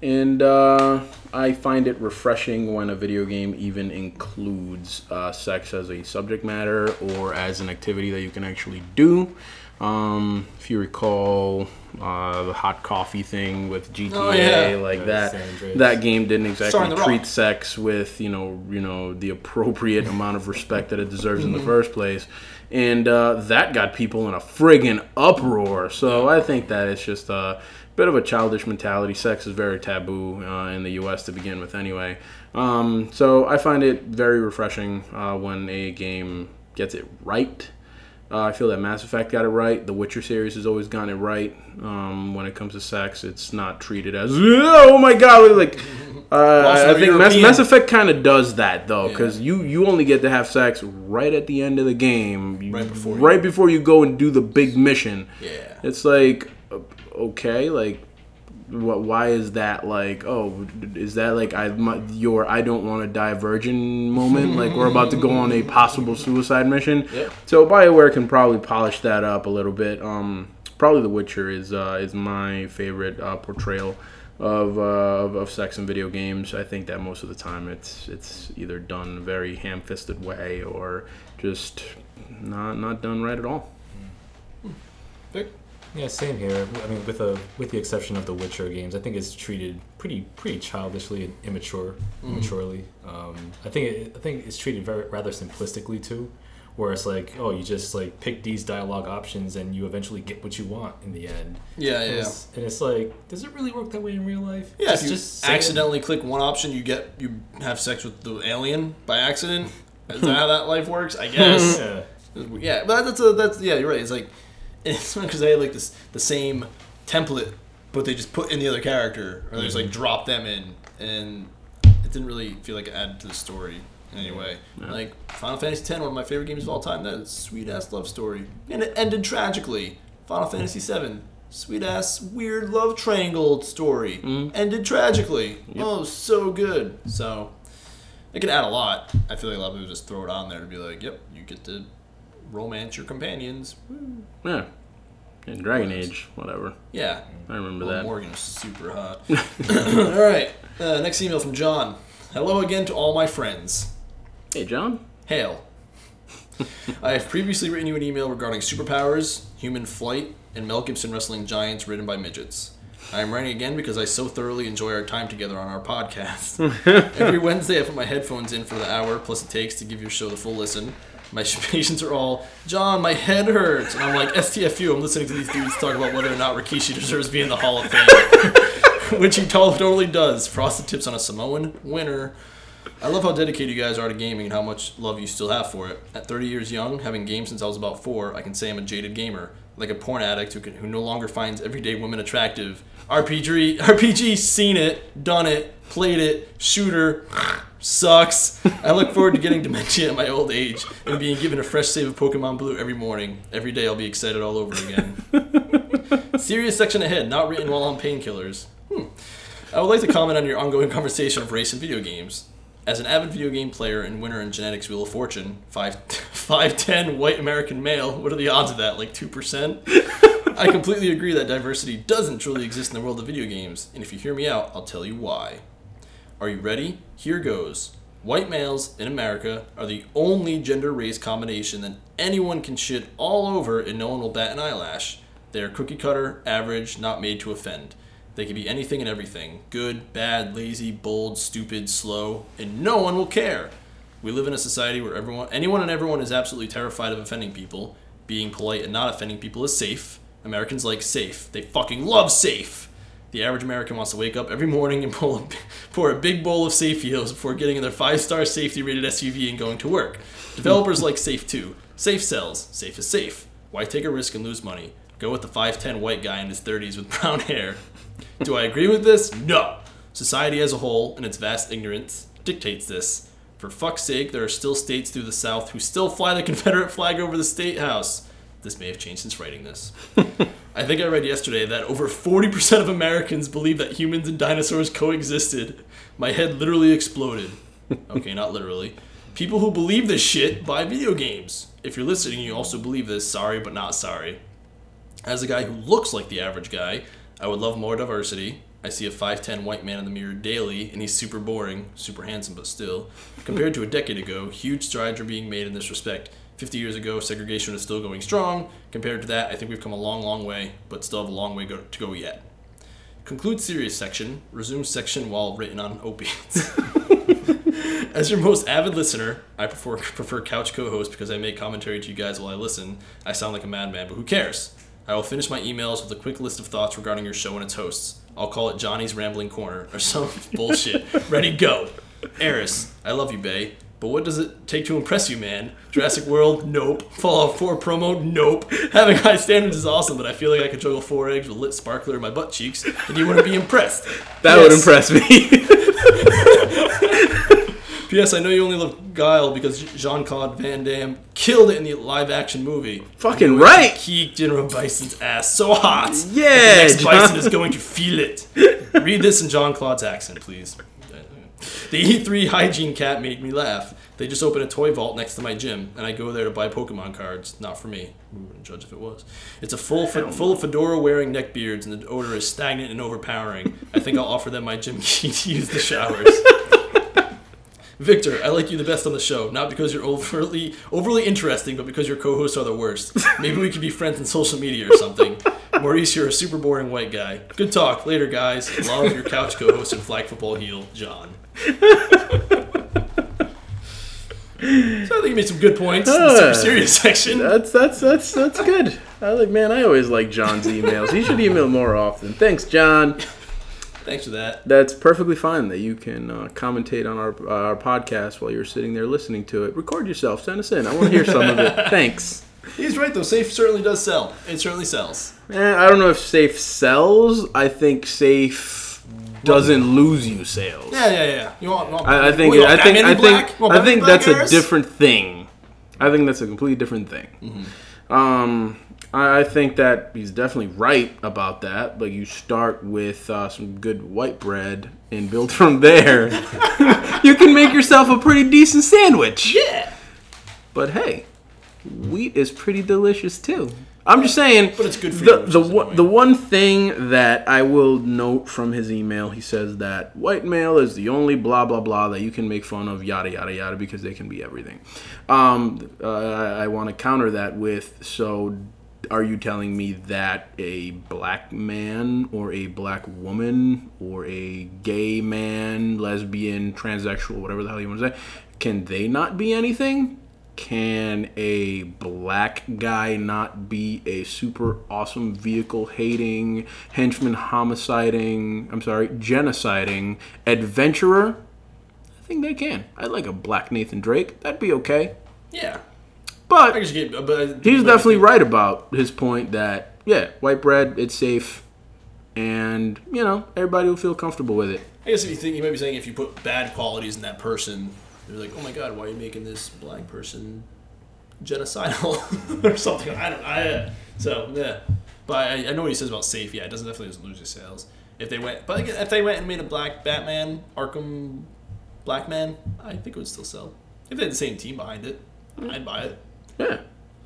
And uh, I find it refreshing when a video game even includes uh, sex as a subject matter or as an activity that you can actually do. Um, if you recall uh, the hot coffee thing with yeah. GTA, like Yeah, San that, Andreas. that game didn't Starting exactly the rock. treat sex with you know you know the appropriate [laughs] amount of respect that it deserves in the Mm-hmm. first place, and uh, that got people in a friggin' uproar. So I think that it's just a bit of a childish mentality. Sex is very taboo uh, in the U.S. to begin with, anyway. Um, so I find it very refreshing uh, when a game gets it right. Uh, I feel that Mass Effect got it right. The Witcher series has always gotten it right. Um, when it comes to sex, it's not treated as oh my god, [laughs] we're like uh, Also I think Mass, European. Mass Effect kind of does that though, because you you only get to have sex right at the end of the game, You- Right before you- right before you go and do the big mission. Yeah. It's like uh, okay, like what? Why is that like? Oh, is that like I my, your I don't want to die virgin moment? like we're about to go on a possible suicide mission. Yep. So Bioware can probably polish that up a little bit. Um, probably The Witcher is uh, is my favorite uh, portrayal. Of, uh, of of sex in video games, I think that most of the time it's it's either done in a very ham-fisted way or just not not done right at all. Vic? Yeah, same here. I mean, with a with the exception of the Witcher games, I think it's treated pretty pretty childishly and immature, immaturely. Um, I think it, I think it's treated very rather simplistically too, where it's like, oh, you just like pick these dialogue options and you eventually get what you want in the end. Yeah, yeah. And, yeah. it's, and it's like, does it really work that way in real life? Yeah, if you saying- accidentally click one option, you get you have sex with the alien by accident. Is that how that life works? I guess. Yeah. yeah, but that's a, that's yeah, you're right. It's like [laughs] it's because they had like this the same template, but they just put in the other character, or they just like drop them in, and it didn't really feel like it added to the story in any way. Like Final Fantasy X, one of my favorite games of all time. That sweet ass love story, and it ended tragically. Final Fantasy VII. Sweet ass weird love triangle story ended tragically. Oh, so good. So it could add a lot. I feel like a lot of people just throw it on there to be like, "Yep, you get to romance your companions." Yeah. And Dragon Age, whatever. Yeah, I remember Well, that. Morgan is super [laughs] hot. [laughs] all right, uh, next email from John. Hello again to all my friends. Hey, John. Hail. I have previously written you an email regarding superpowers, human flight, and Mel Gibson wrestling giants ridden by midgets. I am writing again because I so thoroughly enjoy our time together on our podcast. Every Wednesday, I put my headphones in for the hour plus it takes to give your show the full listen. My [laughs] patients are all, John, my head hurts. And I'm like, STFU, I'm listening to these dudes talk about whether or not Rikishi deserves to be in the Hall of Fame. [laughs] Which he totally does. Frosted tips on a Samoan winner. I love how dedicated you guys are to gaming and how much love you still have for it. At 30 years young, having gamed since I was about four, I can say I'm a jaded gamer, like a porn addict who, can, who no longer finds everyday women attractive. RPG, RPG, seen it, done it, played it, shooter, sucks. I look forward to getting dementia at my old age and being given a fresh save of Pokemon Blue every morning. Every day I'll be excited all over again. Serious section ahead, not written while on painkillers. Hmm. I would like to comment on your ongoing conversation of race in video games. As an avid video game player and winner in Genetics Wheel of Fortune, [laughs] 5, 5'10 white American male, what are the odds of that? Like 2%? I completely agree that diversity doesn't truly exist in the world of video games, and if you hear me out, I'll tell you why. Are you ready? Here goes. White males in America are the only gender race combination that anyone can shit all over and no one will bat an eyelash. They are cookie cutter, average, not made to offend. They can be anything and everything good, bad, lazy, bold, stupid, slow, and no one will care. We live in a society where everyone, anyone and everyone is absolutely terrified of offending people. Being polite and not offending people is safe. Americans like safe. They fucking love safe. The average American wants to wake up every morning and pull a, [laughs] pour a big bowl of Safe Heels before getting in their five-star safety-rated SUV and going to work. Developers like Safe too. Safe sells. Safe is safe. Why take a risk and lose money? Go with the 5'10 white guy in his 30s with [laughs] brown hair. Do I agree with this? No. Society as a whole, in its vast ignorance, dictates this. For fuck's sake, there are still states through the [laughs] South who still fly the Confederate flag over the state house. This may have changed since writing this. I think I read yesterday that over 40% of Americans believe that humans and dinosaurs coexisted. My head literally exploded. Okay, not literally. People who believe this shit buy video games. If you're listening, you also believe this. Sorry, but not sorry. As a guy who looks like the average guy, I would love more diversity. I see a 5'10 white man in the mirror daily, and he's super boring, super handsome, but still. Compared to a decade ago, huge strides are being made in this respect. 50 years ago, segregation was still going strong. Compared to that, I think we've come a long, long way, but still have a long way go- to go yet. Conclude series section, resume section while written on opiates. [laughs] As your most avid listener, I prefer [laughs] prefer couch co-host because I make commentary to you guys while I listen. I sound like a madman, but who cares? I will finish my emails with a quick list of thoughts regarding your show and its hosts. I'll call it Johnny's Rambling Corner or [laughs] some bullshit. Ready, go. Eris, I love you, Bay. But what does it take to impress you, man? Jurassic World? Nope. Fallout 4 promo? Nope. Having high standards is awesome, but I feel like I could juggle four eggs with lit sparkler in my butt cheeks, and you wouldn't be impressed. That would Yes. impress me. P.S. I know you only love Guile because Jean Claude Van Damme killed it in the live action movie. Fucking right. Keep General Bison's ass so hot. that Yeah, The next John. Bison is going to feel [laughs] it. Read this in Jean Claude's accent, please. The E3 hygiene cat made me laugh. They just opened a toy vault next to my gym, and I go there to buy Pokemon cards. Not for me. We wouldn't judge if it was. It's a full fe- full of fedora-wearing neckbeards, and the odor is stagnant and overpowering. I think I'll offer them my gym key to use the showers. Victor, I like you the best on the show, not because you're overly overly interesting, but because your co-hosts are the worst. Maybe we could be friends on social media or something. Maurice, you're a super boring white guy. Good talk. Later, guys. Love your couch co-host and flag football heel, John. so I think you made some good points in the super serious section. [laughs] That's that's that's that's good. I like man. I always like John's emails. He should email more often. Thanks, John. Thanks for that. That's perfectly fine that you can uh, commentate on our uh, our podcast while you're sitting there listening to it. Record yourself. Send us in. I want to hear some of [laughs] it. Thanks. He's right though. Safe certainly does sell. It certainly sells. Eh, I don't know if safe sells. I think safe doesn't lose you sales. Yeah, yeah, yeah. You want? You want I, I think you want I think Batman I in black? think You want Batman I in think black, that's a Harris? different thing. I think that's a completely different thing. Mm-hmm. Um, I, I think that he's definitely right about that. Like you start with uh, some good white bread and build [laughs] from there. [laughs] you can make yourself a pretty decent sandwich. Yeah. But hey, wheat is pretty delicious too. I'm just saying. But it's good for the your the wishes one, anyway. the one thing that I will note from his email, he says that white male is the only blah blah blah that you can make fun of yada yada yada because they can be everything. Um, uh, I, I want to counter that with so. Are you telling me that a black man or a black woman or a gay man, lesbian, transsexual, whatever the hell you want to say, can they not be anything? Can a black guy not be a super awesome vehicle hating, henchman homiciding, I'm sorry, genociding adventurer? I think they can. I'd like a black Nathan Drake. That'd be okay. Yeah. I But just get, but I- he's but I definitely think- right about his point that, yeah, white bread, it's safe. And, you know, everybody will feel comfortable with it. I guess if you think you might be saying if you put bad qualities in that person, they're like, oh my god, why are you making this black person genocidal [laughs] or something? I don't. I uh, so yeah, but I, I know what he says about safe. Yeah, it doesn't definitely doesn't lose his sales if they went. But again, if they went and made a black Batman Arkham Black Man, I think it would still sell. If they had the same team behind it, I'd buy it. Yeah.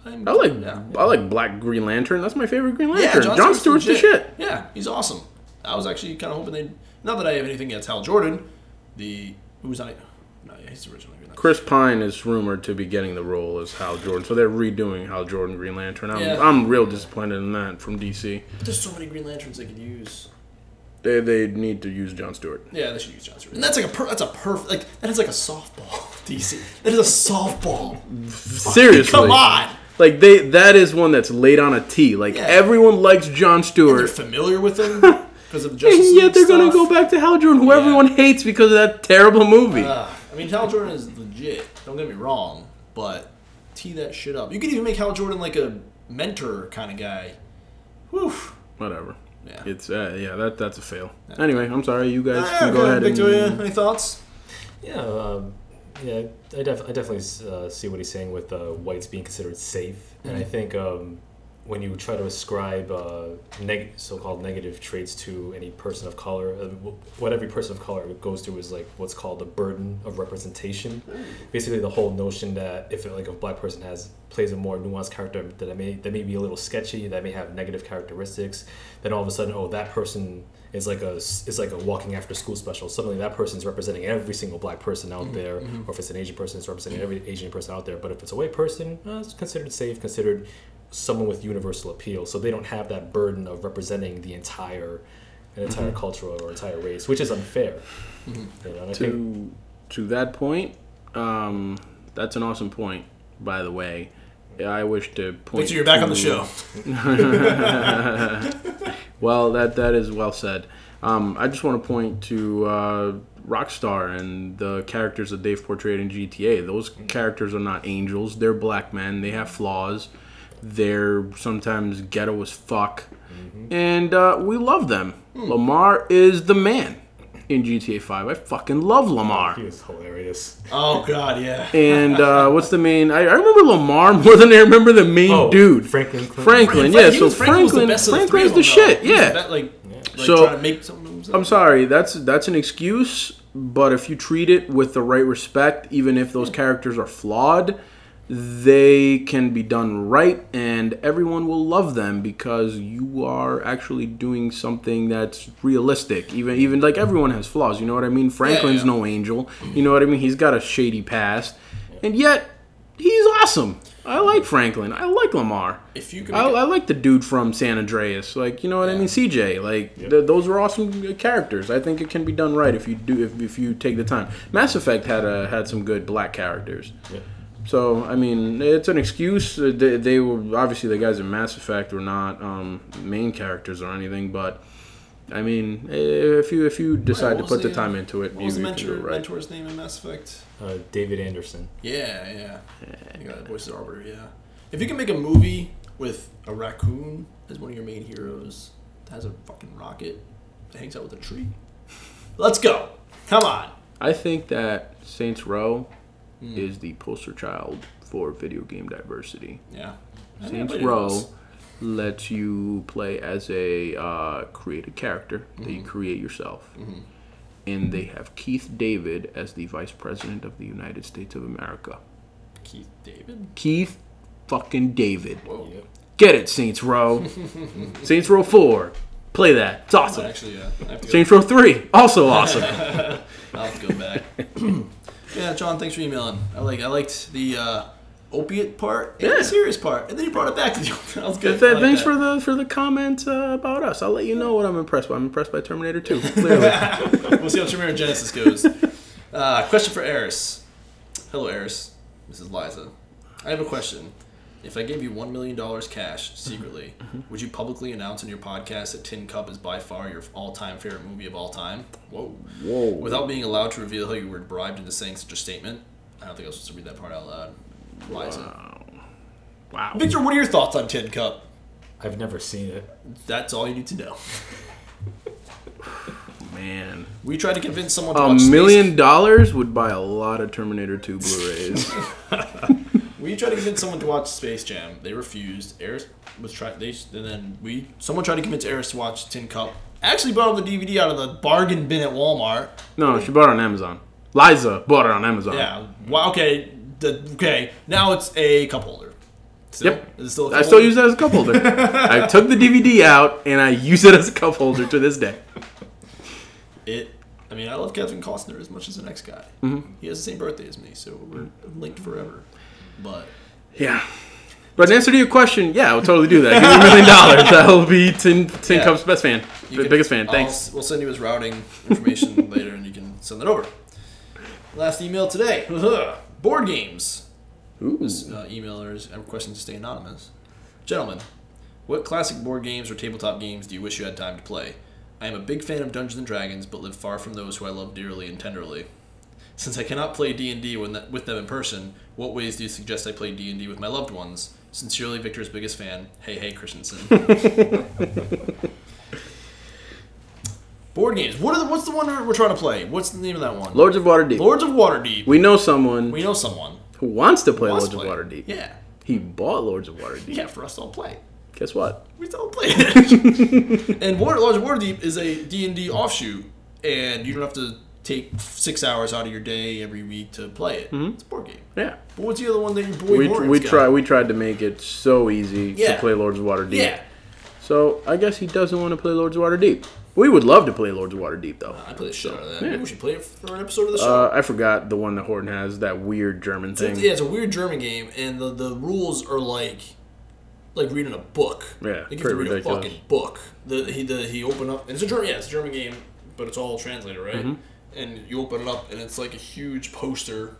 I'm, I like yeah. I like Black Green Lantern. That's my favorite Green Yeah, Lantern. John, John Stewart's, Stewart's the legit. shit. Yeah, he's awesome. I was actually kind of hoping they. Not that I have anything against Hal Jordan, the who was on it. No, yeah, he's originally. Green Lantern. Chris Pine is rumored to be getting the role as Hal Jordan, so they're redoing Hal Jordan Green Lantern. I'm, Yeah. I'm real disappointed in that from DC. There's so many Green Lanterns they could use. They, they need to use John Stewart. Yeah, they should use John Stewart. And that's like a per, that's a perfect like that is like a softball. [laughs] DC, that is a softball. Seriously, Come on, Like they that is one that's laid on a tee. Like Yeah. everyone likes John they're Stewart, familiar with [laughs] him because of the Justice and yet League they're gonna stuff. go back to Hal Jordan, who everyone hates because of that terrible movie. Ah, I mean, Hal Jordan is legit. Don't get me wrong, but tee that shit up. You could even make Hal Jordan like a mentor kind of guy. Whew. Whatever. Yeah. It's uh, yeah that that's a fail. Anyway, I'm sorry. You guys can okay, go ahead Victoria, and any thoughts? Yeah, um, yeah, Mm-hmm. I, def- I definitely uh, see what he's saying with uh, whites being considered safe, and I think um, when you try to ascribe uh, neg- so-called negative traits to any person of color, uh, wh- what every person of color goes through is like what's called the burden of representation. Basically, the whole notion that if like a black person has plays a more nuanced character that may that may be a little sketchy, that may have negative characteristics, then all of a sudden, oh, that person is like a s- is like a walking after school special. Suddenly, that person is representing every single black person out there, or if it's an Asian person, it's representing every Asian person out there. But if it's a white person, uh, it's considered safe, considered someone with universal appeal, so they don't have that burden of representing the entire an entire culture or entire race, which is unfair. You know, and I think to to that point, um, that's an awesome point. By the way, I wish to point. Victor, you're back on the to- show. Well, that that is well said. Um, I just want to point to uh, Rockstar and the characters that they've portrayed in GTA. Those characters are not angels. They're black men. They have flaws. They're sometimes ghetto as fuck, Mm-hmm. and uh, we love them. Hmm. Lamar is the man in GTA Five. I fucking love Lamar. he was hilarious. Oh God, yeah. And uh, what's the main? I, I remember Lamar [laughs] more than I remember the main Oh, dude, Franklin Clinton. Franklin, yeah. He So was- Franklin was the Franklin, best of the three Franklin's of the them, though. shit. He was the Yeah. be- like, like So- trying to make something. of himself. I'm sorry. That's that's an excuse, but if you treat it with the right respect, even if those characters are flawed, they can be done right, and everyone will love them because you are actually doing something that's realistic. Even even like everyone has flaws. You know what I mean? Franklin's yeah. no angel. You know what I mean? He's got a shady past, and yet he's awesome. I like Franklin. I like Lamar. If you can, I, make I like the dude from San Andreas. Like you know what I mean, CJ. Like th- those were awesome characters. I think it can be done right if you do if, if you take the time. Mass Effect had a, had some good black characters. Yeah. So I mean, it's an excuse. Uh, They, they were obviously the guys in Mass Effect were not um, main characters or anything, but I mean, eh, if you if you decide to what put was the, the, uh, time into it, what you, was the you can do mentor, it right. mentor's name in Mass Effect? Uh, David Anderson. Yeah, yeah. You got voice of arbiter, yeah. If you can make a movie with a raccoon as one of your main heroes that has a fucking rocket that hangs out with a tree, let's go. Come on. I think that Saints Row is the poster child for video game diversity. Yeah. I think Saints everybody Row knows. lets you play as a uh, create a character that Mm-hmm. you create yourself, and they have Keith David as the vice president of the United States of America. Keith David. Keith fucking David, Whoa. Yep. get it, [laughs] Saints Row. Saints Row Four, play that. It's awesome. Actually, yeah. I have to go, Saints Row Three, [laughs] also awesome. I'll have to go back. [clears throat] yeah, John, thanks for emailing. I like I liked the uh, opiate part and Yeah. the serious part. And then you brought it back to the opiate. [laughs] That was good. Th- I like thanks that. for the for the comment uh, about us. I'll let you know what I'm impressed by. I'm impressed by [laughs] Terminator 2. Clearly, We'll see how Chimera Genesis [laughs] goes. Uh, question for Eris. Hello, Eris. This is Liza. I have a question. If I gave you $1 million cash secretly, would you publicly announce on your podcast that Tin Cup is by far your all time favorite movie of all time? Whoa. Whoa. Without being allowed to reveal how you were bribed into saying such a statement? I don't think I was supposed to read that part out loud. Liza. wow. Victor, what are your thoughts on Tin Cup? I've never seen it. That's all you need to know. Man, We tried to convince someone to a watch Space- million dollars would buy a lot of Terminator [laughs] 2 Blu-rays. We tried to convince someone to watch Space Jam. They refused. Eris was trying. They and then we someone tried to convince Eris to watch Tin Cup. Actually, bought the DVD out of the bargain bin at Walmart. no, she bought it on Amazon. Liza bought it on Amazon. Yeah. Wow. Okay. The, okay. Now it's a cup holder. Still, Yep. Is it still a cup I still holder? use that as a cup [laughs] holder. I took the DVD out and I use it as a cup holder to this day. it. I mean, I love Kevin Costner as much as the next guy. Mm-hmm. He has the same birthday as me, so we're linked forever. But Yeah. But in answer to your question, yeah, I would totally do that. Give me a [laughs] million dollars. That'll be Tin, Tin Yeah. Cup's best fan. you The can- biggest fan. I'll- Thanks. We'll send you his routing [laughs] information later, and you can send that over. Last email today. [laughs] Board games. This uh, emailers have requested to stay anonymous. Gentlemen, what classic board games or tabletop games do you wish you had time to play? I am a big fan of Dungeons and Dragons, but live far from those who I love dearly and tenderly. Since I cannot play D and D with them in person, what ways do you suggest I play D and D with my loved ones? Sincerely, Victor's biggest fan. Hey, hey, [laughs] Christensen. board games. What are the, what's the one we're trying to play? What's the name of that one? Lords of Waterdeep. Lords of Waterdeep. we know someone We know someone. who wants to play Let's Lords of play. Waterdeep. Yeah. He bought Lords of Waterdeep. Yeah, for us to all play. Guess what? We don't play that. [laughs] and Water Lodge Waterdeep is a D&D offshoot, and you don't have to take six hours out of your day every week to play it. It's a board game. Yeah. But what's the other one that your boy Mm-hmm. We, Morgan's we got? try we tried to make it so easy Yeah. to play Lords of Waterdeep. Yeah. So I guess he doesn't want to play Lords of Waterdeep. We would love to play Lords of Waterdeep though. I play the shit out of that. Maybe we should play it for an episode of the show. Uh, I forgot the one that Horton has that weird German thing. Yeah, it's a weird German game, and the, the rules are like like reading a book. Yeah, like you have pretty to read ridiculous. a fucking book. The he the he open up. And it's a German, yeah, it's a German game, but it's all translated, right? Mm-hmm. And you open it up, and it's like a huge poster,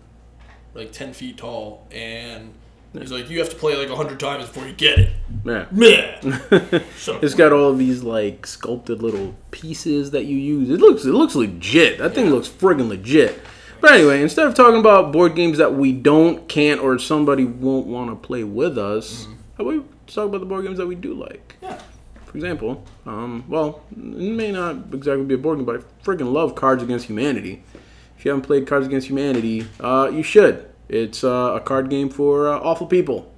like ten feet tall, and he's like, you have to play like hundred times before you get it. Yeah. Meh. [laughs] Shut up. It's got all these like sculpted little pieces that you use. It looks it looks legit. That thing looks friggin' legit. But anyway, instead of talking about board games that we don't, can't, or somebody won't want to play with us, how about we talk about the board games that we do like? Yeah. For example, um, well, it may not exactly be a board game, but I friggin' love Cards Against Humanity. If you haven't played Cards Against Humanity, uh, you should. It's uh, a card game for uh, awful people.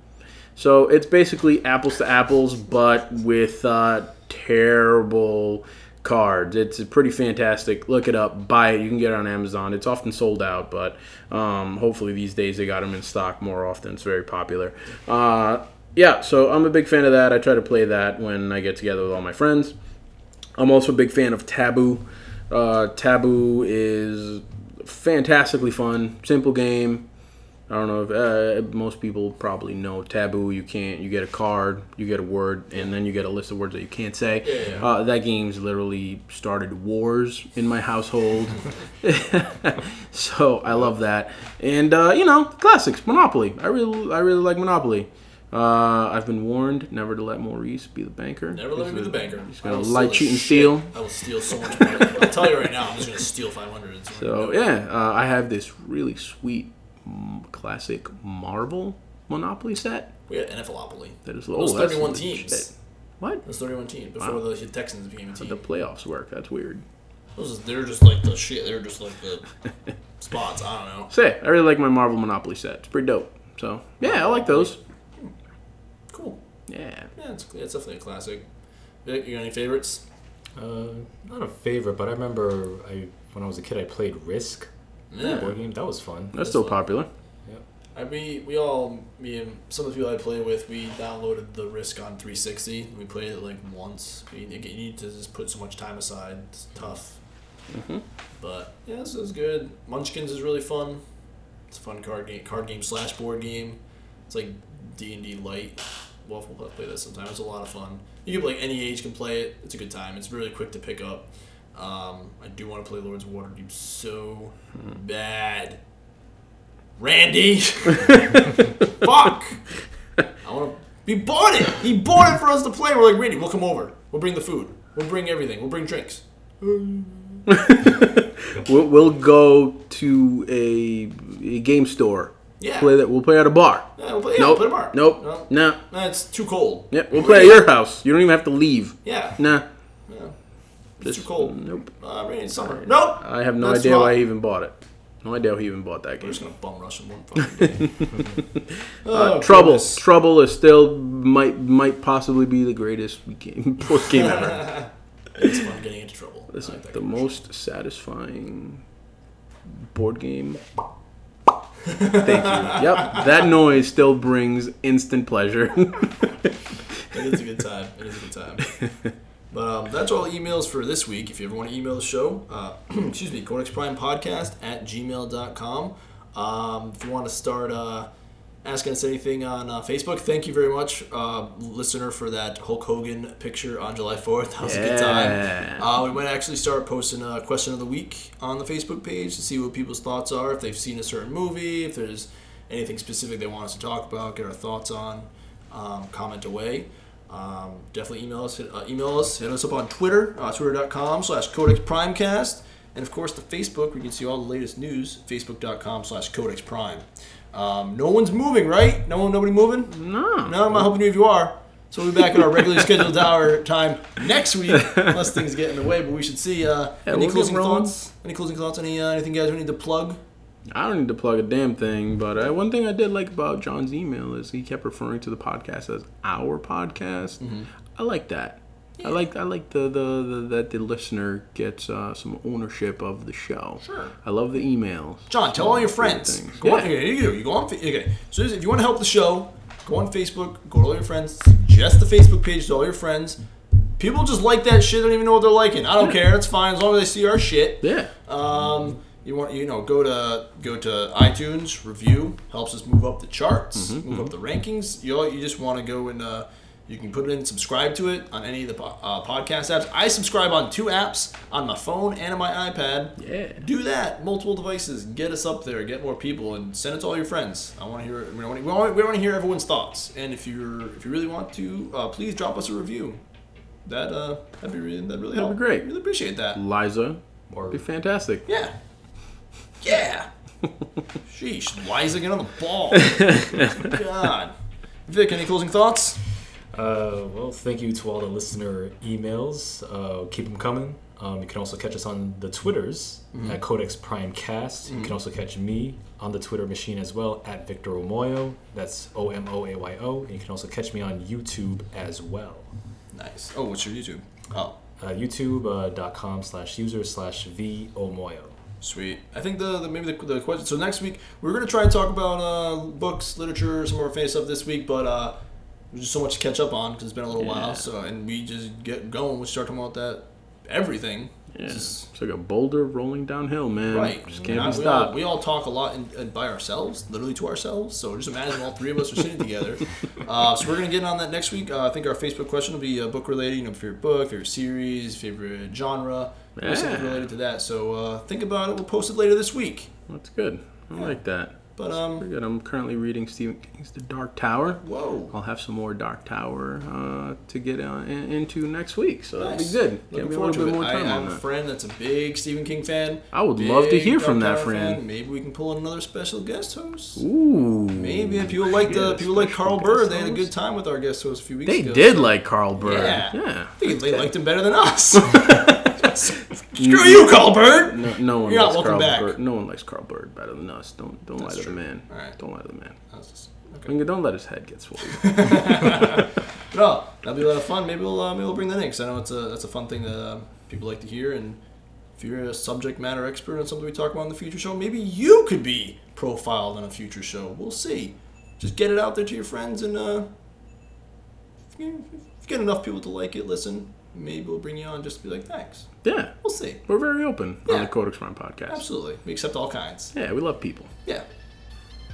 So it's basically apples to apples, but with uh, terrible cards. It's pretty fantastic. Look it up, buy it. You can get it on Amazon. It's often sold out, but um, hopefully these days they got them in stock more often. It's very popular. Uh, yeah, so I'm a big fan of that. I try to play that when I get together with all my friends. I'm also a big fan of Taboo. Uh, Taboo is fantastically fun, simple game. I don't know if uh, most people probably know taboo. You can't. You get a card, you get a word, and then you get a list of words that you can't say. Uh, that game's literally started wars in my household. [laughs] so I love that, and uh, you know, classics. Monopoly. I really, I really like Monopoly. Uh, I've been warned never to let Maurice be the banker. Never let me be the banker. He's gonna lie, cheat, and steal. I will steal so much money. I'll tell you right now, I'm just gonna steal 500. It's- So yeah, uh, I have this really sweet mm, classic marble Monopoly set. we had NFLopoly. That is It was oh, that's 31 legit. teams. What? It was 31 teams before the Texans became a team. The playoffs work. That's weird. Those is- they're just like the shit. They're just like the spots. I don't know. So yeah, I really like my Marvel Monopoly set. It's pretty dope. So yeah, I like those. Cool. Yeah. Yeah, it's, it's definitely a classic. Vic, you got any favorites? Uh, not a favorite, but I remember I when I was a kid I played Risk Yeah. board game. That was fun. That's still popular. I we we all me and some of the people I play with we downloaded the Risk on 360. We played it like once. You, you need to just put so much time aside. It's tough. But yeah, this is good. Munchkins is really fun. It's a fun card game, card game slash board game. It's like D and D light. Waffle will play that sometimes. It's a lot of fun. You can like any age can play it. It's a good time. It's really quick to pick up. Um, I do want to play Lords of Waterdeep so bad. Randy, [laughs] fuck! I want to. He bought it. He bought it for us to play. We're like Randy. We'll come over. We'll bring the food. We'll bring everything. We'll bring drinks. We'll, we'll go to a, a game store. Yeah. Play that. We'll play at a bar. Yeah, we'll play, yeah, nope. we'll play bar. Nope. No. Nah. Nah, it's too cold. Yep. We'll play at your house. You don't even have to leave. Yeah. Nah. yeah. It's too cold. Nope. Uh, rain, summer. Nope. I have no That's idea why not- he even bought it. No idea he even bought that We're game. just gonna bum rush [laughs] him one fucking day. oh, Uh, Trouble. goodness. Trouble is still might might possibly be the greatest game [laughs] board game ever. It's fun getting into trouble. I like that the commercial. most satisfying board game. Thank you. Yep, that noise still brings instant pleasure. [laughs] It is a good time. It is a good time. But um, that's all the emails for this week. If you ever want to email the show, uh, [clears throat] excuse me, Codex Prime Podcast at gmail.com. Um, if you want to start uh, asking us anything on uh, Facebook, thank you very much, uh, listener, for that Hulk Hogan picture on July 4th. That was a good Yeah. time. Uh, we might actually start posting a question of the week on the Facebook page to see what people's thoughts are, if they've seen a certain movie, if there's anything specific they want us to talk about, get our thoughts on, um, comment away. Um, definitely email us, hit, uh, email us, hit us up on Twitter, uh, twitter.com slash Codex Primecast. And of course, the Facebook, where you can see all the latest news, facebook.com slash Codex Prime. Um, no one's moving, right? No one, nobody moving? no. No, I'm not helping you if you are. So we'll be back in our [laughs] regularly scheduled hour time next week, unless things get in the way. But we should see. Uh, Yeah, any we'll get closing rolling. thoughts? Any closing thoughts? Any uh, anything, guys? We need to plug. I don't need to plug a damn thing, but uh, one thing I did like about John's email is he kept referring to the podcast as our podcast. I like that. I like I like the, the, the that the listener gets uh, some ownership of the show. Sure. I love the emails. John, tell all your friends. things. Go on, Yeah. okay, you go. You go on. Fa- Okay, so if you want to help the show, go on Facebook. Go to all your friends. Suggest the Facebook page to all your friends. People just like that shit. Don't even know what they're liking. I don't care. That's fine as long as they see our shit. Yeah. Um, you want you know go to go to iTunes review helps us move up the charts, Mm-hmm, move up the rankings. You all, you just want to go and uh, you can put it in subscribe to it on any of the po- uh, podcast apps. I subscribe on two apps on my phone and on my iPad. Yeah. Do that multiple devices. Get us up there. Get more people and send it to all your friends. I want to hear we want to, we want, we want to hear everyone's thoughts. And if you're if you really want to, uh, please drop us a review. That uh that'd be really that'd really help. be great. Really appreciate that. Liza, Or be fantastic. Yeah. Yeah. Sheesh, Liza, get on the ball. God. Vic, any closing thoughts? Uh, well, thank you to all the listener emails. Uh, keep them coming. Um, you can also catch us on the Twitters at Codex Prime Cast. You can also catch me on the Twitter machine as well at Victor Omoyo. That's O M O A Y O. And you can also catch me on YouTube as well. Nice. Oh, what's your YouTube? Oh, Uh, YouTube.com slash user slash V Omoyo. sweet. I think the, the maybe the, the question. So next week we're gonna try and talk about uh, books, literature, some more famous stuff this week, but uh, there's just so much to catch up on because it's been a little while. So and we just get going. We start talking about that everything. Yeah. Just- It's like a boulder rolling downhill, man. Right. Just And can't I- be we all- stopped. We all, talk a lot in, in, by ourselves, literally to ourselves. So just imagine all three of us are sitting [laughs] together. Uh, so we're going to get on that next week. Uh, I think our Facebook question will be uh, book related, you know, favorite book, favorite series, favorite genre, yeah. something Yeah. related to that. So uh, think about it. We'll post it later this week. That's good. I like that. But, um, Good. I'm currently reading Stephen King's The Dark Tower. whoa. I'll have some more Dark Tower uh, to get uh, in, into next week, so that'll be Nice. good. Give Looking me a forward little to bit it. more I time have on a that. friend that's a big Stephen King fan. I would love to big hear from Dark that Tower friend. Maybe we can pull in another special guest host. Ooh, Maybe if people like the Yeah, people like special Carl Burr, guest they had a host. good time with our guest host a few weeks They ago. did so- like Carl Burr. Yeah. yeah. I think they liked him better than [laughs] us. Screw you, Colbert. Mm. No, no one You're not likes welcome Carl back. Bird. No one likes Carl Bird better than us. Don't don't lie to true. the man. Alright. Don't lie to the man. Okay. And Don't let his head [laughs] get swollen. No, oh, that'll be a lot of fun. Maybe we'll uh, maybe we'll bring that in because I know it's a that's a fun thing that uh, people like to hear. And if you're a subject matter expert on something we talk about in the future show, maybe you could be profiled on a future show. We'll see. Just get it out there to your friends, and uh, if you if you get enough people to like it, listen. Maybe we'll bring you on just to be like, thanks. yeah, We'll see. we're very open on Yeah. the Codex Prime podcast. Absolutely, we accept all kinds. Yeah, we love people. Yeah,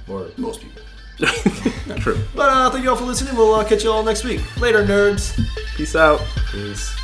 Or most people. True. But uh, thank you all for listening. We'll uh, catch you all next week. Later, nerds. Peace out. is